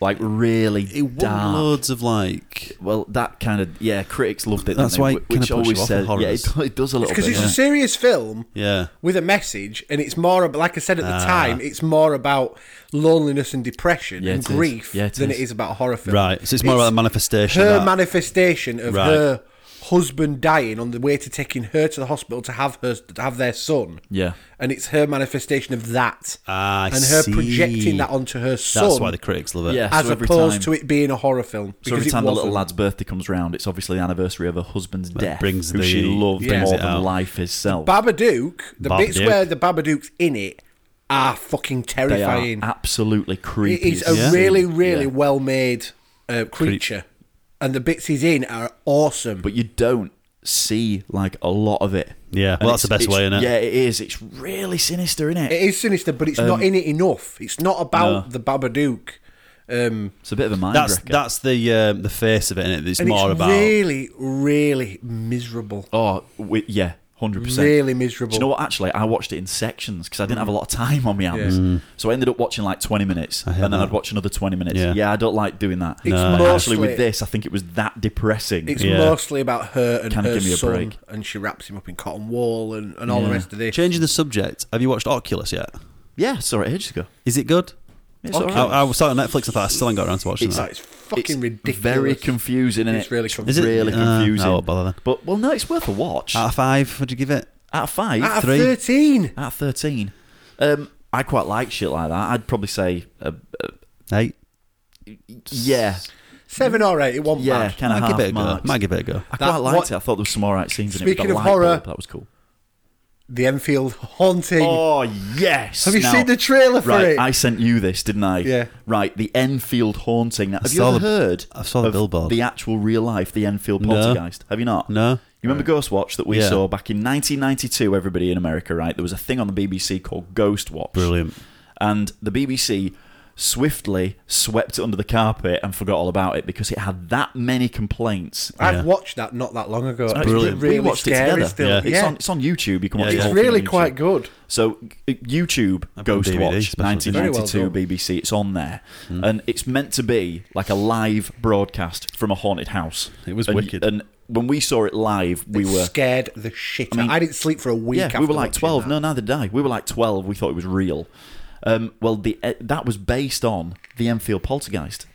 S1: Like really
S3: It won
S1: dark.
S3: loads of like.
S1: Well, that kind of yeah, critics loved it.
S3: That's
S1: didn't
S3: why
S1: they?
S3: it
S1: Wh- which
S3: kinda puts you
S1: always
S3: off
S1: says yeah,
S3: of horrors.
S1: it, do- it does a little
S2: Because
S1: bit.
S2: it's a serious film
S3: Yeah,
S2: with a message, and it's more. ab- Like I said at the
S3: Ah.
S2: time, it's more about loneliness and depression
S1: Yeah,
S2: and
S1: it is.
S2: grief
S1: Yeah, it
S2: than
S1: is.
S2: it is about a horror film.
S3: right. So it's more about a manifestation.
S2: her
S3: of that.
S2: manifestation of
S3: Right.
S2: her husband dying on the way to taking her to the hospital to have her to have their son.
S1: Yeah.
S2: and it's her manifestation of that,
S3: Ah, I
S2: and her
S3: see.
S2: projecting that onto her son.
S3: That's why the critics love it.
S1: Yeah.
S2: as
S1: So every
S2: opposed
S1: time-
S2: to it being a horror film.
S1: so every
S2: because it
S1: time the little
S2: wasn't.
S1: lad's birthday comes round, it's obviously the anniversary of her husband's death,
S3: brings
S1: who
S3: the-
S1: she loved
S2: Yeah. brings
S1: more
S2: it
S1: than
S3: out.
S1: life itself.
S2: Babadook, the bits
S3: Babadook.
S2: where the Babadook's in it are fucking
S1: they are
S2: terrifying.
S1: absolutely
S2: It
S1: creepy.
S2: is
S1: as
S2: a
S3: Yeah.
S2: really, really
S1: Yeah.
S2: well made uh, creature, and the bits he's in are awesome.
S1: but you don't see like a lot of it.
S3: Yeah,
S1: And
S3: well, that's
S1: it's-
S3: the best
S1: it's-
S3: way, innit?
S1: Yeah, it is. It's really sinister, isn't it?
S2: it is sinister, but it's not in it enough. It's not about
S1: Um, No.
S2: the Babadook. Um,
S1: It's a bit of a mind
S3: That's
S1: wrecker.
S3: that's the um, the face of it, and it's
S2: and
S3: more
S2: it's
S3: about
S2: really, really miserable.
S1: oh, wi- yeah, hundred percent.
S2: Really miserable.
S1: Do you know what? Actually, I watched it in sections because I didn't have a lot of time on my hands,
S3: Mm.
S1: so I ended up watching like twenty minutes, and then I'd watch another twenty minutes. Yeah,
S3: Yeah.
S1: I don't like doing that.
S2: It's No.
S1: And actually,
S2: mostly-
S1: with this, I think it was that depressing.
S2: It's
S3: Yeah.
S2: mostly about her and
S1: Can you
S2: her
S1: give me a
S2: son,
S1: break?
S2: and she wraps him up in cotton wool and, and all the rest of this.
S3: changing the subject. Have you watched Oculus yet?
S1: yeah, I saw it ages ago.
S3: Is it good?
S1: It's
S3: I,
S1: alright.
S3: I was starting Netflix. I thought I still haven't got around to watching
S2: It's,
S3: that.
S2: like, it's
S1: It's
S2: fucking ridiculous.
S1: Very confusing, and
S2: It's really confusing.
S3: Is it?
S1: really
S3: Uh,
S1: confusing.
S3: I won't bother then. Ah.
S1: But well, no, it's worth a watch.
S3: Out of five, would you give it?
S1: Out of five,
S2: Out of
S1: three.
S2: thirteen,
S1: Out of 13. Um, I quite like shit like that. I'd probably say, uh, uh,
S3: Eight.
S1: yeah,
S2: seven or eight, it wasn't
S1: yeah,
S2: bad.
S1: kind of
S3: Might
S1: half
S3: give it a
S1: marks.
S3: go. Might give it a go.
S1: I
S2: That-
S1: quite liked
S2: what-
S1: it. I thought there was some alright scenes in it.
S2: Speaking
S1: with the
S2: of
S1: light
S2: horror-
S1: bulb. that was cool.
S2: The Enfield haunting.
S1: Oh yes!
S2: Have you
S1: Now-
S2: seen the trailer for
S1: right,
S2: it?
S1: I sent you this, didn't I?
S2: Yeah.
S1: Right, the Enfield haunting. Now, have you
S3: saw
S1: ever
S3: the-
S1: heard?
S3: I saw the
S1: of
S3: billboard.
S1: The actual real life, the Enfield
S3: No.
S1: poltergeist. Have you not?
S3: No.
S1: You remember Ghost Watch that we
S3: Yeah.
S1: saw back in 1992? Everybody in America, right? There was a thing on the BBC called Ghost Watch.
S3: Brilliant.
S1: and the BBC swiftly swept it under the carpet and forgot all about it because it had that many complaints.
S2: I've watched that not that long ago.
S1: It's
S2: It's
S1: brilliant.
S2: really
S1: we watched it
S2: scary
S1: together.
S2: still.
S1: It's,
S2: Yeah.
S1: on, it's on YouTube. You can watch
S2: It's
S1: it.
S2: really quite good.
S1: So g- YouTube Ghost
S3: DVD,
S1: Watch
S3: special edition. Very well
S1: 1992
S3: done.
S1: BBC. It's on there,
S2: Hmm.
S1: and it's meant to be like a live broadcast from a haunted house. It was
S3: wicked.
S1: And when we saw it live, we
S2: It
S1: were
S2: scared the shit. out. I,
S1: mean-
S2: didn't sleep for a week.
S1: yeah,
S2: after
S1: we were like
S2: watching
S1: twelve.
S2: that.
S1: No, neither did I. We were like twelve. We thought it was real. Um, well, the eh, that was based on the Enfield Poltergeist,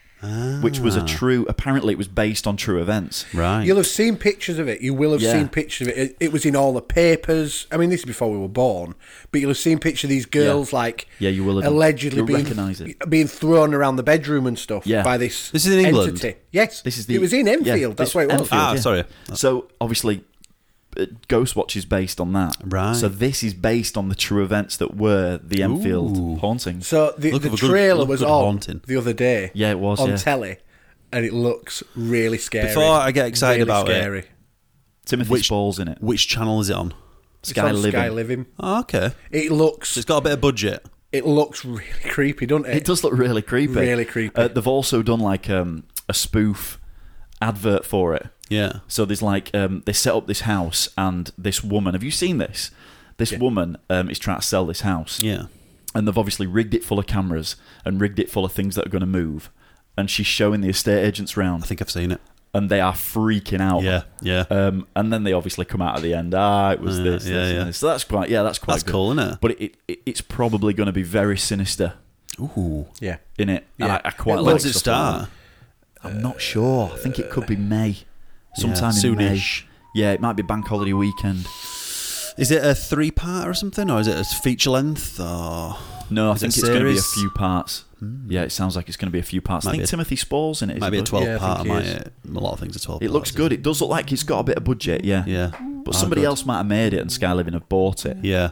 S1: which was a
S3: Ah.
S1: true. Apparently, it was based on true events.
S3: Right.
S2: You'll have seen pictures of it. You will have
S1: Yeah.
S2: seen pictures of it. it. It was in all the papers. I mean, this is before we were born, but you'll have seen pictures of these girls like
S1: Yeah, you will have done.
S2: allegedly
S1: You'll
S2: being
S1: recognise it.
S2: being thrown around the bedroom and stuff
S1: Yeah.
S2: by this.
S1: This is in England?
S2: Entity. Yes,
S1: This is the,
S2: It was in Enfield.
S1: yeah,
S2: That's
S1: this-
S2: where it was.
S1: Enfield,
S3: Ah,
S1: yeah.
S3: sorry.
S1: So obviously, uh, Ghost Watch is based on that.
S3: Right.
S1: So this is based on the true events that were the Enfield
S3: Ooh.
S1: hauntings.
S2: So the,
S3: Look
S2: the
S3: of a good-
S2: trailer
S3: look
S2: was
S3: good
S2: on
S3: haunting.
S2: the other day.
S1: Yeah, it was,
S2: on
S1: yeah.
S2: telly, and it looks really scary.
S3: Before I get excited
S2: Really
S3: about it,
S2: scary.
S1: Timothy
S3: Which-
S1: Spall's in it.
S3: Which channel is it on?
S2: It's
S1: Sky
S2: on
S1: Living.
S2: Sky Living.
S3: Oh, okay.
S2: It looks
S3: So it's got a bit of budget.
S2: it looks really creepy, doesn't it?
S1: It does look really creepy.
S2: Really creepy.
S1: Uh, they've also done like um, a spoof advert for it.
S3: Yeah.
S1: So there's like um, they set up this house and this woman. Have you seen this? This
S2: Yeah.
S1: woman um, is trying to sell this house.
S3: Yeah.
S1: and they've obviously rigged it full of cameras and rigged it full of things that are going to move. And she's showing the estate agents round,
S3: I think I've seen it.
S1: and they are freaking out.
S3: Yeah. Yeah.
S1: Um, and then they obviously come out at the end. Ah, it was
S3: Yeah,
S1: this, this,
S3: Uh, yeah,
S1: and
S3: yeah.
S1: this. So that's quite, yeah, that's quite
S3: That's
S1: good.
S3: cool, isn't it?
S1: But it, it it's probably going to be very sinister
S3: Ooh.
S2: yeah.
S1: in it. And
S2: Yeah.
S1: I, I quite
S2: It
S1: like
S3: When does it
S1: stuff like
S3: start? Uh,
S1: that. I'm not sure. I think it could be May, sometime in May.
S3: soonish.
S1: Yeah, it might be bank holiday weekend.
S3: Is it a three part or something, or is it a feature length? Or
S1: No, I
S3: Is it
S1: think it's going to be a
S3: series? Hmm.
S1: few parts. Yeah, it sounds like it's going to be a few parts.
S3: Might
S1: I
S3: be
S1: think
S3: a-
S1: Timothy Spall's in it.
S3: might
S1: isn't
S3: be a
S1: he?
S3: twelve
S2: Yeah, I
S3: part.
S2: think
S3: might
S2: it is.
S3: a lot of things are twelve.
S1: It looks
S3: parts,
S1: good.
S3: isn't
S1: It does look like it's got a bit of budget, yeah.
S3: Yeah. Oh,
S1: But somebody
S3: good.
S1: else might have made it and Sky Living have bought it.
S3: Yeah.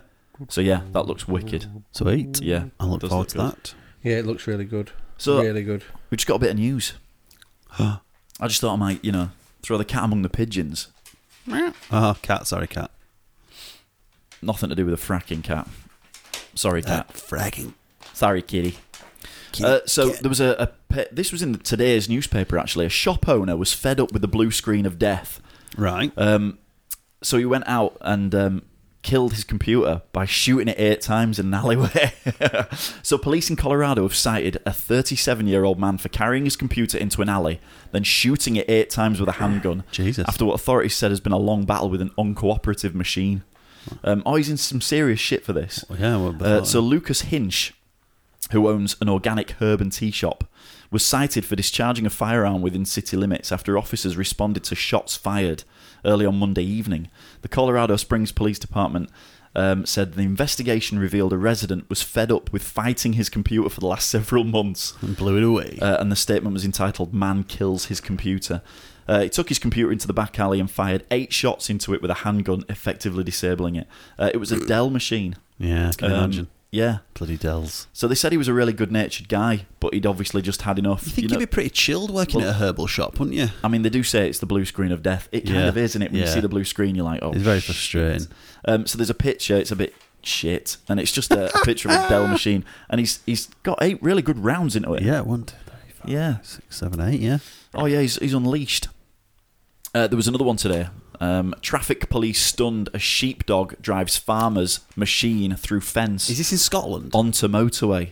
S1: So yeah, that looks wicked.
S3: Sweet.
S1: Yeah.
S3: I look
S1: Does
S3: forward
S1: look
S3: to
S1: good.
S3: that.
S2: Yeah, it looks really good.
S1: So-
S2: really good.
S1: We just got a bit of news. I just thought I might, you know, throw the cat among the pigeons.
S3: Oh, cat. Sorry, cat.
S1: Nothing to do with a fracking cat. Sorry,
S3: Uh,
S1: cat.
S3: Fragging.
S1: Sorry, kitty. Uh, so there was a, a pe- this was in today's newspaper actually. A shop owner was fed up with the blue screen of death.
S3: Right.
S1: Um, so he went out and um, killed his computer by shooting it eight times in an alleyway. so police in Colorado have cited a 37-year-old man for carrying his computer into an alley, then shooting it eight times with a handgun.
S3: Jesus.
S1: After what authorities said has been a long battle with an uncooperative machine. Um, oh, he's in some serious shit for this.
S3: Well, yeah, well,
S1: Uh,
S3: before-
S1: so Lucas Hinch, who owns an organic herb and tea shop, was cited for discharging a firearm within city limits after officers responded to shots fired early on Monday evening. The Colorado Springs Police Department um, said the investigation revealed a resident was fed up with fighting his computer for the last several months.
S3: and blew it away.
S1: Uh, and the statement was entitled "Man Kills His Computer." Uh, he took his computer into the back alley and fired eight shots into it with a handgun, effectively disabling it. Uh, it was a Dell machine.
S3: yeah. I Can
S1: Um,
S3: imagine.
S1: Yeah.
S3: Bloody Dells.
S1: So they said he was a really good-natured guy, but he'd obviously just had enough.
S3: You think
S1: know?
S3: you'd be pretty chilled working
S1: Well-
S3: at a herbal shop, wouldn't you?
S1: I mean, they do say it's the blue screen of death. It kind
S3: Yeah.
S1: of is, isn't it? When you
S3: Yeah.
S1: see the blue screen, you're like, oh,
S3: It's very
S1: shit.
S3: frustrating.
S1: Um, so there's a picture. It's a bit shit, and it's just a, a picture of a Dell machine, and he's he's got eight really good rounds into it.
S3: Yeah, one, two, three, five,
S1: Yeah.
S3: six, seven, eight. Yeah.
S1: Oh yeah, he's, he's unleashed. Uh, there was another one today. Um, traffic police stunned a sheepdog drives farmer's machine through fence
S3: Is this in Scotland?
S1: onto motorway.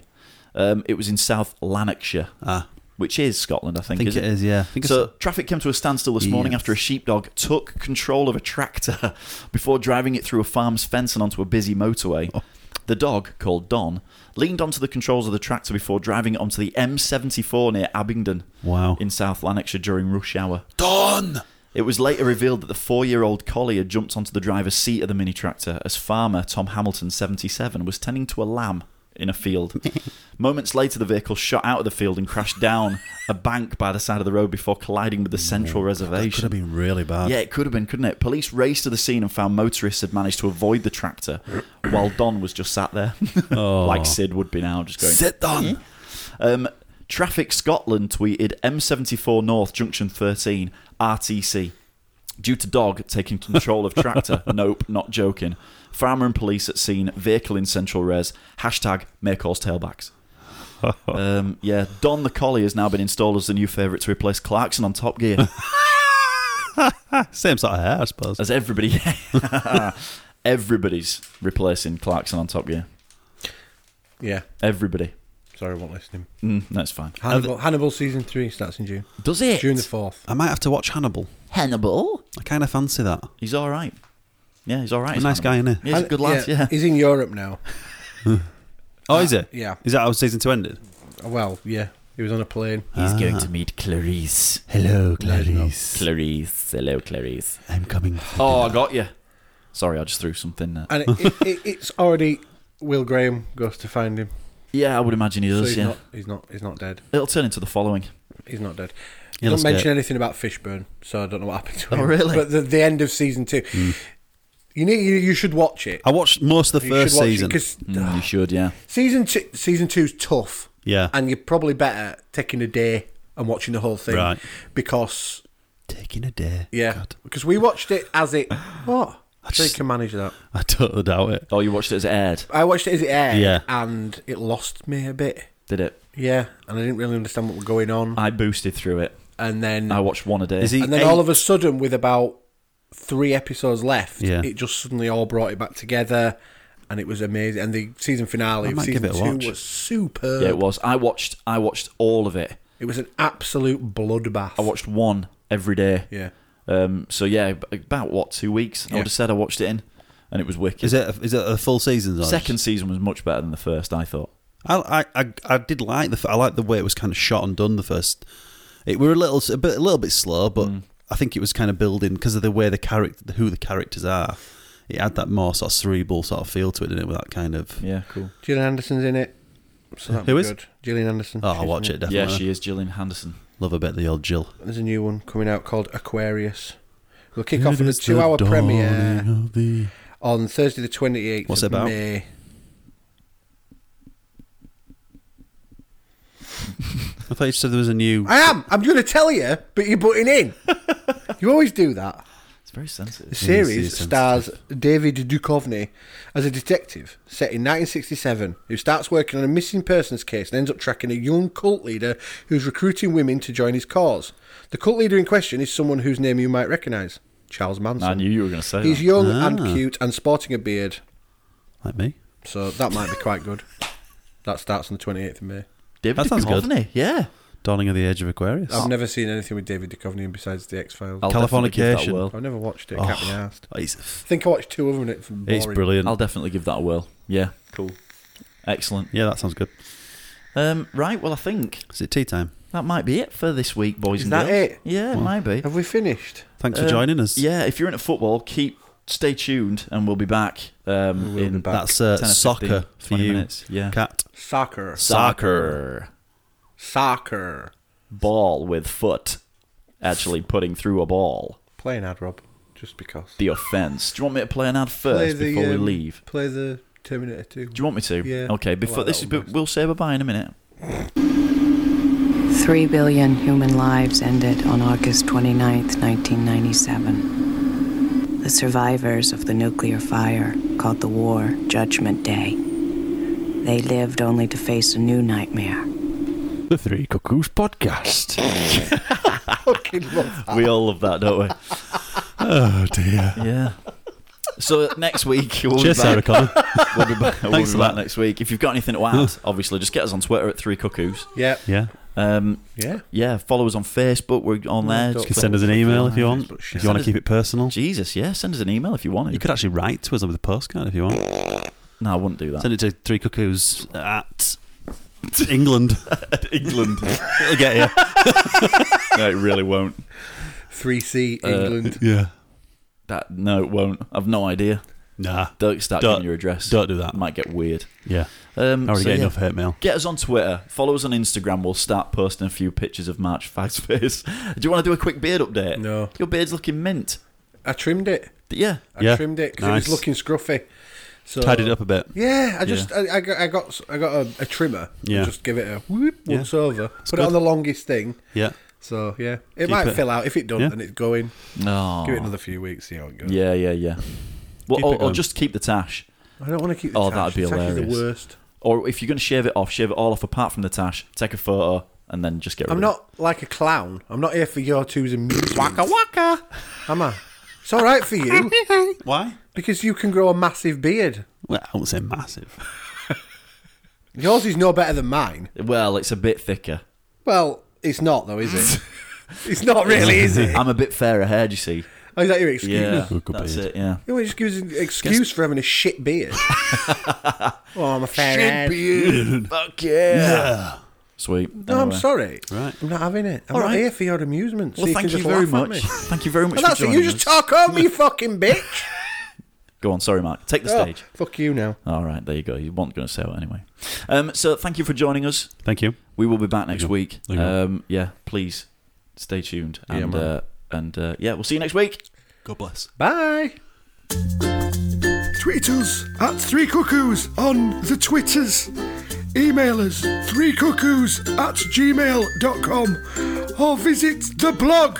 S1: Um, it was in South Lanarkshire,
S3: Ah,
S1: which is Scotland, I
S3: I
S1: think.
S3: think
S1: isn't
S3: it is. Yeah. I think
S1: so
S3: it's-
S1: traffic came to a standstill this morning
S3: Yes.
S1: after a sheepdog took control of a tractor before driving it through a farm's fence and onto a busy motorway.
S3: Oh.
S1: The dog, called Don, leaned onto the controls of the tractor before driving it onto the M74 near Abingdon
S3: Wow.
S1: in South Lanarkshire during rush hour.
S3: Done.
S1: It was later revealed that the four year old collie had jumped onto the driver's seat of the mini tractor as farmer Tom Hamilton, 77, was tending to a lamb in a field. Moments later, the vehicle shot out of the field and crashed down a bank by the side of the road before colliding with the central
S3: That could
S1: reservation.
S3: have been really bad.
S1: Yeah, it could have been, couldn't it? Police raced to the scene and found motorists had managed to avoid the tractor while Don was just sat there.
S3: Oh.
S1: like Sid would be now, just going.
S3: Sit
S2: Hmm?
S3: down.
S1: Um, Traffic Scotland tweeted M74 North Junction 13 RTC. Due to dog taking control of tractor. nope, not joking. Farmer and police at scene. Vehicle in central res. Hashtag may cause tailbacks. um, yeah, Don the Collie has now been installed as the new favourite to replace Clarkson on Top Gear.
S3: Same sort of hair, I suppose.
S1: As everybody, everybody's replacing Clarkson on Top Gear.
S2: Yeah.
S1: Everybody.
S2: Sorry, I won't listening.
S1: Mm, that's fine.
S2: Hannibal, Hannibal season three starts in June.
S1: Does it?
S2: June the fourth.
S3: I might have to watch Hannibal.
S1: Hannibal.
S3: I kind of fancy that.
S1: He's all right. Yeah, he's all right.
S3: A nice guy, innit?
S1: Yeah, he's a good lad. Yeah.
S2: He's in Europe now.
S3: Oh, is it?
S2: yeah.
S3: Is that how season two ended?
S2: Well, yeah. He was on a plane.
S1: He's going
S3: Ah.
S1: to meet Clarice.
S3: Hello,
S1: Clarice. Hello, Clarice.
S3: I'm coming.
S1: Oh, I got you. Sorry, I just threw something. uh, There.
S2: And it, it, it, it's already Will Graham goes to find him.
S1: Yeah, I would imagine he
S2: So
S1: does.
S2: he's
S1: yeah,
S2: not he's not he's not dead.
S1: it'll turn into the following.
S2: He's not dead.
S3: Yeah,
S2: don't
S3: let's
S2: mention
S3: get-
S2: anything about Fishburne, so I don't know what happened to
S1: Oh,
S2: him.
S1: really? Hmm.
S2: But the, the end of season two. You need you, you should watch it.
S1: Oh,
S3: I watched most of the
S2: You
S3: first
S2: should watch it
S3: season.
S2: 'cause,
S3: Ah.
S1: Mm, you should, yeah.
S2: Season two, season two's tough.
S3: Yeah.
S2: and you're probably better taking a day and watching the whole thing,
S3: Right.
S2: Because
S3: Taking a day.
S2: yeah,
S3: God.
S2: because we watched it as it. What? I
S3: just-
S2: can manage that.
S3: I totally doubt it.
S1: Oh, you watched it as it aired,
S2: I watched it as it aired,
S3: Yeah.
S2: and it lost me a bit.
S1: did it?
S2: Yeah, and I didn't really understand what was going on.
S1: I boosted through it.
S2: And then,
S1: I watched one a day.
S3: Is he
S2: and then
S3: eight?
S2: all of a sudden, with about three episodes left,
S3: Yeah.
S2: it just suddenly all brought it back together, and it was amazing. And the season
S3: I
S2: finale of
S3: might give
S2: season
S3: it a
S2: two
S3: watch.
S2: was superb.
S1: Yeah, it was. I watched. I watched all of it.
S2: It was an absolute bloodbath.
S1: I watched one every day.
S2: Yeah.
S1: Um. So yeah, ab- about what two weeks? I
S2: Yeah.
S1: would have said I watched it in, and it was wicked.
S3: Is it? Is it a full season? Though?
S1: Second season was much better than the first. I thought.
S3: I, I, I, I did like the. f- I liked the way it was kind of shot and done. The first, it were a little, a bit, a little bit slow, but
S1: Mm.
S3: I think it was kind of building because of the way the character, who the characters are. It had that more sort of cerebral sort of feel to it, didn't it? With that kind of.
S1: Yeah. Cool.
S2: Gillian Anderson's in it. So that'd
S3: Who
S2: be
S3: is?
S2: good. Gillian Anderson.
S3: Oh, I'll
S2: She's
S3: watch
S2: in
S3: it definitely.
S1: Yeah, she is Gillian Henderson.
S3: Love a bit of the old Jill.
S2: There's a new one coming out called Aquarius. We'll kick off with a two-hour premiere on Thursday, the twenty-eighth
S3: What's it
S2: of
S3: about?
S2: May.
S3: I thought you said there was a new.
S2: I am. I'm going to tell you, but you're butting in. you always do that.
S1: It's very sensitive.
S2: The
S3: it's
S2: series
S3: sensitive.
S2: stars David Duchovny as a detective set in 1967 who starts working on a missing persons case and ends up tracking a young cult leader who's recruiting women to join his cause. The cult leader in question is someone whose name you might recognise Charles Manson.
S1: I knew you were going to say
S2: He's
S1: that.
S2: young
S3: Ah.
S2: and cute and sporting a beard,
S3: Like me.
S2: so that might be quite good. That starts on the 28th of May.
S1: David
S3: That sounds good.
S1: Duchovny, Yeah. Oh,
S3: Dawning of the Age of Aquarius.
S2: I've never seen anything with David Duchovny besides The X Files.
S1: I'll definitely give that a
S3: Californication.
S1: whirl.
S2: I've never watched it.
S3: Oh,
S2: Can't be asked. I
S3: it's,
S2: think I watched two of them. And it was
S3: it's
S2: boring.
S3: brilliant.
S1: I'll definitely give that a whirl. Yeah. Cool. Excellent.
S3: yeah, that sounds good.
S1: Um, right. Well, I think
S3: Is it tea time?
S1: that might be it for this week, boys
S2: Is
S1: and
S2: that
S1: girls.
S2: it?
S1: Yeah, it might be.
S2: Have we finished?
S3: Thanks
S1: Um,
S3: for joining us.
S1: Yeah, if you're into football, keep stay tuned, and we'll be back. Um, in
S2: back.
S3: That's uh,
S1: 10 or
S3: soccer
S1: 15,
S3: for
S1: 20
S3: you,
S1: minutes, yeah.
S3: cat.
S2: Soccer.
S1: soccer
S2: Soccer.
S1: ball with foot, actually putting through a ball.
S2: Play an ad, Rob, just because.
S1: The offence. Do you want me to play an ad first before we
S2: um,
S1: leave?
S2: Play the Terminator 2.
S1: Do you want me to?
S2: Yeah, I
S1: Okay.
S2: like
S1: Before
S2: that
S1: this is,
S2: one
S1: but
S2: best.
S1: we'll say bye in a minute.
S7: Three billion human lives ended on August 29, 1997. The survivors of the nuclear fire, called the war Judgment Day, they lived only to face a new nightmare.
S11: The Three Cuckoos Podcast.
S2: fucking love that.
S1: We all love that, don't we?
S3: Oh dear.
S1: Yeah. So next week we'll
S3: Cheers,
S1: be
S3: Sarah
S1: back.
S3: Connor.
S1: We'll be back, we'll
S3: Thanks
S1: be
S3: for
S1: back
S3: that. Hmm.
S1: next week. If you've got anything to add, obviously, just get us on Twitter at Three Cuckoos.
S2: Yeah.
S3: yeah.
S1: Um,
S2: Yeah.
S1: yeah, follow us on Facebook. We're on there.
S3: You can send us an email if you want.
S2: But
S3: If you want
S1: Send us-
S3: to keep it personal,
S1: Jesus, yeah, send us an email if you want.
S3: you could actually write to us with a postcard if you want.
S1: No, I wouldn't do that.
S3: Send it to three cuckoos at England.
S1: England.
S3: It'll get you.
S1: no, it really won't.
S2: 3C
S1: Uh,
S2: England.
S3: yeah.
S1: That no, it won't. I'i've no idea.
S3: Nah.
S1: Don't start
S3: Don't-
S1: giving your address.
S3: Don't do that.
S1: That might get weird.
S3: Yeah.
S1: Um,
S3: I already
S1: so
S3: get
S1: yeah,
S3: enough hate mail.
S1: Get us on Twitter. Follow us on Instagram. We'll start posting a few pictures of March Fag's face. do you want to do a quick beard update?
S2: No.
S1: Your beard's looking mint.
S2: I trimmed it.
S1: Yeah.
S2: I
S3: Yeah.
S2: trimmed it because it
S3: Nice.
S2: was looking scruffy. So
S3: Tidied it up a bit.
S2: Yeah, I just I, I got I got I got a, a trimmer.
S3: Yeah.
S2: Just give it a whoop
S3: Yeah.
S2: once over. Put it
S3: good.
S2: on the longest thing.
S3: Yeah.
S2: So yeah, it
S3: Keep
S2: might
S3: it-
S2: fill out. If it doesn't,
S3: Yeah.
S2: then it's going.
S1: No.
S2: Give it another few weeks. See how it goes.
S1: Yeah, yeah, yeah. Well,
S3: Keep it
S1: or, or
S3: going.
S1: just keep the tash.
S2: I don't want to keep. The
S1: Oh,
S2: tash.
S1: that'd be
S2: The tash is
S1: hilarious.
S2: the worst.
S1: Or if you're going to shave it off, shave it all off apart from the tash, take a photo, and then just get rid
S2: I'm
S1: of
S2: not like a clown. I'm not here for your two's amusement. waka waka. Am I? It's all right for you.
S3: Why?
S2: Because you can grow a massive beard.
S3: Well, I won't say massive.
S2: Yours is no better than mine.
S1: it. Well, it's a bit thicker.
S2: Well, it's not though, is it? it's not really, is it?
S1: I'm a bit fairer haired, you see.
S2: Oh, is that your excuse?
S1: Yeah,
S2: Good
S1: that's
S2: beard.
S1: it, yeah.
S2: You know, it just gives an excuse for having a shit beard. oh, I'm a fair
S1: Shit
S2: head.
S1: beard.
S2: Fuck yeah.
S1: Sweet.
S2: No, I'm sorry. Right. I'm not having it. I'm
S1: All
S2: not
S1: right.
S2: here for your amusement.
S1: Well,
S2: so
S1: thank
S2: you,
S1: you
S2: can just
S1: very
S2: laugh at
S1: much.
S2: me.
S1: Thank you very much
S2: And
S1: for
S2: that's it. You
S1: joining us.
S2: just talk over me, you fucking bitch.
S1: Go on, sorry, Mark. Take the
S2: Oh,
S1: stage.
S2: Fuck you now.
S1: All right, there you go. You weren't going to say it anyway. Um, so thank you for joining us.
S3: Thank you.
S1: We will be back next week.
S3: you go.
S1: Um, yeah, please stay tuned.
S3: Yeah,
S1: And,
S3: man.
S1: uh, and uh, yeah, we'll see you next week.
S3: God bless.
S2: Bye.
S12: Tweet us at Three Cuckoos on the Twitters. Email us threecuckoos at gmail.com or visit the blog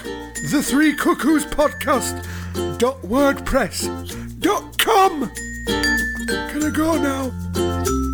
S12: the three cuckoos podcast dot wordpress dot com. Can I go now?